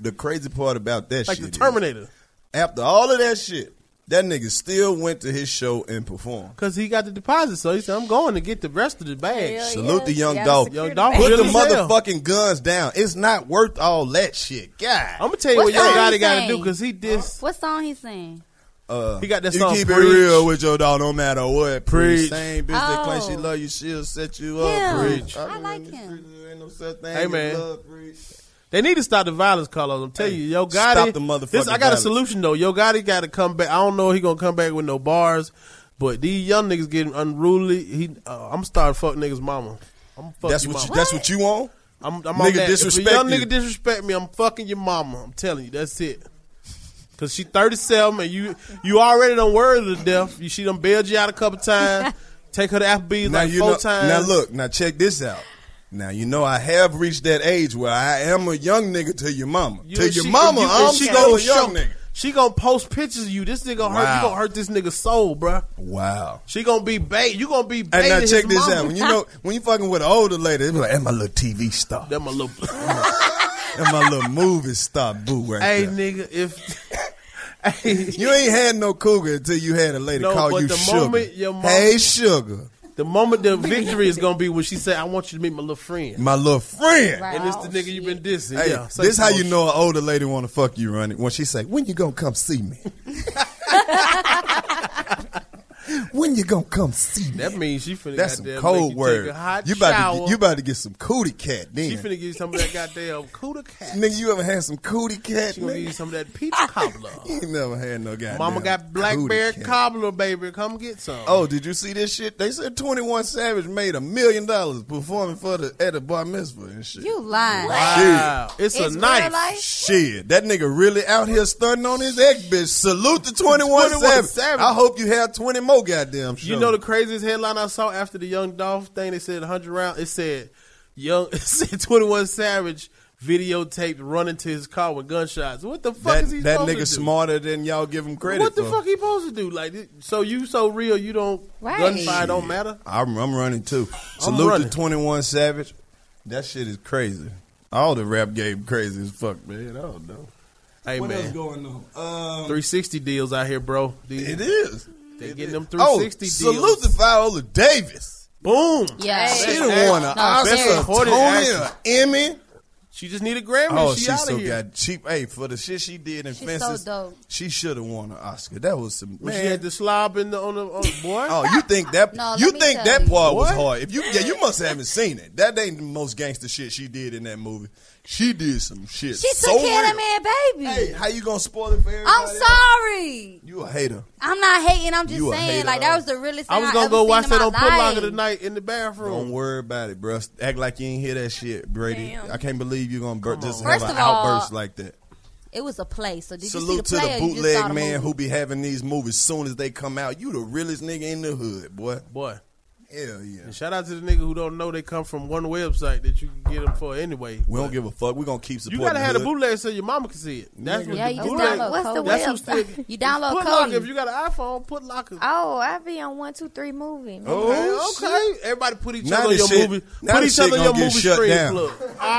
C: the crazy part about that
G: Like
C: shit,
G: the
C: is,
G: Terminator.
C: after all of that shit, that nigga still went to his show and performed.
G: Cause he got the deposit, so he said, "I'm going to get the rest of the bag."
C: Salute the young dog.
G: Young dog.
C: Put the
G: really sell.
C: motherfucking guns down. It's not worth all that shit. God.
G: I'm gonna tell you
I: What
G: what young
I: song
G: Gotti
I: he
G: got to
I: sang?
G: do because he this.
I: What song he sing?
C: Uh,
G: He got that
C: you
G: song,
C: keep
G: Preach.
C: it real with your dog, no matter what.
G: Preach.
C: Same bitch that claim she
I: Oh.
C: love you, she'll set you
I: Him.
C: up. Preach.
I: I like him.
C: Ain't no such thing
G: Hey,
C: as
G: man.
C: love, preach.
G: They need to stop the violence, Carlos. I'm telling you, Yo Gotti.
C: stop the motherfucking
G: This, I got
C: violence.
G: a solution though. Yo Gotti got to come back. I don't know if he gonna come back with no bars, but these young niggas getting unruly. He, uh, I'm starting fuck niggas mama. I'm fuck
C: That's
G: your
C: what, you,
G: mama.
C: that's what you want?
G: I'm, I'm
C: Nigga
G: on that.
C: disrespect
G: if a young
C: you.
G: nigga disrespect me, I'm fucking your mama. I'm telling you, that's it. Cause she 37 and you you already done worried to death. You she done bailed you out a couple times. Take her to Applebee's
C: Now
G: like
C: you
G: four
C: know,
G: times.
C: Now look, now check this out. Now you know I have reached that age where I am a young nigga to your mama.
G: You-
C: to your
G: she-
C: mama,
G: you-
C: I'm
G: and she
C: still
G: gonna
C: a young
G: show-
C: nigga.
G: She gonna post pictures of you. This nigga gonna hurt.
C: Wow.
G: You gonna hurt this nigga's soul, bruh.
C: Wow.
G: She gonna be bait. You gonna be bait.
C: And now check this out. When you know when you fucking with an older lady, they be like, "That's my little TV star.
G: [laughs] that my
C: [laughs]
G: little.
C: Oh That's my little movie star boo right
G: hey,
C: there."
G: nigga, if [laughs] hey,
C: You ain't had no cougar until you had a lady
G: No,
C: call
G: but
C: you
G: the
C: sugar.
G: moment your mama-
C: hey, sugar,
G: the moment the victory is gonna be when she said, "I want you to meet my little friend,"
C: my little friend.
G: and it's the nigga you been dissing.
C: Hey,
G: yeah, say
C: this how
G: some
C: you
G: more
C: know an older lady want to fuck you, Ronnie. When she say, "When you gonna come see me?" when you gonna come see
G: shit.
C: me?
G: That means she finna.
C: That's
G: goddamn
C: some
G: make
C: cold
G: you
C: word.
G: Take a hot
C: You about to
G: shower.
C: get, you about to get some cootie cat
G: She
C: then.
G: finna give you some of that goddamn cooter cat.
C: Nigga, you ever had some cootie cat?
G: She gonna give you
C: Nigga?
G: some of that peach cobbler.
C: [laughs] You ain't never had no goddamn.
G: Mama got
C: cootie
G: blackberry
C: cat.
G: cobbler, baby. Come get some.
C: Oh, did you see this shit? They said Twenty One Savage made a million dollars performing for the at the bar mitzvah and shit.
I: You lying.
G: wow. It's,
I: It's
G: a
I: real
G: knife.
I: life?
C: Shit, that nigga really out here stunting on his ex bitch. Salute to 21
G: 21
C: Savage.
G: Savage.
C: I hope you have 20 more goddamn shows.
G: You know the craziest headline I saw after the Young Dolph thing? They said 100 rounds. It said, "Young," [laughs] it said 21 Savage videotaped running to his car with gunshots. What the fuck
C: that,
G: is he
C: that
G: supposed
C: nigga
G: to do?
C: smarter than y'all give him credit
G: What the
C: for.
G: fuck he supposed to do? Like, this- so you so real, you don't
I: Right.
G: gunfire don't matter.
C: I'm, I'm running too.
G: I'm
C: Salute
G: running.
C: to 21 Savage. That shit is crazy. All the rap game crazy as fuck, man. I don't know.
G: Hey man,
C: going on? Um,
G: 360 deals out here, bro. These-
C: it is.
G: They getting them
C: Oh,
G: 360 deals.
C: salute to Viola Davis.
G: Boom.
I: Yeah.
C: She done won an
I: No,
C: Oscar, a Tony,
G: Recorded
C: an
G: actress.
C: Emmy.
G: She just need a Grammy.
C: Oh,
G: she
C: she,
G: out
C: so
G: here.
C: got cheap. Hey, for the shit she did in
I: She's
C: Fences,
I: so dope.
C: she should have won an Oscar. That was some
G: When she had
C: man.
G: the slob in the on the on, boy.
C: [laughs] Oh, you think that
I: No, let
C: you
I: me
C: think
I: tell
C: that
I: you.
C: part was
G: What?
C: hard? If you yeah, you must haven't seen it. That ain't the most gangster shit she did in that movie. She did some shit.
I: She took
C: so
I: care of
C: real.
I: that man, baby.
C: Hey, how you gonna spoil it for everybody?
I: I'm sorry.
C: You a hater.
I: I'm not hating. I'm just
C: You a hater.
I: saying, like that was the realest.
G: I
I: Thing
G: was gonna
I: ever
G: go
I: seen
G: watch
I: in
G: that
I: my
G: on Put Locker
I: life.
G: tonight in the bathroom.
C: Don't worry about it, bruh. Act like you ain't hear that shit, Brady.
H: Damn.
C: I can't believe you're gonna bur- just
I: First
C: have an
I: of all,
C: outburst like that.
I: It was a play. So did
C: Salute
I: you see the
C: to
I: play?
C: the
I: or you just saw
C: bootleg
I: the
C: man
I: movie?
C: who be having these movies soon as they come out. You the realest nigga in the hood, boy.
G: Boy,
C: Hell yeah.
G: and shout out to the nigga who don't know they come from one website that you can get them for anyway.
C: We don't give a fuck. We gonna keep
G: You
C: supporting.
G: gotta have
C: the
G: the
C: hood.
G: bootleg so your mama can see it. That's what
I: Yeah,
G: the
I: you just
G: bootleg.
I: download.
H: What's the
I: Cody.
G: That's
H: website?
G: what's the
I: You download
G: Put
I: Cody.
G: Locker. If you got an iPhone, Put Locker.
H: [laughs] Oh, I be on one, two, three movie.
C: Oh,
G: okay, okay. Everybody put each
C: Now
G: other on
C: this
G: your
C: shit-
G: movie.
C: now
G: Put
C: this
G: each
C: shit
G: other on your
C: gonna get
G: movie Oh,
C: shut
G: screen.
C: down.
G: plug.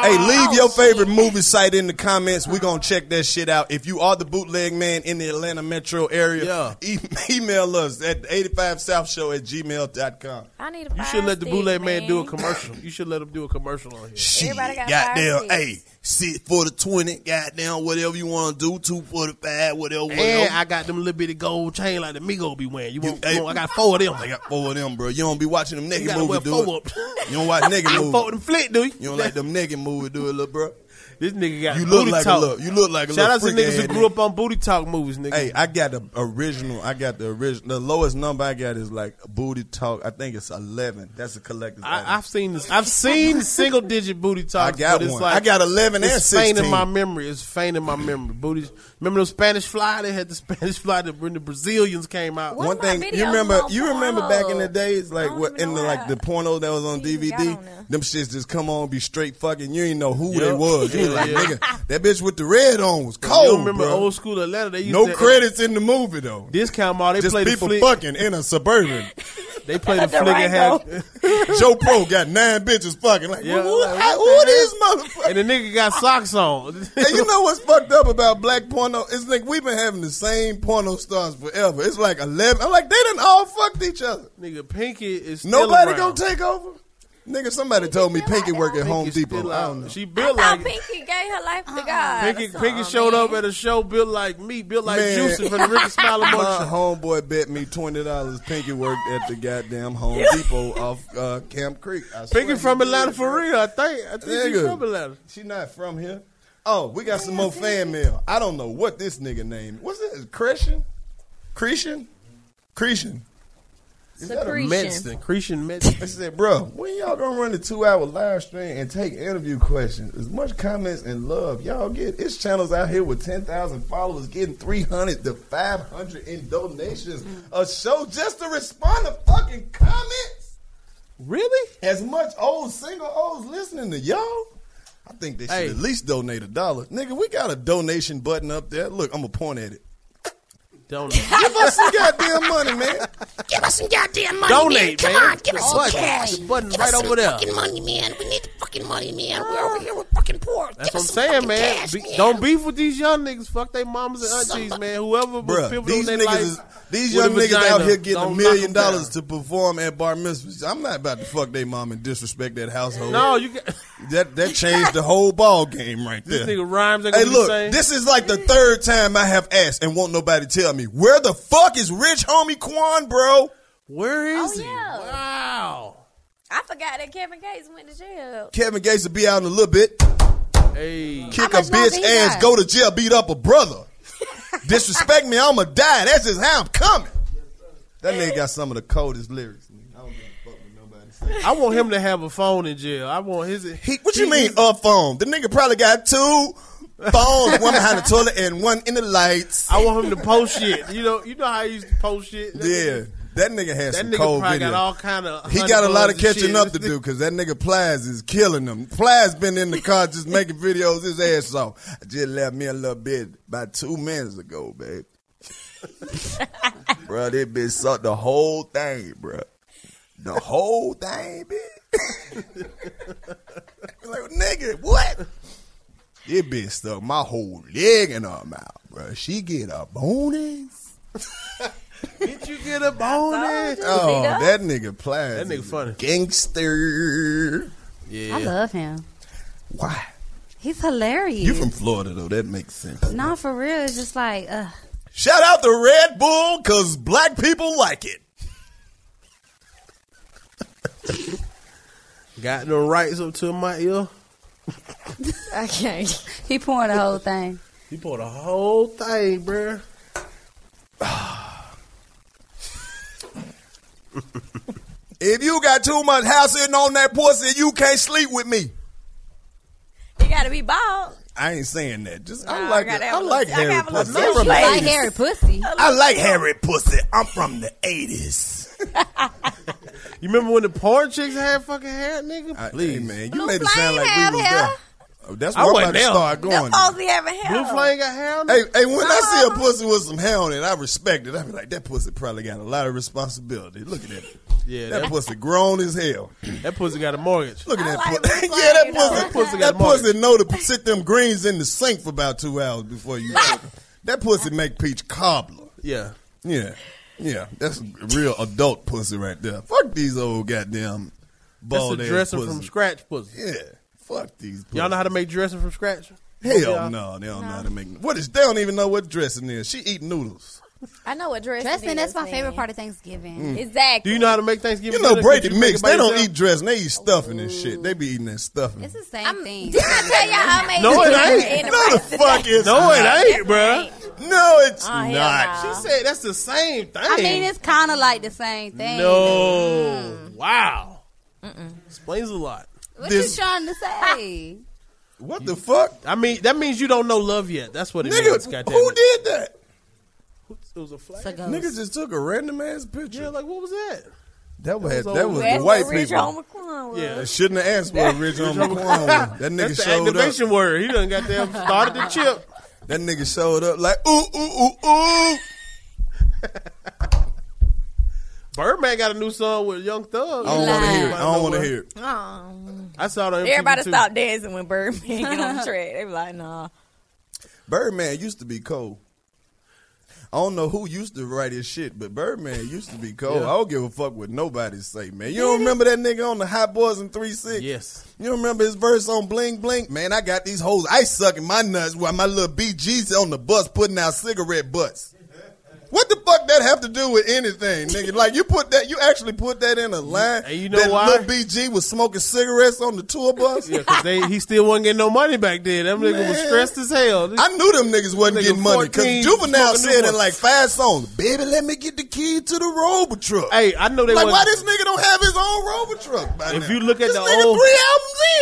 C: Hey, leave your favorite movie site in the comments. We're going to check that shit out. If you are the bootleg man in the Atlanta metro area,
G: Yeah.
C: e- [laughs] email us at 85southshow at gmail.com.
H: I need a
G: You
H: fire
G: should let the
H: stick,
G: bootleg man
H: man
G: do a commercial. You should let him do a commercial on here.
C: Shit,
H: Everybody got
C: goddamn,
H: five cents.
C: hey, sit for the 20, goddamn, whatever you want to do, 245, whatever, whatever.
G: And I got them little bitty gold chain like the Migo be wearing. You
C: You-
G: want?
C: hey.
G: you want- I got four of them.
C: I got four of them, bro. You don't be watching them
G: You
C: naked
G: gotta wear
C: movies, dude.
G: four up.
C: You don't
G: [laughs]
C: watch naked
G: You four of
C: movies.
G: them flit, do you?
C: You don't like them naked movies, do it, little bro.
G: This nigga [laughs] got
C: You look
G: booty
C: like a
G: talk.
C: little, you look like a
G: Shout
C: little
G: out to
C: freak
G: niggas who
C: ass
G: grew up on booty talk movies, nigga.
C: Hey, I got the original. I got the original. The lowest number I got is like booty talk. I think it's eleven. That's a collective.
G: I, I've seen this. I've seen single digit booty
C: I
G: talk.
C: got
G: but it's
C: one.
G: Like,
C: I got eleven and
G: It's faint
C: sixteen.
G: in my memory. It's faint in my memory. Booty. Remember the Spanish fly? They had the [laughs] Spanish fly that when the Brazilians came out.
H: What?
C: one
H: Why my
C: thing you
H: videos
C: remember,
H: on
C: you remember
H: Pornhub?
C: back in the days,
H: I
C: like
H: don't
C: what
H: even
C: in
H: know
C: the like
H: why.
C: the porno that was on
H: See, you got
C: DVD.
H: on there.
C: Them shits just come on, be straight fucking. You ain't know who they
G: Yep.
C: was. You was like,
G: Yeah.
C: nigga, that bitch with the red on was
G: you
C: cold.
G: remember
C: bro.
G: old school Atlanta? They used
C: Oh, no
G: to,
C: credits in the movie though.
G: Discount mall. They
C: Just
G: played
C: people
G: the flick.
C: fucking in a
H: [laughs]
C: suburban.
G: They played the flick and had.
C: Joe Pro got nine bitches fucking. Like,
G: Yeah,
C: who,
G: like,
C: how-
G: what
C: who
G: the
C: this
G: [laughs]
C: motherfucker?
G: And the nigga got socks on. [laughs]
C: And you know what's fucked up about black porno is like we've been having the same porno stars forever. It's like eleven. I'm like they done all fucked each other.
G: nigga, Pinky is still
C: Nobody
G: around.
C: gonna take over. Nigga, somebody told me Pinky work at Home
G: Pinky still
C: Depot. I
G: out.
C: don't know.
G: She
H: I
G: built
H: thought
G: like
H: Pinky gave her life to God.
G: Pinky.
H: or
G: Pinky
H: something,
G: showed up
H: man.
G: at a show built like me, built like
C: Man.
G: Juicy from the Ricky Smiley
C: My [laughs]
G: Monkey Show.
C: homeboy bet me twenty dollars. Pinky worked at the goddamn Home Depot off uh, Camp Creek. I swear
G: Pinky
C: he
G: from
C: did,
G: Atlanta
C: bro.
G: for real. I think. I think she's
C: Nigga.
G: from Atlanta.
C: She not from here. Oh, we got some more fan mail. I don't know what this nigga name. What's that? Crescian? Cretion? Cretion. Is that a
G: Medston, Cretion Medston.
C: I said, bro, when y'all gonna run a two hour live stream and take interview questions, as much comments and love y'all get, it's channels out here with 10,000 followers getting 300 to 500 in donations a show just to respond to fucking comments.
H: [laughs]
G: Really?
C: As much old single olds listening to y'all. I think they should
G: Hey.
C: at least donate a dollar. Nigga, we got a donation button up there. Look, I'm gonna point at it.
G: Don't
C: Give us some goddamn money, man.
B: Give us some goddamn money,
G: Donate,
B: man. Come
G: man.
B: on, give us
G: The
B: some
G: button-
B: cash.
G: the button
B: give
G: right
B: us some
G: over there.
B: fucking money, man. We need the fucking money, man. We're over here, we're fucking poor.
G: That's
B: give
G: what I'm
B: us some
G: saying,
B: fucking
G: man.
B: Cash,
G: Be-
B: man.
G: Don't beef with these young niggas. Fuck they mamas and aunties,
B: Somebody-
G: man. Whoever was
C: Bruh,
G: pivotal in
C: these
G: their
C: niggas,
G: life.
C: is, these
G: with
C: young niggas
G: vagina.
C: out here getting
G: Don't
C: a
G: knock
C: million
G: 'em down.
C: dollars to perform at bar mitzvahs. I'm not about to fuck their mom and disrespect that household.
G: No, you [laughs] got
C: that that changed the whole ball game right
G: this
C: there.
G: nigga rhymes. ain't
C: Hey,
G: gonna be the
C: look,
G: same.
C: this is like the third time I have asked and won't nobody tell me where the fuck is Rich Homie Quan, bro?
G: Where is
H: Oh,
G: he?
H: yeah.
G: Wow.
H: I forgot that Kevin Gates went to jail.
C: Kevin Gates will be out in a little bit.
G: Hey,
C: Kick a
I: much longer
C: bitch
I: he
C: ass,
I: got?
C: go to jail, beat up a
I: [laughs]
C: brother. Disrespect me, I'ma die. That's just how I'm coming. That nigga got some of the coldest lyrics. nigga. I don't give a fuck what nobody say.
G: I want him to have a phone in jail. I want his.
C: He, what you mean a phone? The nigga probably got two phones,
G: [laughs]
C: one behind the toilet and one in the lights.
G: I want him to post shit. You know, you know how he used to post shit. That nigga-
C: Yeah, that nigga has
G: that
C: some
G: nigga
C: cold
G: probably
C: video.
G: got all kind of.
C: he got a lot of catching up to do because that nigga Plies is killing them. Plies been in the car just making videos his ass off. I just left me a little bit about two minutes ago,
G: [laughs]
C: babe. bro, this bitch sucked the whole thing, bro. The whole thing, bitch. like, nigga, what? This bitch stuck my whole leg in her mouth, bro. She get a bonus.
G: [laughs] Did you get a bonus?
C: Oh, that nigga Plies.
G: That nigga
C: is a
G: funny.
C: Gangster.
I: I love him.
C: Why?
I: He's hilarious.
C: You from Florida though, that makes sense.
I: No, for real. It's just like, uh,
C: Shout out the Red Bull, cause black people like it.
G: Got no rights up to my ear.
H: I can't.
I: he pouring the whole thing.
G: He bought a whole thing, bruh.
C: [sighs] If you got too much house sitting on that pussy, you can't sleep with me.
H: You gotta be bald.
C: I ain't saying that. Just I
H: Nah,
C: like
H: I gotta
C: I,
H: have a
C: like
H: little- I gotta
C: Harry
H: have a
C: Pussy.
H: little
C: I'm from
H: Hey.
I: Like
C: the
I: Harry Pussy.
C: 80s. I like Harry Pussy. I'm from the eighties.
G: You remember when the porn chicks had fucking hair, nigga?
C: Hey man, you
H: Blue
C: made it sound
H: Flame
C: like
H: have
C: we was
H: hair.
C: there. Oh, that's
G: I
C: where I'm
G: wasn't
C: about to
G: there.
C: start
H: Them
C: going.
H: folks be having hair.
G: Blue Flame got hair on it?
C: Hey, hey, when I
H: Uh-huh.
C: see a pussy with some hair on it, I respect it. I be like, that pussy probably got a lot of responsibility. Look at that.
G: Yeah,
C: that
G: that-
C: pussy grown as hell.
G: That pussy got a mortgage.
C: Look at
H: I
C: that
H: like
C: pussy.
G: [laughs]
H: Rick Flair,
C: yeah, that
H: you know.
C: pussy.
H: That
G: pussy got
C: that
G: a
C: pussy know to sit them greens in the sink for about two hours before
G: [laughs]
C: you. that pussy make peach cobbler.
G: Yeah.
C: Yeah, yeah. That's real adult pussy right there. Fuck these old goddamn
G: That's
C: bald
G: a
C: ass
G: dressing
C: pussy.
G: from scratch pussy.
C: Yeah. Fuck these. Pussy.
G: Y'all know how to make dressing from scratch?
C: Hell no, they don't know how to make. What is? They don't even know what dressing is. She eat noodles.
H: I know what dress.
I: Dressing, that's my favorite part of
C: Mm.
I: Thanksgiving.
H: Exactly.
G: Do you know how to make Thanksgiving?
C: You know
G: dinner?
C: Brady
G: Could you make
C: Mix.
G: it by
C: They don't
G: yourself?
C: eat dressing. They eat stuffing and shit. They be eating that stuffing.
I: It's the same thing.
H: Did I tell y'all I made
G: No, it
H: dinner
G: ain't. [laughs]
H: in the
C: No, the fuck is
G: No, it ain't,
H: Yes,
G: bruh.
C: No, it's
H: hell
C: not.
H: no.
G: She said that's the same thing.
I: I mean, it's kind of like the same thing.
G: no. Wow. Explains a lot.
I: What
C: This-
I: you trying to [laughs] say?
C: What the fuck?
G: I mean, that means you don't know love yet. That's what it means.
C: Nigga,
G: goddamn
C: who
G: it.
C: did that?
G: It was a flag.
I: It's a ghost.
C: Nigga just took a random ass picture.
G: Yeah, like what was that?
C: That was
G: was
C: that
G: old.
C: was the
G: That's
C: white
G: what Rich
C: people.
G: Homie
C: Yeah, shouldn't have asked for original
G: Rich Homie
C: McQuan. That
G: That's the
C: nigga showed
G: activation
C: up.
G: word. He done got
I: [laughs]
G: them started the chip.
C: That nigga showed up like ooh ooh ooh ooh.
G: Birdman got a new song with Young Thug.
I: Oh.
C: I don't want to hear it. I don't want to hear it.
G: I saw that.
H: Everybody
G: too.
H: stop dancing when Birdman get on
G: [laughs]
H: the track. They be like, nah.
C: Birdman used to be cold. I don't know who used to write his shit, but Birdman used to be cold.
G: Yeah.
C: I don't give a fuck what nobody say, man. You don't remember that nigga on the Hot Boys and Three Six?
G: Yes.
C: You don't remember his verse on Bling Bling? Man, I got these hoes ice sucking my nuts while my little BG's on the bus putting out cigarette butts. What the fuck that have to do with anything, nigga? Like you put that, you actually put that in a line.
G: and you know
C: that
G: why?
C: Lil BG was smoking cigarettes on the tour
G: [laughs]
C: bus.
G: Yeah, because they he still wasn't getting no money back then. That nigga was
C: Man.
G: stressed as hell.
C: I knew them niggas wasn't
G: Nigga
C: getting money because
G: 14,
C: Juvenile
G: smoking
C: said in
G: Newports.
C: like five songs, "Baby, let me get the key to the rover truck."
G: hey, I know they
C: like,
G: wasn't-
C: why this nigga don't have his own rover truck? By
G: If
C: now?
G: you look at
C: this
G: the
C: nigga
G: old-
C: three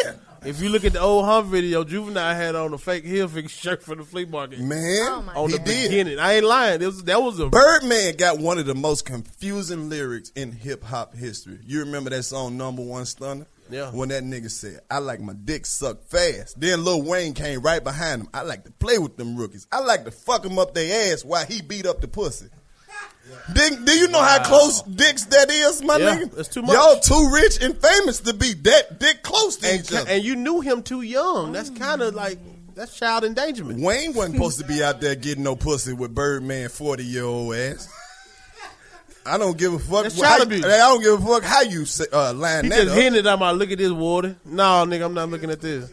C: albums
G: If you look at the old Hump video, Juvenile had on a fake heel fix shirt for the flea market.
C: in, man,
G: On
C: he
G: the
C: did.
G: beginning, I ain't lying. It was, that was a
C: Birdman got one of the most confusing lyrics in hip hop history. You remember that song Number One Stunner?
G: Yeah.
C: When that nigga said, I like my dick sucked fast. Then Lil Wayne came right behind him. I like to play with them rookies. I like to fuck them up their ass while he beat up the pussy. Dig- do you know how close dicks that is, my
G: Yeah,
C: nigga?
G: that's too much.
C: Y'all too rich and famous to be that dick close to
G: and,
C: each
G: ki-
C: other.
G: and you knew him too young. That's kind of like that's child endangerment.
C: Wayne wasn't supposed to be out there getting no pussy with Birdman forty year old ass. I don't give a fuck.
G: That's
C: wh- how
G: child
C: you-
G: abuse.
C: I don't give a fuck how you say, uh, line
G: He
C: that
G: just
C: up.
G: hinted at my look at this water. No, nigga, I'm not looking at this.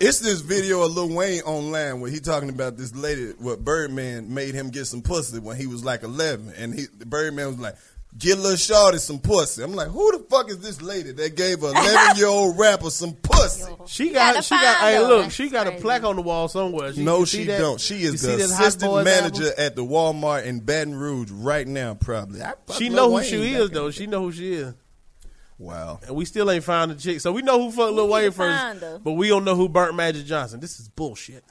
C: It's this video of Lil Wayne online where he talking about this lady. What Birdman made him get some pussy when he was like eleven, and he the Birdman was like. Get Lil Shorty some pussy. I'm like, who the fuck is this lady
G: [laughs]
C: that gave a 11 year old rapper some pussy?
G: She got
H: gotta
G: she got
H: find
G: hey
H: her.
G: look,
I: That's
G: she got a
I: crazy.
G: plaque on the wall somewhere.
C: no,
G: you
C: she
G: see that?
C: don't. She
G: You
C: is
G: see
C: the
G: that Hot
C: assistant
G: Boys
C: manager
G: album?
C: at the Walmart in Baton Rouge right now, probably. I fuck
G: She
C: Lil
G: know who
C: Wayne
G: she
C: back
G: is
C: in
G: though.
C: the
G: She know who she is.
C: Wow.
G: And we still ain't found the chick. So we know who fucked Lil
H: need
G: Wayne
H: to find her.
G: first. But we don't know who burnt Magic Johnson. This is bullshit.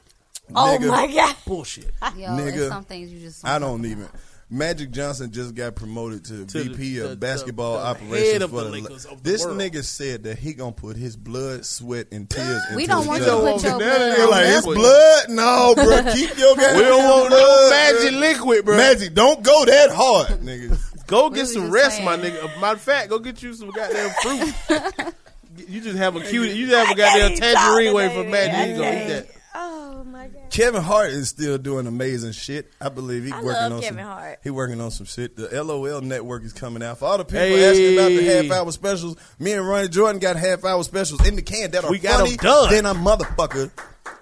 H: Oh
C: Nigga,
H: my God.
G: Bullshit.
I: Yo,
C: Nigga,
I: it's some things you just.
C: I don't even. Magic Johnson just got promoted to,
G: To
C: VP
G: the-
C: of
G: the-
C: basketball
G: the
C: operations
G: head of
C: for
G: the
C: the Le-
G: Lakers of the
C: This
G: world.
C: nigga said that he gonna put his blood, ssweat, and tears.
I: [gasps] We
C: into
I: don't
C: his
I: want you
C: job.
I: to put
C: That
I: your blood
C: nigga
I: on
C: like
I: that
C: his
G: one.
C: blood. No, bro,
G: [laughs]
C: keep your. we
G: don't want no magic liquid, bro.
C: Magic, don't go that hard, nigga.
G: Go
I: We
G: get
I: was
G: some
I: just
G: rest, my
I: saying.
G: nigga. Matter of fact, go get you some goddamn fruit.
I: [laughs]
G: you just have a cute, you just have a
H: [laughs]
G: goddamn
H: can't talk
G: tangerine waiting for
H: today,
G: Matt. You
H: I
G: go eat
H: can't.
G: that.
H: Oh my God.
C: Kevin Hart is still doing amazing shit. I believe he
H: I
C: working
H: love
C: on
H: Kevin
C: some.
H: Hart.
C: He working on some shit. The LOL network is coming out. For all the people
G: Hey.
C: asking about the half hour specials, me and Ronnie Jordan got half hour specials in the can that are
G: We got 'em
C: funny
G: done.
C: than a motherfucker.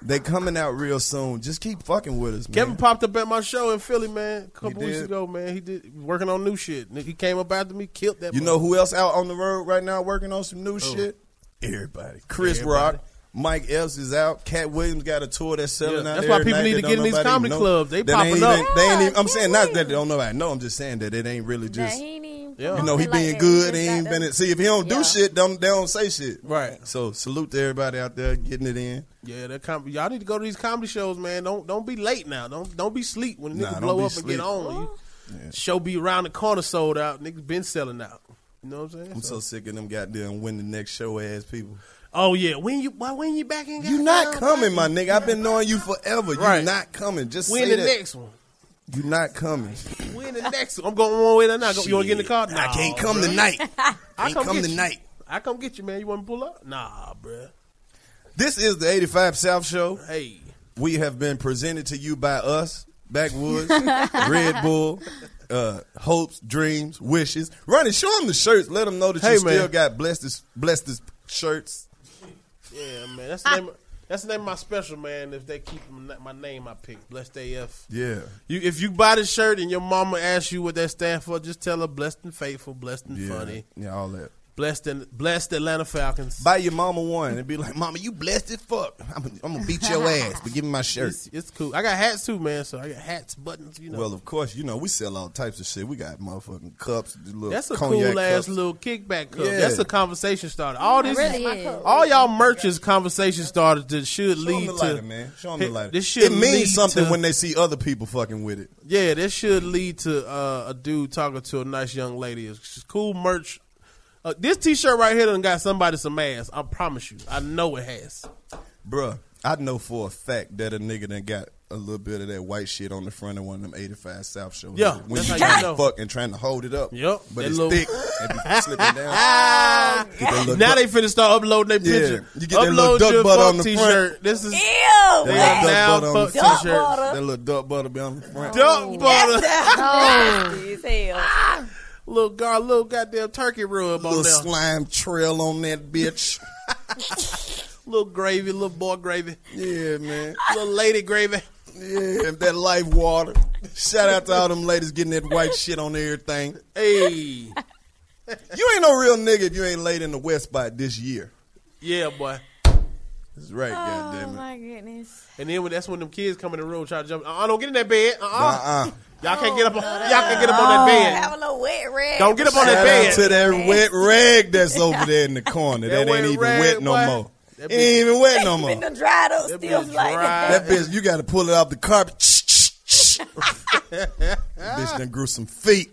C: They coming out real soon. Just keep fucking with us,
G: Kevin
C: man.
G: popped up at my show in Philly, man, a couple
C: He
G: weeks
C: did.
G: ago, man. He did working on new shit. Nigga, He came up after me, killed that.
C: You know who else out on the road right now working on some new shit? Everybody. Chris
G: Everybody.
C: Rock. Mike Epps is out. Cat Williams got a tour that's selling
G: Yeah,
C: out.
G: that's why
C: every
G: people
C: night
G: need
C: that
G: to
C: don't
G: get in these
C: nobody
G: comedy
C: know.
G: clubs. They
C: That
G: popping
C: ain't
G: up.
C: even- they ain't even, I'm
H: Yeah,
C: saying not
H: Cat
C: that they don't nobody know. I'm just saying that it ain't really
H: Nah,
C: just.
H: he ain't even
G: Yeah.
C: You know, he
H: promoting
C: being
H: like that.
C: good.
H: He
C: He
H: just
C: ain't
H: got
C: been.
H: the-
C: it. See, if he don't
I: Yeah.
C: do shit, don't they don't say shit.
G: Right.
C: So salute to everybody out there getting it in.
G: Yeah, that com- y'all need to go to these comedy shows, man. Don't don't be late now. Don't don't be sleep when the
C: Nah,
G: niggas
C: don't
G: blow
C: be
G: up and
C: sleep.
G: get on. You- Show be around the corner sold out. Niggas been selling out. You know what I'm saying?
C: I'm so sick of them goddamn win the next show ass people.
G: oh yeah, when you why when you back in?
C: You not coming, my nigga. I've been knowing you forever. You
G: Right.
C: not coming. Just
G: When
C: say
G: the
C: that.
G: next one?
C: You not coming.
G: When the next one? I'm going one way or not. Go- You want to get in the car?
C: Nah, I
G: Nah,
C: can't come
G: bruh. [laughs]
C: tonight.
G: I
C: Can't
G: get
C: come
G: you.
C: tonight.
G: I come get you, man. You want to pull up? Nah, bruh.
C: This is the 85 South Show.
G: Hey,
C: We have been presented to you by us, [laughs] Backwoods, Red Bull, uh, hopes, dreams, wishes. Ronnie, show them the shirts. Let them know that
G: Hey,
C: you
G: man.
C: still got blessed as, blessed as shirts.
G: yeah, man. That's the name. Of, that's the name of my special, man. If they keep my my name, I pick Blessed AF.
C: Yeah.
G: You, if you buy the shirt and your mama asks you what that stands for, just tell her blessed and faithful, blessed and
C: Yeah.
G: funny,
C: Yeah, all that.
G: blessed and blessed Atlanta Falcons.
C: Buy your mama one and be like, Mama, you blessed as fuck. [laughs] I'm, I'm going to beat [laughs] your ass, but give me my shirt.
G: It's, it's cool. I got hats too, man. So I got hats, buttons. You know,
C: Well, of course, you know, we sell all types of shit. We got motherfucking cups, the little
G: that's a cool
C: cognac
G: ass
C: cups.
G: little kickback cup.
C: Yeah.
G: That's a conversation starter. All this,
I: really is.
G: all y'all merch is conversation starters that should
C: Show 'em
G: lead
C: the lighter,
G: to
C: man. Show 'em the
G: Hey,
C: lighter.
G: This should
C: it
G: lead
C: means something
G: to-
C: when they see other people fucking with it.
G: Yeah, this should lead to uh, a dude talking to a nice young lady. It's just cool merch Uh, this T-shirt right here done got somebody some ass. I promise you. I know it has.
C: Bruh, I know for a fact that a nigga done got a little bit of that white shit on the front of one of them 85 South shows.
G: Yeah,
C: When
G: that's
C: you
G: how you
C: trying
G: know.
C: to fuck and trying to hold it up.
G: Yep,
C: But
G: that
C: it's
G: little-
C: thick and [laughs] be slipping down. Get that little
G: Now
C: duck-
G: they finna start uploading their
C: Yeah,
G: picture.
C: you get that little
G: Upload
C: duck
G: your
C: butt
G: fuck
C: on the front.
G: T-shirt. This is
H: Ew.
G: They
C: that
G: are now
C: little
G: fuck
C: duck butt on the
H: Duck
G: T-shirts.
H: butter.
C: that little duck butter be on the front.
G: Duck butter.
H: Nasty as hell.
G: Little god, little goddamn turkey rub on
C: Little
G: there.
C: slime trail on that bitch.
G: little gravy, little boy gravy,
C: yeah, man.
G: little lady gravy.
C: Yeah, that life water. Shout out to all them ladies getting that white shit on everything.
G: Hey,
C: You ain't no real nigga if you ain't laid in the West by this year.
G: yeah, boy.
C: That's right,
H: Oh
C: goddamn it.
H: my goodness.
G: And then when, that's when them kids come in the room try to jump. Uh, uh don't get in that bed. Uh, uh
C: Uh-uh.
G: y'all can't get up. On,
H: Oh.
G: y'all can't get up on that bed.
H: Have a little wet rag.
G: Don't get up on
C: Oh. Shout
G: that
C: out
G: bed.
C: to that wet rag that's over there in the corner.
G: [laughs] That
C: That,
G: wet
C: ain't even
G: rag,
C: wet no
G: boy.
C: more.
G: That
C: It
G: bitch-
C: ain't even wet no more.
G: [laughs]
H: Been the dried up
G: That
H: still
G: bitch
H: like that.
C: That bitch, you got to pull it off the carpet. [laughs] bitch done grew some feet.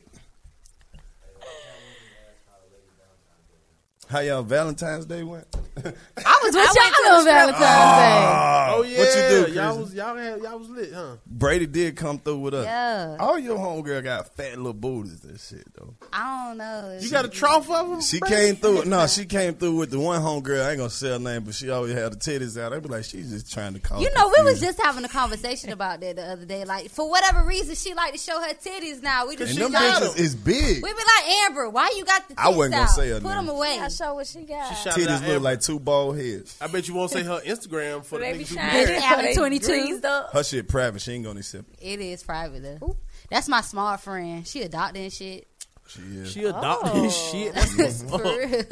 C: How y'all Valentine's Day went?
I: I was with y'all on Valentine's Day.
G: Oh yeah.
C: What you do,
G: Y'all
C: Chris?
G: was y'all had, y'all was lit, huh?
C: Brady did come through with us.
I: Yeah.
C: All your homegirl got fat little booties and shit though.
I: I don't know.
G: You got a trough of them.
C: She came through. No, she came through with the one homegirl. I ain't gonna say her name, but she always had the titties out. I be like, she's just trying to call.
I: You know, we was just having a conversation about that the other day. Like, for whatever reason, she like to show her titties now. We just
C: And
I: she
C: them
I: got 'em.
C: bitches is big.
I: We be like, Amber, why you got the titties
C: I wasn't gonna
I: out?
C: say her
I: Put
C: name.
I: them away.
H: I show what she got.
G: She shouted out
C: Titties
G: Amber.
C: look like two bald heads.
G: I bet you won't say her Instagram for the
H: They be
G: niggas who
H: shining.
G: married.
I: It's
H: How
I: out
H: they
I: of 22.
H: greased up.
C: Her shit private. She ain't gonna accept it.
I: It is private though. That's my smart friend. She a doctor
C: [laughs]
I: and shit.
C: She is.
G: She adopted
H: Oh.
G: shit.
I: For real.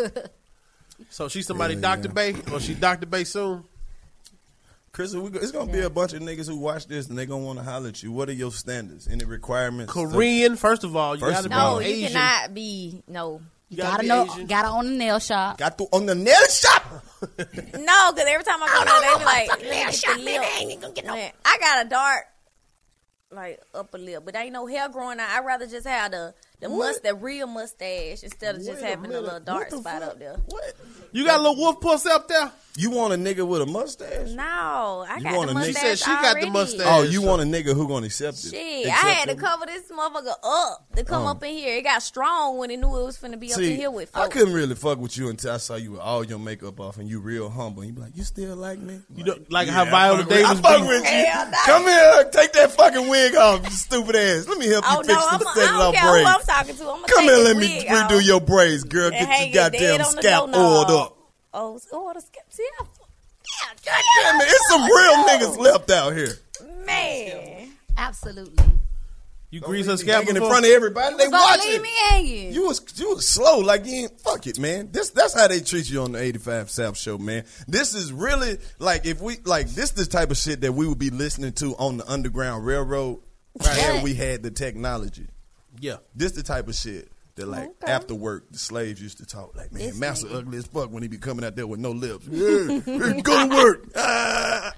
G: So she's somebody
C: Yeah,
G: Dr.
C: yeah.
G: Bay or she Dr. Bay soon.
C: Chris, we go, it's gonna be a bunch of niggas who watch this and they gonna want to holler at you. What are your standards? Any requirements?
G: Korean, first of all, you
C: First
G: gotta
C: of
G: be
C: all.
H: No,
G: Asian.
H: Oh, you cannot be. No.
I: You
G: gotta
I: gotta
G: be
I: know.
G: Asian.
I: Gotta own the nail shop.
C: Got to on the nail shop.
H: No, because every time I go there, they be like, look at the lip. Man, I got a dark, like, upper lip, but ain't no hair growing out. I'd rather just have the, the must, the real mustache instead of just
C: Wait a
H: having a,
C: minute.
H: little dark
C: What the
H: spot
C: fuck?
H: up there.
C: What?
G: You got a little wolf puss up there?
C: You want a nigga with a mustache?
H: No, I
C: You
H: got
C: want
H: the
C: a nigga- She
H: mustache.
C: said
G: she got the
H: already.
G: mustache.
C: Oh, you want a nigga who gonna accept it?
H: Shit, I
C: Accept
H: had to
C: it?
H: cover this motherfucker up to come up in here. It got strong when it knew it was finna be up in here with
C: Uh-huh. I
H: folks.
C: couldn't really fuck with you until I saw you with all your makeup off and you real humble. And you be like, you still like me?
G: You know, like how Viola
C: I
G: Davis
C: fuck
G: be.
C: with you.
H: Hell no.
C: Come here, take that fucking wig off, you stupid ass. Let me help you
H: Oh
C: fix
H: no, I'm,
C: the
H: I
C: set
H: don't
C: off
H: care who I'm
C: braids.
H: talking to. I'm gonna
C: Come
H: take
C: here,
H: this
C: let me
H: wig
C: redo
H: off
C: your braids, girl.
H: and
C: Get
H: hang
C: your
H: it dead
C: goddamn
H: on the
C: scalp
H: doorknob.
C: oiled up.
H: Oh, oh, the skips, yeah. Yeah,
C: Damn it, it's some
H: Oh,
C: real niggas left out here.
H: man.
I: Absolutely.
G: You grease her
C: Just
G: scalp
C: in
G: before?
C: front of everybody. They
I: Don't
C: watching.
I: leave me hanging.
C: You was you was slow, like you ain't fuck it, man. This that's how they treat you on the eighty five South show, man. This is really like if we like this the type of shit that we would be listening to on the Underground Railroad and we had the technology.
G: Yeah.
C: This the type of shit that like
H: Okay.
C: after work the slaves used to talk like, man, Master ugly as fuck when he be coming out there with no lips. [laughs] Yeah, hey, go to work. Ah.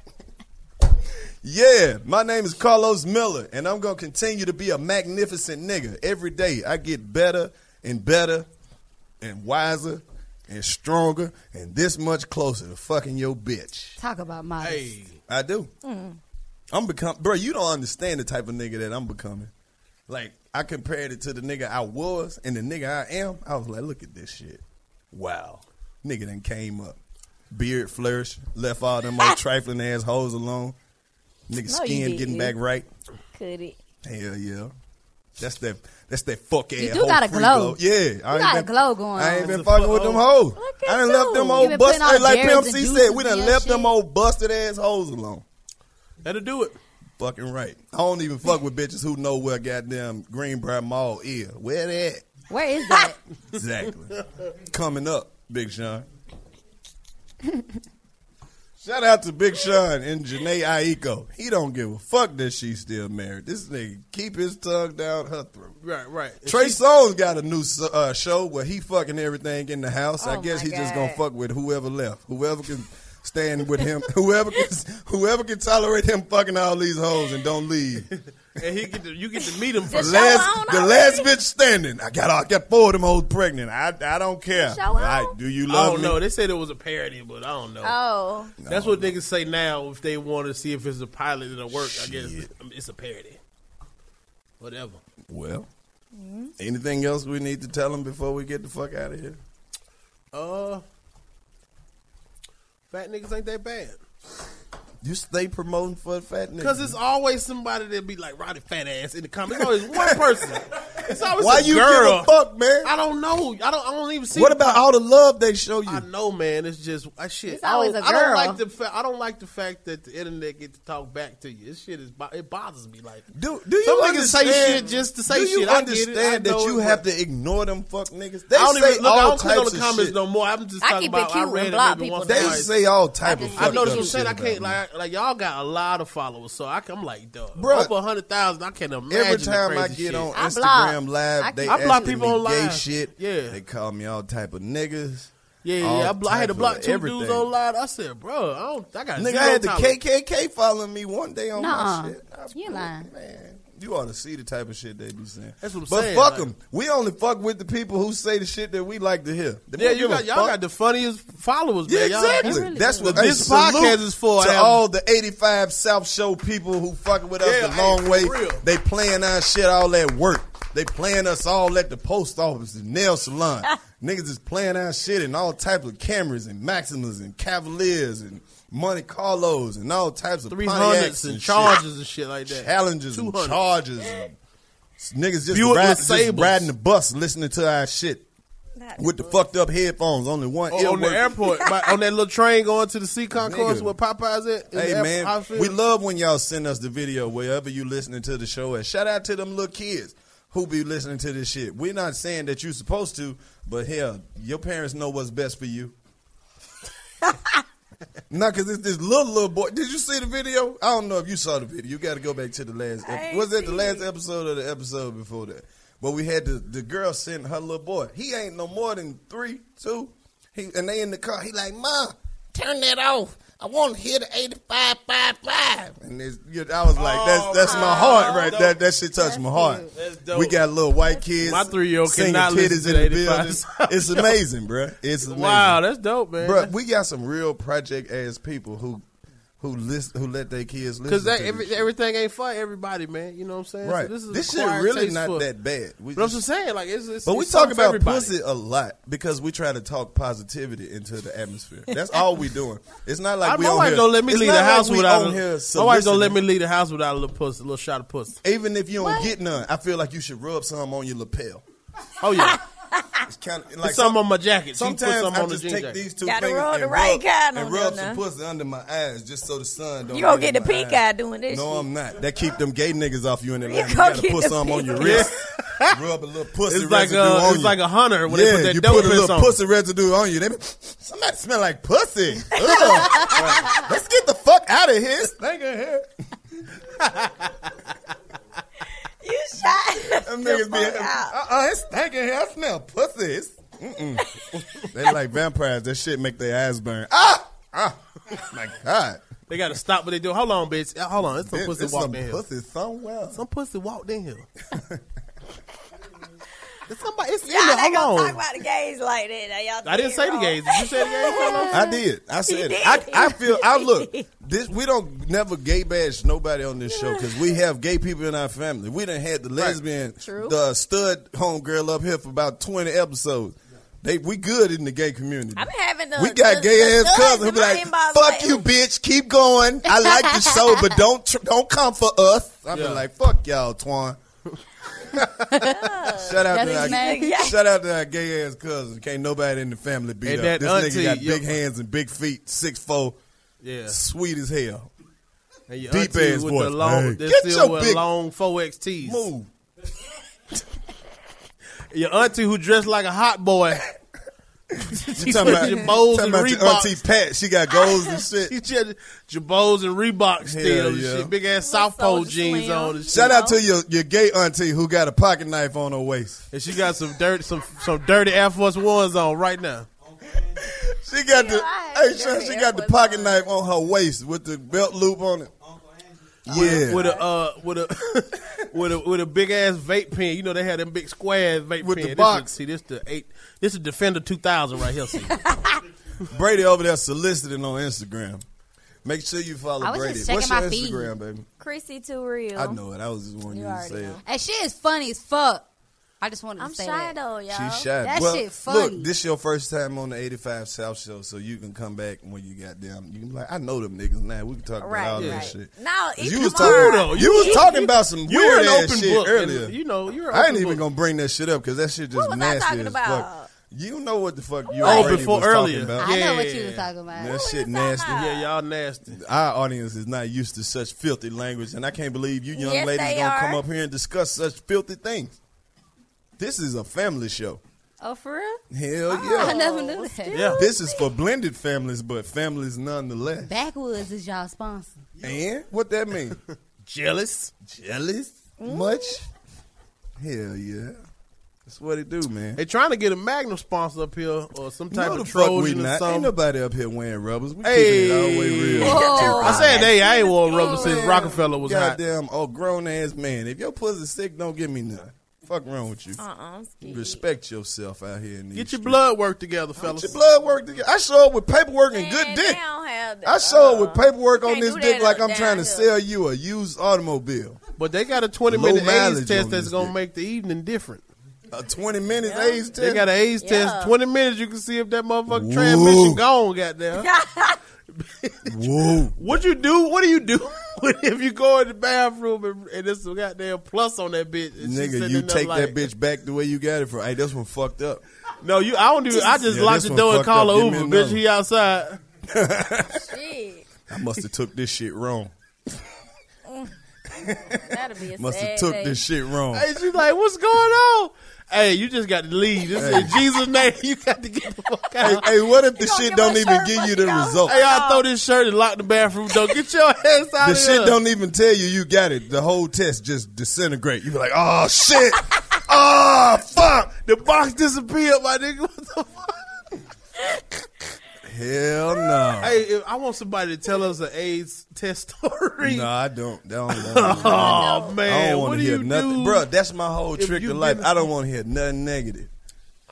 C: Yeah, my name is Carlos Miller, and I'm gonna continue to be a magnificent nigga every day. I get better and better and wiser and stronger and this much closer to fucking your bitch.
I: Talk about modest.
G: Hey.
C: I do.
H: Mm.
C: I'm become, bro. You don't understand the type of nigga that I'm becoming. Like I compared it to the nigga I was and the nigga I am. I was like, look at this shit. Wow, nigga then came up, beard flourish, left all
H: [laughs]
C: them old trifling ass hoes alone. Nigga
H: No, you
C: skin getting
H: didn't.
C: back right.
H: Could it?
C: Hell yeah. That's that. That's that fuck ass.
I: do gotta glow.
C: Yeah, I ain't
I: got a
C: been-
I: glow going
C: I ain't
I: on.
C: been fucking with them hoes.
H: Look
C: I
H: at
C: done left them
H: you.
I: You
C: old
I: been
C: busted.
I: putting all
C: Like
I: berries
C: Pimp
I: and
C: C
I: juices
C: said, we
I: in
C: done
I: your
C: left them
I: shit.
C: old busted ass hoes alone.
G: That'll do it.
C: Fucking right. I don't even fuck with bitches who know where goddamn Greenbrier Mall is. Where that?
I: Where is that?
C: [laughs] Exactly. Coming up, Big Sean. [laughs] Shout out to Big Sean and Janae Aiko. He don't give a fuck that she's still married. This nigga keep his tongue down her throat.
G: Right, right.
C: Trey Songz got a new uh, show where he fucking everything in the house. I
H: Oh
C: guess
H: my
C: he just gonna
H: God.
C: fuck with whoever left, whoever can staying with him. [laughs] Whoever can, whoever can tolerate him fucking all these hoes and
G: [laughs]
C: don't leave.
G: and he get to, you get to meet him for
C: The last, the last bitch standing. I got, I got four of them hoes pregnant. I, I don't care.
G: Show
C: I, do you
G: I
C: love
G: don't
C: me?
G: know. They said it was a parody, but I don't know.
H: Oh.
G: That's what niggas say now if they want to see if it's a pilot it'll work. I guess I mean, it's a parody. Whatever.
C: Well,
G: Mm-hmm.
C: anything else we need to tell him before we get the fuck out of here?
G: Uh, fat niggas ain't that bad.
C: You stay promoting for a fat nigga.
G: Because it's always somebody that be like, Roddy fat ass in the comments. It's always one person.
C: [laughs]
G: It's always
C: Why
G: a
C: you
G: girl.
C: give a fuck, man?
G: I don't know. I don't. I don't even see.
C: What about all the love they show you?
G: I know, man. It's just I shit.
C: It's always
G: I don't,
C: a
G: I don't
C: girl.
G: like the. Fa- I don't like the fact that the internet get to talk back to you. This shit is. bo- It bothers me. Like,
C: Do, do you
G: some niggas
C: understand,
G: say shit just to say
C: do you
G: shit?
C: understand
G: I get it. I
C: that
G: know
C: you
G: it,
C: have
G: but
C: to ignore them fuck niggas? They
G: I don't
C: say
G: even look. I
C: all
G: don't click on
C: types
G: the
C: of
G: comments
C: shit.
G: no more. I'm just
C: I
G: talking
C: keep it
G: about.
C: cute
G: I
C: and
G: read it
C: block
G: maybe
C: people
G: once.
C: now.
G: or
C: They
G: twice.
C: say all type of
G: I know
C: fucked
G: that's
C: up
G: what I'm saying.
C: shit
G: I can't
C: about
G: like like y'all got a lot of followers, so I, I'm like, dog,
C: Bruh.
G: over hundred thousand. I can't imagine.
C: Every
G: the
C: time I
G: crazy
C: get
G: shit.
C: on
G: I
C: Instagram
G: block.
C: live,
G: I-
C: they
G: I block
C: asking
G: people
C: me
G: on
C: gay
G: live.
C: shit.
G: Yeah.
C: they call me all type of niggas.
G: Yeah,
C: all
G: yeah. I, blo- I had
C: type
G: to
C: of
G: block two
C: everything.
G: dudes online. I said, bro, I don't. I got
C: Nigga,
G: zero
C: I had the
G: tolerance.
C: KKK following me one day on
I: Nuh-uh.
C: my shit. I-
I: You lying.
C: You ought to see the type of shit they be saying.
G: That's what I'm
C: but
G: saying,
C: fuck
G: like-
C: them. We only fuck with the people who say the shit that we like to hear. They
G: Yeah,
C: don't
G: you
C: give a
G: got y'all
C: fuck.
G: got the funniest followers,
C: Yeah,
G: man. Y'all-
C: exactly. That's what hey,
G: this
C: salute
G: podcast is for.
C: To
G: Adam.
C: all the eighty-five South Show people who fucking with us
G: Yeah,
C: the
G: hey,
C: long
G: for
C: way.
G: real.
C: They playing our shit all at work. They playing us all at the post office, the nail salon. Niggas is playing our shit in all types of cameras and Maximas and Cavaliers and Monte Carlos and all types of
G: three
C: Pontiacs
G: hundreds
C: and,
G: and
C: shit.
G: charges and shit like that.
C: Challenges and
G: 200s.
C: charges. and niggas just,
G: Buick
C: ride, just
G: Sables.
C: riding the bus, listening to our shit with the fucked up headphones. Only one
G: Oh,
C: ear
G: on the [laughs]
C: working.
G: airport, by, on that little train going to the sea concourse
C: Nigga.
G: where Popeye's at. in
C: Hey
G: the
C: man,
G: airport, I
C: we
G: feel.
C: love when y'all send us the video wherever you listening to the show at. Shout out to them little kids who be listening to this shit. We're not saying that you supposed to, but hell, your parents know what's best for you. Not cause it's this little little boy. Did you see the video? I don't know if you saw the video. You got to go back to the last.
O: I
C: Ep-
O: ain't
C: was that the
O: seen
C: last
O: it.
C: episode or the episode before that? But we had the the girl send her little boy. He ain't no more than three, two. He and they in the car. He like ma,
B: Turn that off. I want to hear the 85 5 5.
C: And it's, you know, I was like,
O: Oh,
C: that's that's my heart right there. That shit touched my heart. We got little white kids.
G: My three-year-old
C: singing
G: cannot listen
C: titties
G: to
C: in the
G: 85
C: building.
G: songs.
C: It's amazing, bruh. It's amazing.
G: Wow, that's dope, man.
C: Bruh, we got some real project ass people who who listen who let their kids listen.
G: Because that
C: to
G: every,
C: this shit.
G: everything ain't for everybody, man. You know what I'm saying? So
C: right,
G: this is
C: this shit
G: acquired
C: really
G: taste
C: not
G: for-
C: that bad. We
G: But I'm just
C: just-
G: saying, like, it's, it's
C: but we
G: it's something
C: talk
G: for
C: about
G: everybody.
C: pussy a lot because we try to talk positivity into the atmosphere. That's all we doing. It's not like
G: I-
C: we
G: my
C: on
G: wife
C: here-
G: don't let me
C: it's
G: leave
C: not
G: the
C: like
G: house
C: we
G: without.
C: on
G: A, my
C: here
G: wife don't let
C: soliciting.
G: me leave the house without a little pussy, a little shot of pussy.
C: Even if you don't get none, I feel like you should rub some on your lapel.
G: Oh
C: [laughs]
G: yeah,
C: it's kind of
G: Put some on my jacket. She put
C: Sometimes
G: some
C: I
G: on the
C: just
G: jean
C: take
G: jacket.
C: these two
H: Gotta
C: fingers
H: rub
C: and
H: the right kind
C: rub,
H: on
C: and rub
H: them
C: some
H: now.
C: pussy under my eyes just so the sun don't.
H: You gonna
C: get
H: get
C: in
H: the
C: my
H: pink
C: eyes.
H: eye doing this
C: No,
H: shit.
C: I'm not. That keep them gay niggas off you in Atlanta. You,
H: gonna
C: gotta
H: get
C: put
H: the
C: some on your
H: pink
G: [laughs]
C: wrist. rub a little pussy
G: It's like
C: residue
G: a-
C: on
G: it's
C: you.
G: like a hunter when they
C: yeah,
G: put that
C: you
G: dope
C: put a
G: piss
C: little
G: on.
C: pussy residue on you. They be, somebody smell like pussy. Ugh. Right. Let's get the fuck out of here. Thank here.
H: You shot.
C: [laughs] Them niggas be, uh-uh, it's stinking here. I smell pussy. It's, mm-mm. they like vampires. That shit make their eyes burn. Ah! Ah! [laughs] My God.
G: They got to stop what they do. Hold on, bitch. Uh, Hold on. It's some
C: It's-
G: pussy
C: it's
G: walked
C: some
G: in here.
C: pussy somewhere.
G: Some pussy walked in
C: [laughs]
G: here. It's somebody. It's
H: Y'all
G: in
H: ain't
G: there.
H: gonna
G: Hold
H: talk
G: on.
H: about the gays like that. Now, y'all
G: I didn't say the gays. Did you
H: [laughs]
G: say the gays? Hold on.
C: I did. I said it. I, I feel. I look. This we don't never gay bash nobody on this show because we have gay people in our family. We done had the lesbian,
O: True.
C: the stud homegirl up here for about twenty episodes. They we good in the gay community.
H: I'm having the
C: we got
H: the- the
C: gay ass
H: studs
C: cousins who
H: in
C: be
H: my
C: like,
H: inbox,
C: "Fuck you, bitch. Keep going. I like the show, but don't tr- don't come for us." I've
O: Yeah.
C: been like, "Fuck y'all, Twan." [laughs] Shout out,
O: That's
C: to
H: [laughs]
O: amazing.
C: [laughs] our, shout out to our gay ass cousins. Can't nobody in the family beat
G: And
C: up.
G: that
C: this
G: auntie,
C: nigga got
G: yo-
C: big hands and big feet, six four.
G: Yeah.
C: Sweet as hell.
G: And your
C: Deep
G: auntie
C: ass
G: with
C: voice.
G: the long,
C: Hey,
G: that
C: get
G: still
C: your
G: wear
C: big-
G: long four XTs.
C: Move.
G: Your auntie who dressed like a hot
C: [laughs]
G: boy.
C: You talking about,
G: your bows and
C: talking about your
G: Reeboks.
C: auntie Pat? She got goals and
G: [laughs]
C: shit.
G: She had your bows and Reebok still. and
C: yeah.
G: shit. Big ass South Pole jeans on. And shit.
C: Shout out to your, your gay auntie who got a pocket knife on her waist.
G: And she got some dirt, some some dirty Air Force Ones on right now.
C: She got the hey, Sean, she got the pocket knife on her waist with the belt loop on it. Yeah,
G: With a uh, with a [laughs] with a with a big ass vape pen. You know they had them big squares vape
C: With the
G: pen. This
C: box.
G: is- see this the eight. This is Defender two thousand right
C: [laughs]
G: here. See,
C: Brady over there soliciting on Instagram. Make sure you follow
I: I was
C: Brady.
I: just
C: What's your
I: checking my feed.
C: Instagram, baby?
H: Chrissy too real.
C: I know it. I was just wanting you,
H: You
C: to
H: already
C: say it.
H: know.
I: And she is funny as fuck. I just wanted
H: I'm
I: to say
H: shy
I: that.
H: though, y'all.
C: She's shy.
I: That
C: well,
I: shit funny.
C: Look, this your first time on the 85 South Show, so you can come back when you got down. You can be like, I know them niggas now. We can talk
H: Right,
C: about
H: right.
C: all that shit.
H: No, it's
C: You was,
H: tomorrow.
C: talking, you was talking about some
G: you were
C: weird
G: an
C: ass
G: open
C: shit
G: book. and,
C: earlier.
G: you know you're.
C: I ain't even gonna bring that shit up because that shit just
H: What was I
C: nasty
H: talking
C: as
H: about?
C: fuck. You know what the fuck you
G: Oh,
C: already
G: before
C: was talking
G: earlier.
C: about.
I: I know what
G: Yeah.
I: you was talking about.
C: That shit
H: we
C: nasty.
H: talking
G: Yeah, y'all nasty.
C: Our audience is not used to such filthy language, and I can't believe you young
H: Yes,
C: ladies
H: they
C: gonna come
H: are.
C: up here and discuss such filthy things. This is a family show.
I: Oh, for real? Oh.
C: Hell
I: [laughs] I
C: yeah.
I: never knew that.
G: Yeah.
C: This is for blended families, but families nonetheless.
I: Backwoods is y'all sponsor.
C: And what that mean?
G: Jealous.
C: Jealous? Much? Hell yeah. That's what it do, man.
G: They trying to get a Magnum sponsor up here or some type
C: No, the
G: of
C: fuck we
G: Trojan or
C: not. Ain't
G: something.
C: nobody up here wearing rubbers. We keeping it all the way
G: Hey,
C: real.
G: I said hey, I ain't worn rubber since
C: Man,
G: Rockefeller was hot.
C: Goddamn, oh grown ass man. If your pussy sick, don't give me none. Fuck wrong with you.
H: Uh-uh, I'm scared.
C: Respect yourself out here in
G: Get
C: these
G: your
C: streets.
G: blood work together, fellas.
C: Get your blood work together. I show up with paperwork and good
H: Man, they
C: dick.
H: don't have the-
C: I show up
H: uh,
C: with paperwork on
H: can't
C: this
H: do
C: dick
H: that
C: like I'm
H: down
C: trying to
H: here.
C: sell you a used automobile.
G: But they got a 20
C: Low
G: minute
C: mileage
G: AIDS test
C: on
G: that's
C: this
G: going to
C: dick.
G: make the evening different.
C: A 20 minutes age test.
G: They got an AIDS
H: Yeah.
G: test, 20 minutes, you can see if that motherfucker
C: Whoa.
G: transmission gone, goddamn.
C: Whoa.
G: what you do? What do you do [laughs] if you go in the bathroom and, and there's some goddamn plus on that bitch? and she
C: Nigga,
G: sitting
C: you
G: there
C: take
G: like-
C: that bitch back the way you got it from. Hey, this one fucked up.
G: No, you. I don't even. I just
C: Yeah,
G: lock
C: this
G: the
C: one
G: door and
C: fucked
G: call
C: up.
G: a
C: Give me
G: Uber, bitch.
C: another.
G: He outside.
H: Shit,
C: I must have took this shit wrong.
H: that'll be a
C: Must
H: sad
C: have took
H: day.
C: this shit wrong.
G: Hey, she's like, "What's going on?" Hey, you just got to leave. This
C: Hey.
G: is in Jesus' name. [laughs] You got to get the fuck
C: Hey,
G: out.
C: hey, what if the
H: gonna
C: shit
H: give
C: don't
H: my
C: even
H: shirt
C: give
H: back,
C: you the
H: y'all?
C: result?
G: Hey, I throw this shirt and lock the bathroom door. Get your ass out
C: The
G: of
C: shit
G: here.
C: don't even tell you you got it. The whole test just disintegrate. You be like, oh shit, oh fuck.
G: The box disappeared, my nigga. What the fuck?
C: Hell no.
G: [laughs] Hey, if, I want somebody to tell us an AIDS test story.
C: No, I don't. I [laughs] don't, I don't,
G: Oh
C: I
G: man,
C: don't
G: what
C: want
G: do
C: to hear
G: you
C: nothing,
G: do?
C: bro. That's my whole
G: if
C: trick
G: you
C: to life.
G: been-
C: I don't want to hear nothing negative.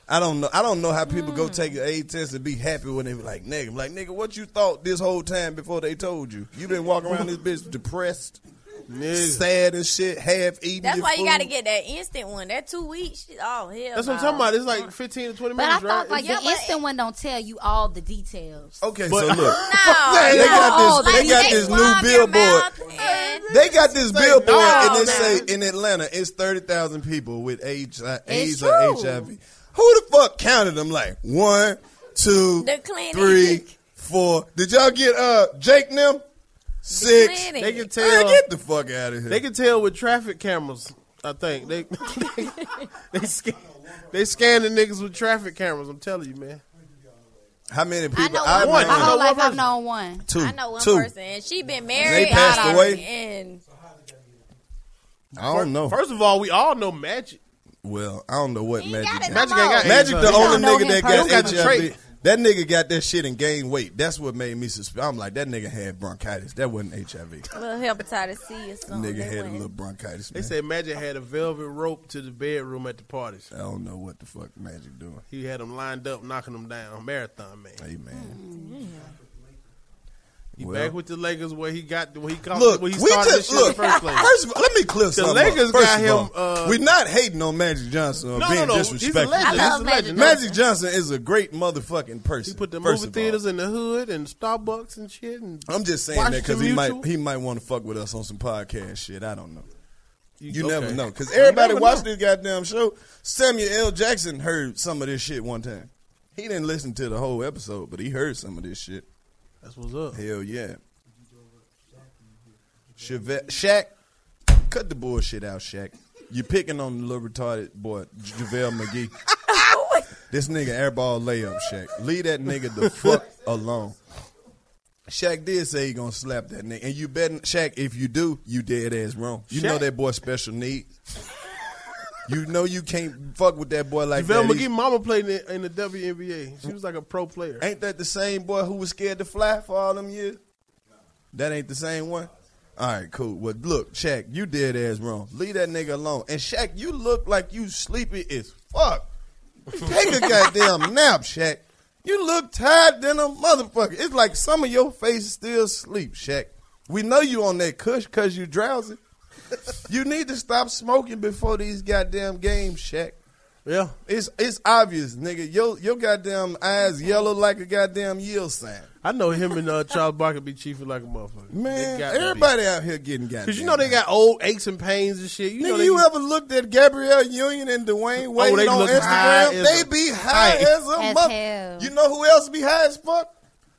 C: I don't know. I don't know how people go take an A test and be happy when they be like nigga. I'm like nigga, what you thought this whole time before they told you? You been walking around this bitch depressed, sad and shit, half eating.
H: That's
C: your
H: why you got to
C: food.
H: get that instant one. That two weeks. shit, Oh hell.
G: That's what I'm
H: no.
G: talking about. It's like 15 to 20
I: But I
G: minutes,
I: thought
G: right?
I: like
H: Yeah,
I: the
H: but-
I: instant one don't tell you all the details.
C: Okay, so look. [laughs]
H: No,
C: They got
H: Oh,
I: no,
C: this. They
I: like,
C: got
I: they
C: this new
H: swab your
C: billboard.
H: mouth and-
C: They got this billboard, and it
H: no,
C: say
H: man.
C: in Atlanta, it's thirty thousand people with AIDS, uh,
I: It's
C: AIDS or
I: true.
C: HIV. Who the fuck counted them? Like one, two,
H: The clinic.
C: three, four. Did y'all get uh Jake and them? Six.
H: clinic.
G: they can
C: Man,
G: tell.
C: get the fuck out of here.
G: They can tell with traffic cameras. I think they [laughs] they, scan they scan the niggas with traffic cameras. I'm telling you, man.
C: How many
I: I
C: people?
I: know
C: I
I: one.
C: know
I: My whole
G: One
I: life I've
G: person.
I: known one.
C: two.
H: I know one
C: two.
H: person, and she been married.
C: passed
H: out
C: away?
H: already, And
C: I don't know.
G: First of all, we all know magic.
C: well, I don't know what magic.
H: got it
C: is.
G: Magic ain't got
C: Magic,
G: AIDS,
C: the
G: huh?
C: only
I: don't know
C: nigga
I: him
C: that got
I: personally.
G: He got the
C: HIV.
G: trait.
C: That nigga got that shit and gained weight. That's what made me suspicious. I'm like, that nigga had bronchitis. That wasn't HIV.
H: little hepatitis C or something.
C: Nigga
H: They
C: had a
H: went-
C: little bronchitis.
G: They
C: Man.
G: said Magic had a velvet rope to the bedroom at the parties.
C: I don't know what the fuck Magic doing.
G: He had them lined up, knocking them down. Marathon man.
C: Hey
G: Mm.
C: man,
G: He
C: Well.
G: back with the Lakers where he got where he caught
C: look,
G: where
C: we
G: he started
C: just
G: this shit in the
C: look.
G: first place.
C: First of all, let me clear something. up.
G: Lakers
C: First
G: got
C: of all,
G: him, uh,
C: we're not hating on Magic Johnson or
G: no,
C: being
G: no, no. He's a
C: disrespectful.
G: legend. He's
I: I
G: a
I: love
G: legend.
C: Magic Johnson is a great motherfucking person.
G: He put the movie
C: first of all.
G: theaters in the hood and Starbucks and shit. And
C: I'm just saying that because
G: Washington
C: he might
G: Mutual.
C: he might want to fuck with us on some podcast shit. I don't know. You
G: okay.
C: never know because everybody
G: never
C: watched this goddamn show. Samuel L. Jackson heard some of this shit one time. He didn't listen to the whole episode, but he heard some of this shit.
G: That's what's up.
C: Hell yeah. Chevette, Shaq, cut the bullshit out, Shaq. you picking on the little retarded boy, J- JaVale McGee.
G: [laughs]
C: this nigga airball layup, Shaq. Leave that nigga the
G: [laughs]
C: fuck alone. Shaq did say he gonna slap that nigga. And you bet, Shaq, if you do, you dead ass wrong. You know
G: Shaq-
C: that boy special need. You know you can't fuck with that boy like
G: JaVale
C: that.
G: McGee mama played in the, in the WNBA. She was like a pro player.
C: Ain't that the same boy who was scared to fly for all them years? That ain't the same one? All right, cool. Well, look, Shaq, you dead ass wrong. Leave that nigga alone. And Shaq, you look like you sleepy as fuck. Take a goddamn nap, Shaq. You look tired than a motherfucker. It's like some of your face is still asleep, Shaq. We know you on that cush because you drowsy. You need to stop smoking before these goddamn games, Shaq.
G: Yeah.
C: It's it's obvious, nigga. Your your goddamn eyes yellow like a goddamn yield sign.
G: I know him and uh, Charles Barkley be chiefing like a motherfucker.
C: Man,
G: They got to be.
C: everybody out here getting goddamn.
G: Cause you know they got old aches and pains and shit. You know
C: Nigga,
G: they
C: you
G: be- Oh,
C: ever looked at Gabrielle Union and Dwayne Wade
G: they
C: on
G: look high
C: Instagram?
G: as
C: They
G: a-
C: be high
G: high.
C: as a
I: As
C: mother.
I: hell.
C: You know who else be high as fuck?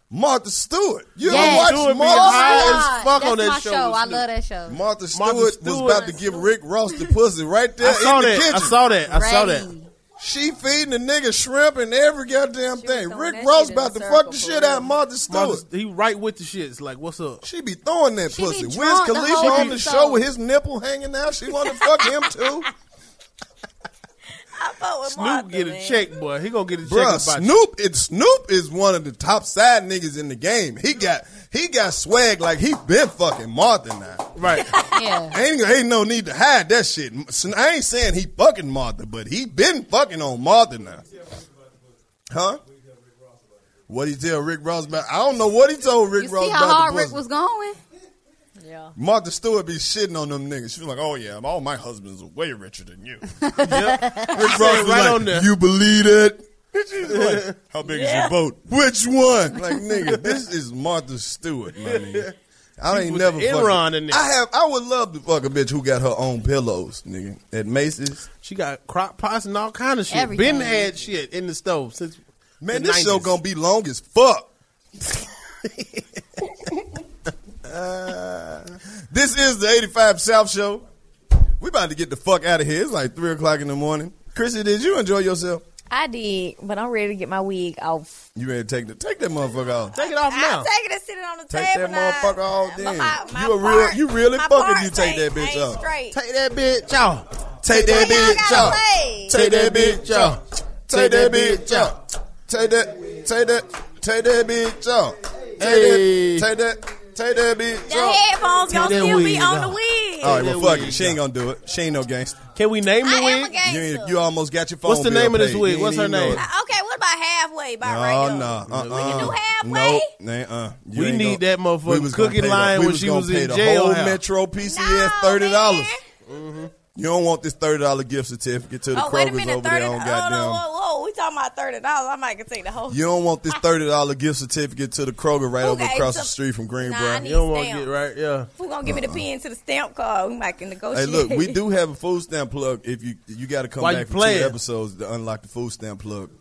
C: Martha Stewart. You
I: Yes. Oh
C: ever
G: Stewart
C: watch
G: be
C: Martha
G: high
C: Stewart?
G: as fuck
I: That's
G: on that
I: my
G: show
I: show.
G: with
I: I
G: Snoop.
I: love that show.
C: Martha Stewart,
G: Martha
C: was
G: Stewart.
C: about to give Rick Ross the pussy right there
G: I saw
C: in the
G: that.
C: kitchen.
G: I saw that. I saw that.
I: Ready.
C: She feeding the nigga shrimp and every goddamn thing.
H: throwing
C: Rick
H: that
C: Ross
H: shit in
C: about
H: the
C: to fuck
H: circle
C: the
H: for
C: shit out of
H: real.
C: Martha Stewart.
G: Martha- he right with the shit. It's like, what's up?
C: She be throwing that
I: She be
C: pussy. Wiz
I: drunk the
C: Khalifa
I: whole
C: on the
I: episode.
C: show with his nipple hanging out. She want to fuck
I: [laughs]
C: him too.
H: I fuck with Martha,
G: Snoop get a
H: man.
G: check, boy. He gonna get a check
C: Bruh,
G: about
C: Snoop is Snoop is one of the top side niggas in the game. He got he got swag like he been fucking Martha now.
G: right. [laughs]
I: Yeah.
C: Ain't, ain't no need to hide that shit. Sn- I ain't saying he fucking Martha, but he been fucking on Martha now. Huh? What he tell Rick Ross about? I don't know what he told Rick
I: You
C: Ross
I: see
C: about
I: how hard
C: the
I: Rick
C: pussy.
I: was going?
H: Yeah.
C: Martha Stewart be shitting on them niggas. She was like, "Oh yeah, all my husbands are way richer than
G: [laughs]
C: you." Rick Ross was
G: right
C: like,
G: on there.
C: "You believe it?" She's like,
G: [laughs]
C: How big is your boat? Which one? Like nigga, this is Martha Stewart,
G: [laughs]
C: my nigga. I ain't
G: put
C: never
G: the
C: fucked-
G: Enron in there.
C: I have. I would love to fuck a bitch who got her own pillows, nigga, at Macy's.
G: She got crock pots and all kind of shit.
I: Everything.
G: Been had shit in the stove since.
C: Man,
G: the
C: this show
G: 90s.
C: gonna be long
G: [laughs]
C: as fuck. this is the 85 South Show. We about to get the fuck out of here. It's like 3 o'clock in the morning. Chrissy, did you enjoy yourself?
H: I did, but I'm ready to get my wig off.
C: You ready to take the take that motherfucker off.
G: Take it off
H: I'm
G: now.
H: taking it, sit it on the
C: Take
H: table.
C: that
H: now.
C: motherfucker all
H: But
C: then.
H: my- my
C: You a real- you really
H: my
C: fuck if
H: parts
C: you take
H: ain't-
C: that bitch
H: ain't
C: off.
H: Straight.
G: Take that bitch off.
C: Take
H: Why
C: that
H: y'all
C: bitch
H: gotta
C: off.
H: play?
C: Take that bitch off. Take that bitch off. Take that take that take that bitch off. Take
G: Hey.
C: that take that take that bitch
H: The
C: off.
H: headphones gonna
G: that
H: still be
G: wig
H: on the
G: off.
H: wig.
C: All right,
G: Take
C: well,
G: that
C: fuck
G: wig
C: it. She ain't gonna do it. She ain't no gangster.
G: Can we name
H: I
G: the
H: am a
G: wig?
C: Oh, You,
H: gangster.
C: ain't- you almost got your phone.
G: What's the
C: bill
G: name of this
C: paid.
G: wig?
C: You ain't
G: What's her
C: even know
G: name?
C: it.
H: Uh, okay, what about halfway by
C: Oh
H: radio?
C: no, uh, uh,
H: can do halfway?
C: no, uh,
G: We need that motherfucker cooking line when she was in
C: The
G: jail
C: whole
G: house.
C: Metro PCS
H: No,
C: thirty dollars.
H: man.
C: You don't want this thirty dollar gift certificate to the
H: Oh, wait a
C: Kroger's
H: minute,
C: over
H: thirty.
C: there on
H: Hold
C: goddamn.
H: on, whoa, whoa, we talking about thirty dollars. I might can take the whole.
C: You don't want this thirty dollar gift certificate to the Kroger right
H: Who
C: over
H: gave
C: across
H: some-
C: the street from
H: nah,
C: Greenbrier.
H: I need
G: You don't want to
H: stamps.
G: get right. Yeah.
H: Who gonna give me the pen to the stamp card? We might can
C: Hey,
H: negotiate.
C: look, we do have a food stamp plug. If you you got to come
G: Why you
C: back for two
G: playing?
C: episodes to unlock the food stamp plug.
H: [laughs]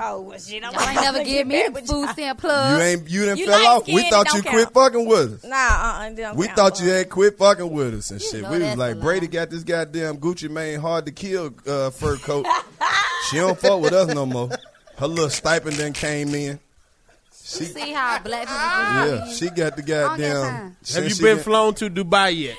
H: Oh well, shit, I'm
I: Y'all ain't never
G: [laughs]
I: give me a food stamp plug.
C: You ain't you didn't
H: You
C: fell
H: light
C: off. We
H: skinned,
C: thought
H: don't
C: you
H: count.
C: quit fucking with us.
H: Nah, uh, uh
C: We thought you had quit fucking with us and
I: You
C: shit.
I: know
C: We was
I: that's
C: like,
I: a
C: Brady got this goddamn Gucci Mane hard to kill uh,
I: [laughs]
C: fur coat. she don't fuck with us no more. Her little stipend then came in.
I: You see how black people do
C: Yeah,
I: things?
C: she got the
I: got
C: goddamn.
I: time.
C: since
G: Have you
C: she
G: been
C: got-
G: flown to Dubai yet?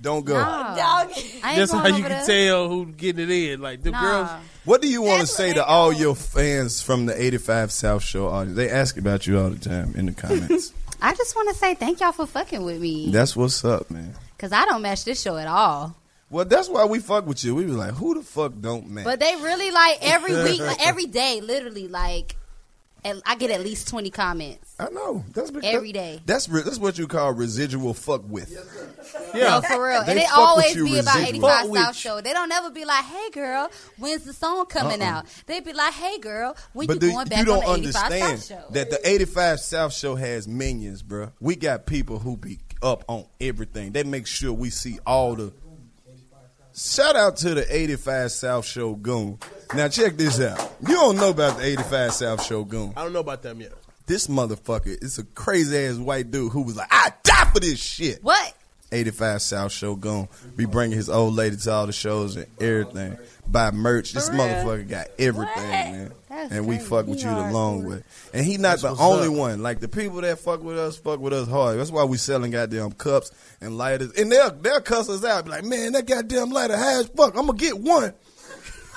C: Don't go.
I: Nah.
H: Dog, [laughs]
I: I ain't
G: That's
I: going
G: how you
I: over
G: can
I: there.
G: tell who getting it in. Like the
I: Nah.
G: girls.
C: What do you want to
H: That's what
C: say
H: they
C: to all
H: do.
C: your fans from the 85 South Show audience? They ask about you all the time in the comments.
I: I just want to say thank y'all for fucking with me.
C: that's what's up, man.
I: Cause I don't match this show at all.
C: Well, that's why we fuck with you. We was like, who the fuck don't match?
I: But they really like
G: [laughs]
I: every week, like every day, literally like, at, I get at least twenty comments.
C: I know. That's because,
I: Every day.
C: That's re- that's what you call residual fuck with.
I: No,
G: Yeah.
I: for real.
C: They
I: and they
C: fuck with
I: always
C: you
I: be about
C: residual.
I: 85
G: Fuck with
I: South
G: you.
I: Show. They don't ever be like, hey, girl, when's the song coming
C: Uh-uh.
I: out? They be like, hey, girl, when you
C: do-
I: going back on the 85 South Show?
C: that the 85 South Show has minions, bruh. We got people who be up on everything. They make sure we see all the. Shout out to the 85 South Show goon. Now check this out. You don't know about the 85 South Show goon.
G: I don't know about them yet.
C: This motherfucker is a crazy ass white dude who was like, "I die for this shit."
I: what?
C: 85 South Show gone. Be bringing his old lady to all the shows and everything. Buy merch. This motherfucker got everything, man.
I: That's
C: and we
I: crazy.
C: fuck with
I: He
C: you the
I: hardcore.
C: long way. And he not the only one. Like the people that fuck with us, fuck with us hard. That's why we selling goddamn cups and lighters. And they'll they'll cuss us out. Be like, man, that goddamn lighter high as fuck. I'm gonna get one.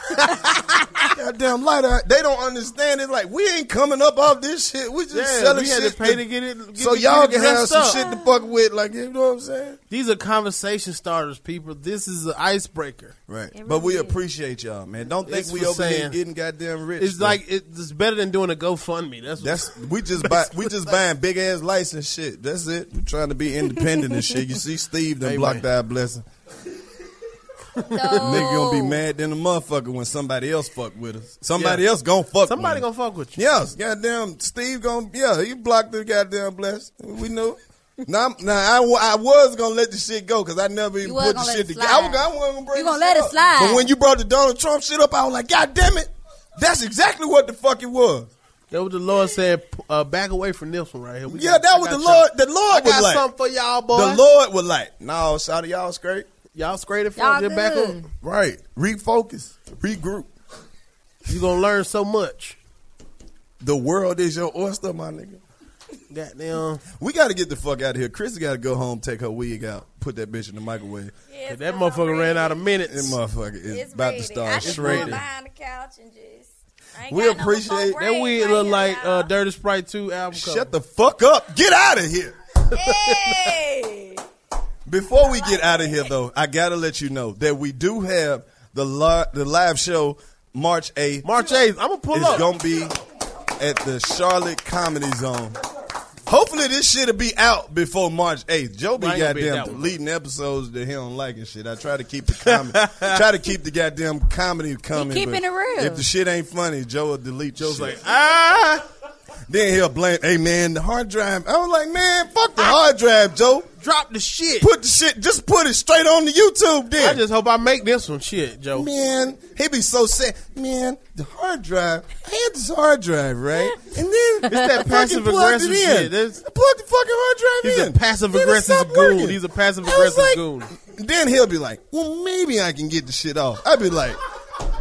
C: [laughs] goddamn lighter. They don't understand it. Like we ain't coming up off this shit. We just
G: Yeah,
C: selling
G: we
C: shit
G: had to pay to get it- get
C: so
G: it-
C: y'all
G: get it
C: can have
G: dressed
C: some
G: up.
C: shit to fuck with. Like you know what I'm saying?
G: These are conversation starters, people. This is an icebreaker.
C: Right. but we appreciate y'all, man. Don't think
G: It's
C: we
G: for
C: over here
G: saying-
C: getting goddamn rich.
G: It's
C: bro.
G: like it's better than doing a GoFundMe. That's
C: That's we just buy we just buying big ass lights and shit. That's it. We're trying to be independent and shit. You see Steve done
G: Hey,
C: blocked
G: man.
C: our blessing. Nigga gonna be mad than a motherfucker when somebody else fuck with us. Somebody
G: Yeah.
C: else gonna fuck
G: somebody
C: with
G: gonna
C: us.
G: fuck with you.
C: Yes, goddamn Steve gonna yeah, he blocked the goddamn blessing. We know. Now, I'm- now I, wa- I was gonna let the shit go because I never even
I: was
C: put the
I: gonna let
C: shit
I: it
C: together. I was,
I: slide.
C: I was gonna bring
I: You
C: the
I: gonna
C: shit
I: let it
C: up.
I: slide.
C: But when you brought the Donald Trump shit up, I was like, God damn it, that's exactly what the fuck it was.
G: That what the Lord said. p- Uh, back away from this one right here. We
C: Yeah,
G: got-
C: that
G: I
C: was the
G: got
C: Lord.
G: y'all-
C: The Lord
G: I
C: was
G: got
C: like,
G: something for y'all, boy.
C: the Lord was like, "No, shout out, y'all straight,
G: Y'all straight in
I: Y'all
G: front. Just back
I: good.
G: up.
C: right? Refocus, regroup.
G: You gonna learn so much.
C: The world is your oyster, my nigga.
G: Goddamn.
C: We got to get the fuck out of here. Chris got to go home, take her wig out, put that bitch in the microwave.
H: Yeah,
G: That
H: I'm
G: motherfucker ran
H: ready.
G: out of
C: That
G: minutes.
C: motherfucker is
H: It's
C: about
H: ready.
C: to
H: I
C: start
H: just
C: shredding.
H: going behind the couch and just. I ain't
C: We
H: got no
C: appreciate-
H: more
G: That
H: braids
G: weed
H: right
G: look
H: here,
G: like
H: y'all.
G: uh, [laughs] Dirty Sprite 2 album cover.
C: Shut the fuck up. Get out of here.
H: Hey.
C: Before we get out of here, though, I gotta let you know that we do have the li- the live show March eighth.
G: March 8th. I'm gonna pull
C: It's
G: up.
C: gonna be at the Charlotte Comedy Zone. Hopefully this shit'll be out before March eighth. Joe be
G: Well, I ain't gonna be at
C: goddamn
G: that one.
C: deleting episodes that he don't like and shit. I try to keep the comedy, try to keep the goddamn comedy coming.
I: keeping
C: but
I: it real.
C: If the shit ain't funny, Joe will delete. Joe's like,
G: ah.
C: then he'll blame. Hey man, the hard drive. I was like, man, fuck the hard drive, Joe.
G: Drop the shit.
C: Put the shit, just put it straight on the YouTube. Then
G: I just hope I make this one. Shit, Joe.
C: Man, he be so sad. Man, the hard drive. I had this hard drive, right? And then it's
G: that passive aggressive shit. That's-
C: I plugged the fucking hard drive
G: He's
C: in.
G: a passive
C: Then it
G: aggressive
C: stopped
G: goon.
C: working.
G: He's a passive
C: I was
G: aggressive
C: like-
G: goon.
C: Then he'll be like, "Well, maybe I can get the shit off." I'd be like,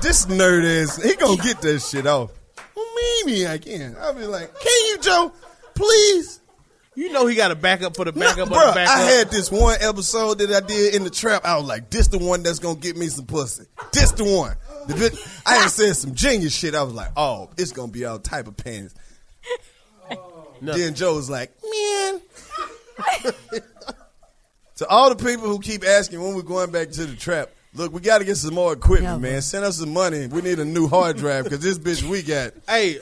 C: "This nerd ass, he gonna get that shit off." Well, maybe I can. I'd be like, "Can you, Joe? Please."
G: You know he got a backup for the backup.
C: Bruh,
G: of the backup.
C: I had this one episode that I did in the trap. I was like, this the one that's gonna get me some pussy. This the one. The bitch, I had said some genius shit. I was like, oh, it's gonna be all type of pants. Then Joe was like, man. [laughs] to all the people who keep asking when we're going back to the trap, look, we gotta get some more equipment,
I: Yeah.
C: man. Send us some money. We need a new hard drive because this bitch we got.
G: Hey,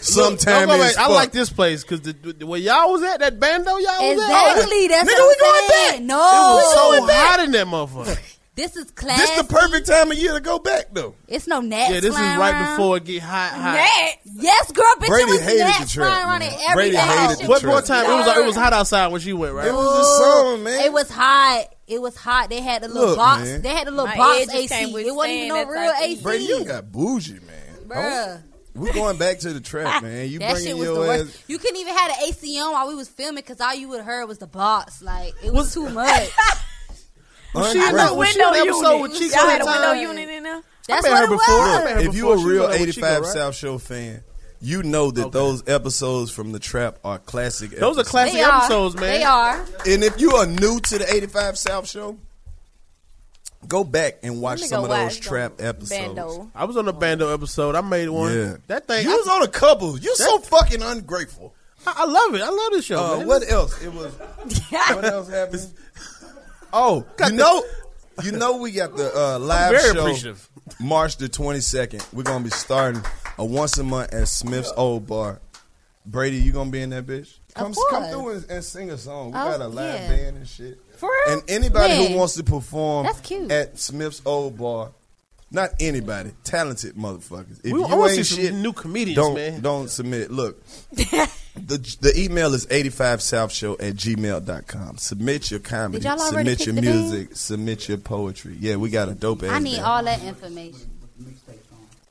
G: look,
C: sometime
G: don't go
C: is
G: back. I
C: fuck.
G: like this place because the, the where y'all was at, that bando y'all was at, it
I: Exactly. That's
C: Nigga,
I: what
C: we
I: I'm
C: going
I: saying.
C: back.
G: was
I: No,
G: so hot in that motherfucker.
I: this is
C: This
I: class.
C: the perfect time of year to go back though.
I: it's no gnats.
G: yeah, this is
I: flying
G: right
I: around.
G: before it get hot. hot.
H: That.
I: Yes, girl, bitch.
C: Brady
I: it was
C: hated
I: gnats
C: the trip,
I: flying around
C: man.
I: in every
C: Brady
I: house.
C: hated the
G: What
C: trip.
G: more time? It was it was hot outside when she went, right?
C: It was just summer, man.
I: It was hot. It was hot. They had a little
C: Look,
I: box.
C: man.
I: They had a little
H: My
I: box
H: edges
I: AC.
H: can't
I: It wasn't even
H: withstand
I: no
H: that
I: real
H: type of
I: AC.
H: heat.
C: Brady, you got bougie, man.
I: Bruh.
C: We going back to the trap, man. You
I: that shit
C: bringing
I: was the
C: your
I: worst.
C: ass.
I: You couldn't even have an AC on while we was filming because all you would heard was the box. Like it was too much.
G: she
C: ungrateful.
G: not- was she on the episode with Chico
H: Y'all had a
G: that
H: window
G: time?
H: unit
G: [laughs]
H: in there.
I: That's
G: met her
I: what it
G: before.
I: was.
G: Look,
C: if you a
G: Before she
C: real
G: was on with
C: 85
G: Chico, right?
C: South Show fan, you know that those episodes from the trap are classic.
G: Those are
C: episodes.
G: classic
I: They are.
G: episodes, man.
I: They are.
C: And if you are new to the 85 South Show, go back and watch
H: Let me
C: some
H: go
C: of those
H: watch
C: trap
H: them.
C: episodes.
H: Bando.
G: I was on the bando episode. I made one.
C: Yeah.
G: That thing,
C: You
G: I,
C: was on a couple. You so fucking ungrateful.
G: I, I love it. I love this show.
C: Uh,
G: man.
C: what else? It was. What else happened? [laughs] Oh, you know, you know, we got the uh, live
G: very
C: show
G: appreciative.
C: March the twenty second. We're gonna be starting a once a month at Smith's Old Bar. Brady, you gonna be in that bitch? Come, come
I: course.
C: through and, and sing a song. We
I: Oh,
C: got a live
I: yeah.
C: band and shit.
I: For real?
C: And anybody who
I: Man.
C: wants to perform
I: That's cute.
C: at Smith's Old Bar, not anybody, talented motherfuckers. If
G: We- I
C: you
G: wanna
C: ain't
G: see some
C: shit,
G: new comedians,
C: don't,
G: man.
C: Don't submit. Look, the, the email is 85southshow at gmail.com. Submit your comedy,
I: Did y'all already
C: submit
I: pick
C: your
I: the band?
C: music, submit your poetry. Yeah, we got a dope ass.
I: I need
C: band.
I: all that information.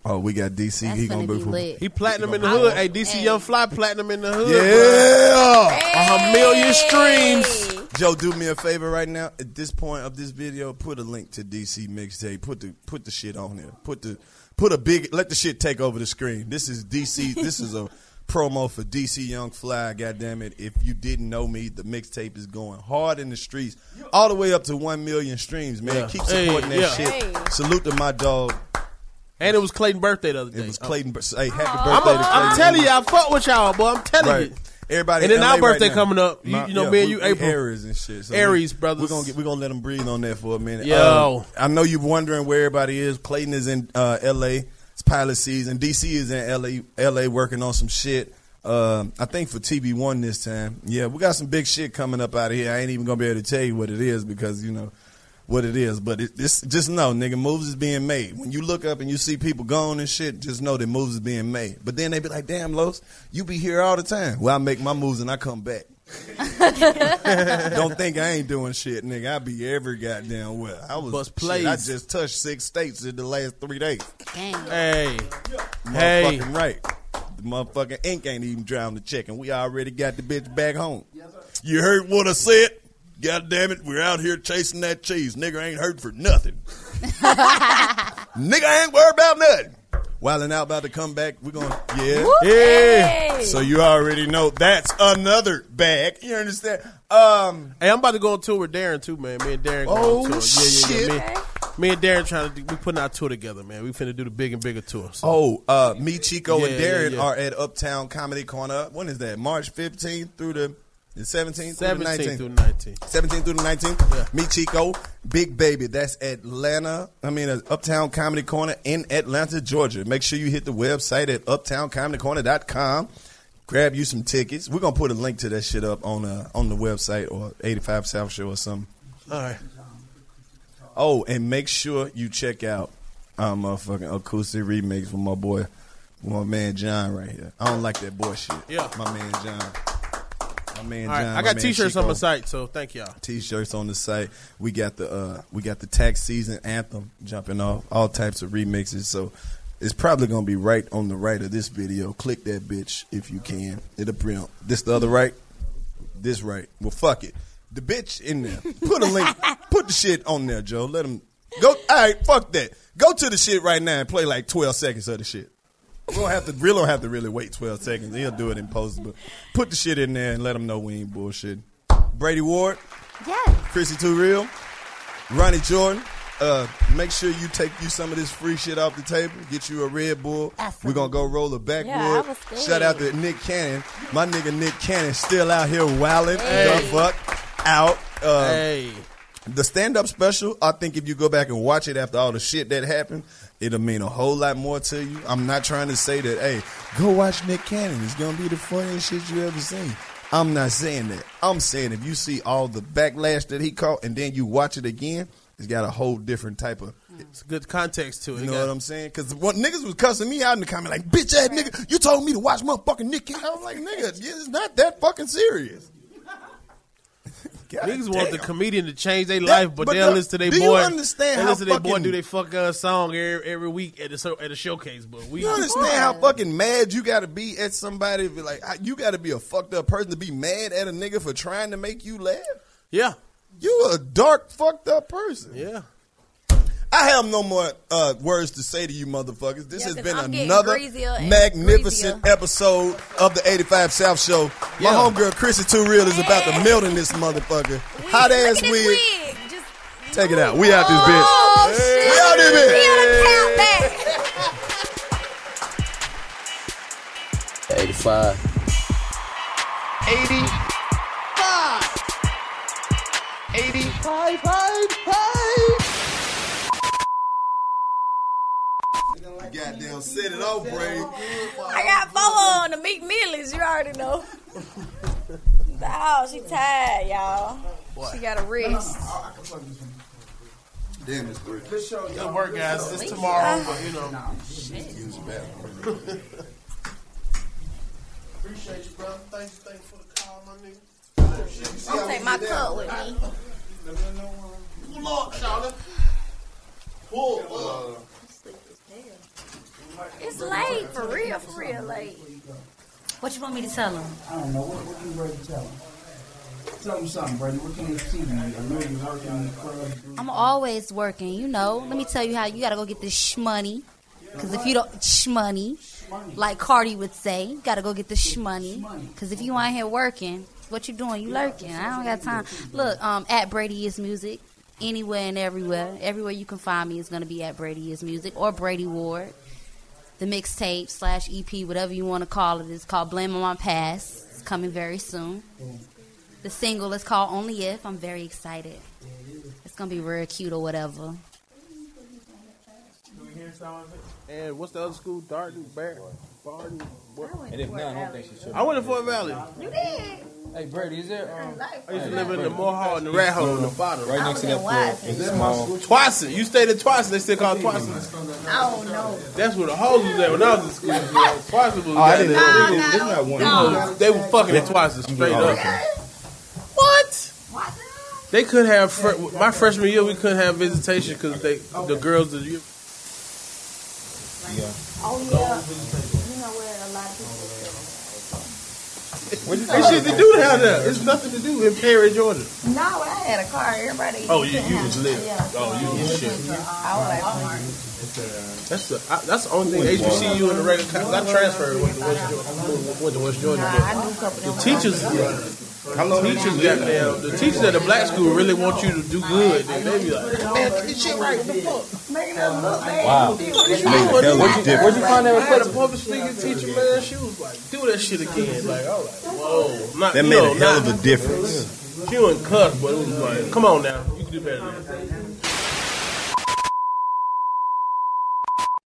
C: Oh, we got DC.
I: That's
C: he
I: gonna
C: gonna
I: be
C: for-
I: lit.
G: He platinum in the hood. Hey, DC Young Fly platinum in the hood.
C: Yeah.
G: A million streams.
C: Joe, do me a favor right now. At this point of this video, put a link to DC mixtape. Put the put the shit on there. Put the put a big let the shit take over the screen. This is DC. this is a promo for DC Young Fly. God damn it! If you didn't know me, the mixtape is going hard in the streets, all the way up to one million streams. Man,
G: Yeah.
C: keep
G: Hey,
C: supporting that
G: yeah.
C: shit.
G: Hey.
C: Salute to my dog.
G: And it was Clayton's birthday the other day.
C: It was Clayton. Hey, happy
G: I'm,
C: birthday to Clayton!
G: I'm telling you, I fuck with y'all, boy. I'm telling
C: Right.
G: you.
C: Everybody,
G: And then
C: in
G: our
C: LA right
G: birthday
C: now.
G: coming up. You,
C: My-
G: you know,
C: yeah,
G: me and
C: we-
G: you,
C: we
G: April.
C: Aries and shit. So
G: Aries
C: we,
G: brothers.
C: We're gonna get, we're gonna let them breathe on that for a minute.
G: Yo.
C: Uh, I know you're wondering where everybody is. Clayton is in uh, L.A. It's pilot season. D.C. is in L.A. L.A. working on some shit. Um, I think for TV One this time. Yeah, we got some big shit coming up out of here. I ain't even gonna be able to tell you what it is because you know what it is. But it, this, just know, nigga, moves is being made. When you look up and you see people gone and shit, just know that moves is being made. But then they be like, damn, Los, you be here all the time. Well, I make my moves and I come back. Don't think I ain't doing shit, nigga. I be every goddamn well. I was
G: Bust
C: shit, I
G: plays.
C: just touched six states in the last three days.
G: Hey. Hey.
C: Motherfucking right. The motherfucking ink ain't even drowning the chicken. We already got the bitch back home.
F: You heard what I said? God damn it, we're out here chasing that cheese. Nigga ain't hurt for nothing.
C: Nigga ain't worried about nothing. Wildin' out about to come back. We going yeah.
F: Whoop.
C: Yeah.
F: Hey.
C: So you already know that's another bag. You understand? Um
G: Hey, I'm about to go on tour with Darren too, man. Me and Darren.
C: Oh,
G: going on tour.
C: shit.
G: Me- Me, and Darren trying to do, we putting our tour together, man. We finna do the big and bigger tour. So.
C: Oh, uh, me, Chico,
G: Yeah,
C: and
G: yeah,
C: Darren
G: yeah.
C: are at Uptown Comedy Corner. When is that? March 15th through the, the 17th, through
G: 17
C: the 19th.
G: through 19.
C: 17th through the 19th. Me, Chico, Big Baby. That's Atlanta. I mean, uh, Uptown Comedy Corner in Atlanta, Georgia. Make sure you hit the website at uptowncomedycorner.com. Grab you some tickets. We're gonna put a link to that shit up on uh, on the website or 85 South Show or something.
G: All right.
C: Oh, and make sure you check out our motherfucking acoustic remix with my boy, with my man John right here. I don't like that bullshit.
G: Yeah.
C: My man John. My man
G: All right.
C: John.
G: I
C: my
G: got
C: man
G: t-shirts on
C: Chico.
G: my site, so thank y'all.
C: T-shirts on the site. We got the uh, we got the tax season anthem jumping off. All types of remixes. So it's probably gonna be right on the right of this video. Click that bitch if you can. It'll be on this the other right. This right. Well, fuck it. The bitch in there. Put a link. put the shit on there, Joe. Let them go. All right. Fuck that. Go to the shit right now and play like twelve seconds of the shit. We don't have to. We don't have to really wait twelve seconds. He'll do it in post. But put the shit in there and let them know we ain't bullshit. Brady Ward. Chrissy Too Real, Ronnie Jordan. Uh, make sure you take you some of this free shit off the table. Get you a Red Bull. We're gonna go roll a
O: Yeah, I
C: backwood.
O: was scared.
C: Shout out to Nick Cannon. My nigga Nick Cannon still out here wilding the fuck out. Uh,
G: Hey.
C: The stand up special. I think if you go back and watch it after all the shit that happened, it'll mean a whole lot more to you. I'm not trying to say that. Hey, go watch Nick Cannon. It's gonna be the funniest shit you ever seen. I'm not saying that. I'm saying if you see all the backlash that he caught and then you watch it again, it's got a whole different type of.
G: It's good context to it.
C: You know
G: It got-
C: what I'm saying? Because what niggas was cussing me out in the comment like, "Bitch ass nigga, you told me to watch motherfucking Nick Cannon." I was like, "Nigga, it's not that fucking serious." [laughs] God
G: Niggas want the
C: damn.
G: comedian to change their
C: That-
G: life, but,
C: but
G: they'll
C: look,
G: listen to their
C: do you
G: boy.
C: understand
G: they
C: how
G: listen to their boy
C: fucking-
G: do their fuck uh, song every, every week at the so- at the showcase. But we
C: You understand how fucking mad you gotta be at somebody? Be Like I- you gotta be a fucked up person to be mad at a nigga for trying to make you laugh.
G: Yeah,
C: you a dark fucked up person.
G: Yeah.
C: I have no more uh, words to say to you, motherfuckers. This
H: Yeah,
C: has
H: 'cause
C: been
H: I'm getting
C: another
H: greasier and
C: magnificent episode of the 85 South Show. My
G: Yeah.
C: homegirl Chrissy Too Real is about to melt in this motherfucker. Hot ass wig. Take it out. We out this bitch.
I: Oh,
C: We out this bitch.
P: Eighty-five.
O: 85. 85, five, five.
C: Goddamn, set it off, Brady.
H: I got four on the meat millies. You already know. oh, she tired, y'all. She got a wrist.
C: Damn, it's Brady.
G: Good work, guys. It's
H: Ah.
G: tomorrow, but you know.
C: Use the bathroom.
G: [laughs] Appreciate you, bro. Thanks, thanks for the call, my nigga.
H: I'm gonna take my cup with me.
G: Pull up, Charlotte. Pull up.
H: It's late, for real, for real late.
Q: What you want me to tell him?
R: I don't know. What, what you ready to tell him?
Q: Tell them something, Brady. What can you see? I know you're working
I: I'm always working, you know. Let me tell you how you gotta go get this sh money. Cause if you don't sh money, like Cardi would say, you gotta go get the sh money. Cause if you out here working, what you doing? You lurking. I don't got time. Look, um, at Brady is music. Anywhere and everywhere, everywhere you can find me is gonna be at Brady is music or Brady Ward. The mixtape slash EP, whatever you want to call it, is called Blame on My Past. It's coming very soon. The single is called Only If. I'm very excited. It's gonna be real cute or whatever.
G: And what's the other school? Darton, Bar- Barton. What?
P: And if not, I don't think she should.
G: I went to Fort Valley.
P: You did. Hey, Brady, is there? Um,
G: I used to live in the Mohawk and the rat hole in the bottom.
P: Right next to that floor. Is that small?
G: Twice. You stayed at Twice. They still call it Twice.
H: Oh no.
G: That's where the hoes was at when I was in school. Twice was.
P: Oh, I didn't know.
G: They
P: This is not one.
G: were- They were fucking at Twice straight
P: Oh,
G: up. What? They could have fr- my freshman year. We couldn't have visitation because they the girls. that you-
H: Oh yeah. You know where a lot of
G: What you There's shit to do down there. There's nothing to do in Perry, Georgia.
H: people. No, I had a car. Everybody.
G: Oh, you you was lit. Oh, you was shit.
H: I was
G: That's the I, that's the only thing HBCU and the regular. co- I transferred went to West Georgia. Went to West Georgia. but The teachers, teachers got now. The teachers at the black school really want you to do good. Then they be like, man, get this shit right. What the fuck?
H: Making us look bad.
G: Wow.
P: Where'd you- where'd you find that
G: I had a
P: request?
G: public speaking teacher, man. She was like, do that shit again. Like, I was like, whoa. Not,
C: That
G: you
C: made
G: know,
C: a hell
G: not-
C: of a difference.
G: She wasn't cuss, but it was like, come on now. You can do better than that.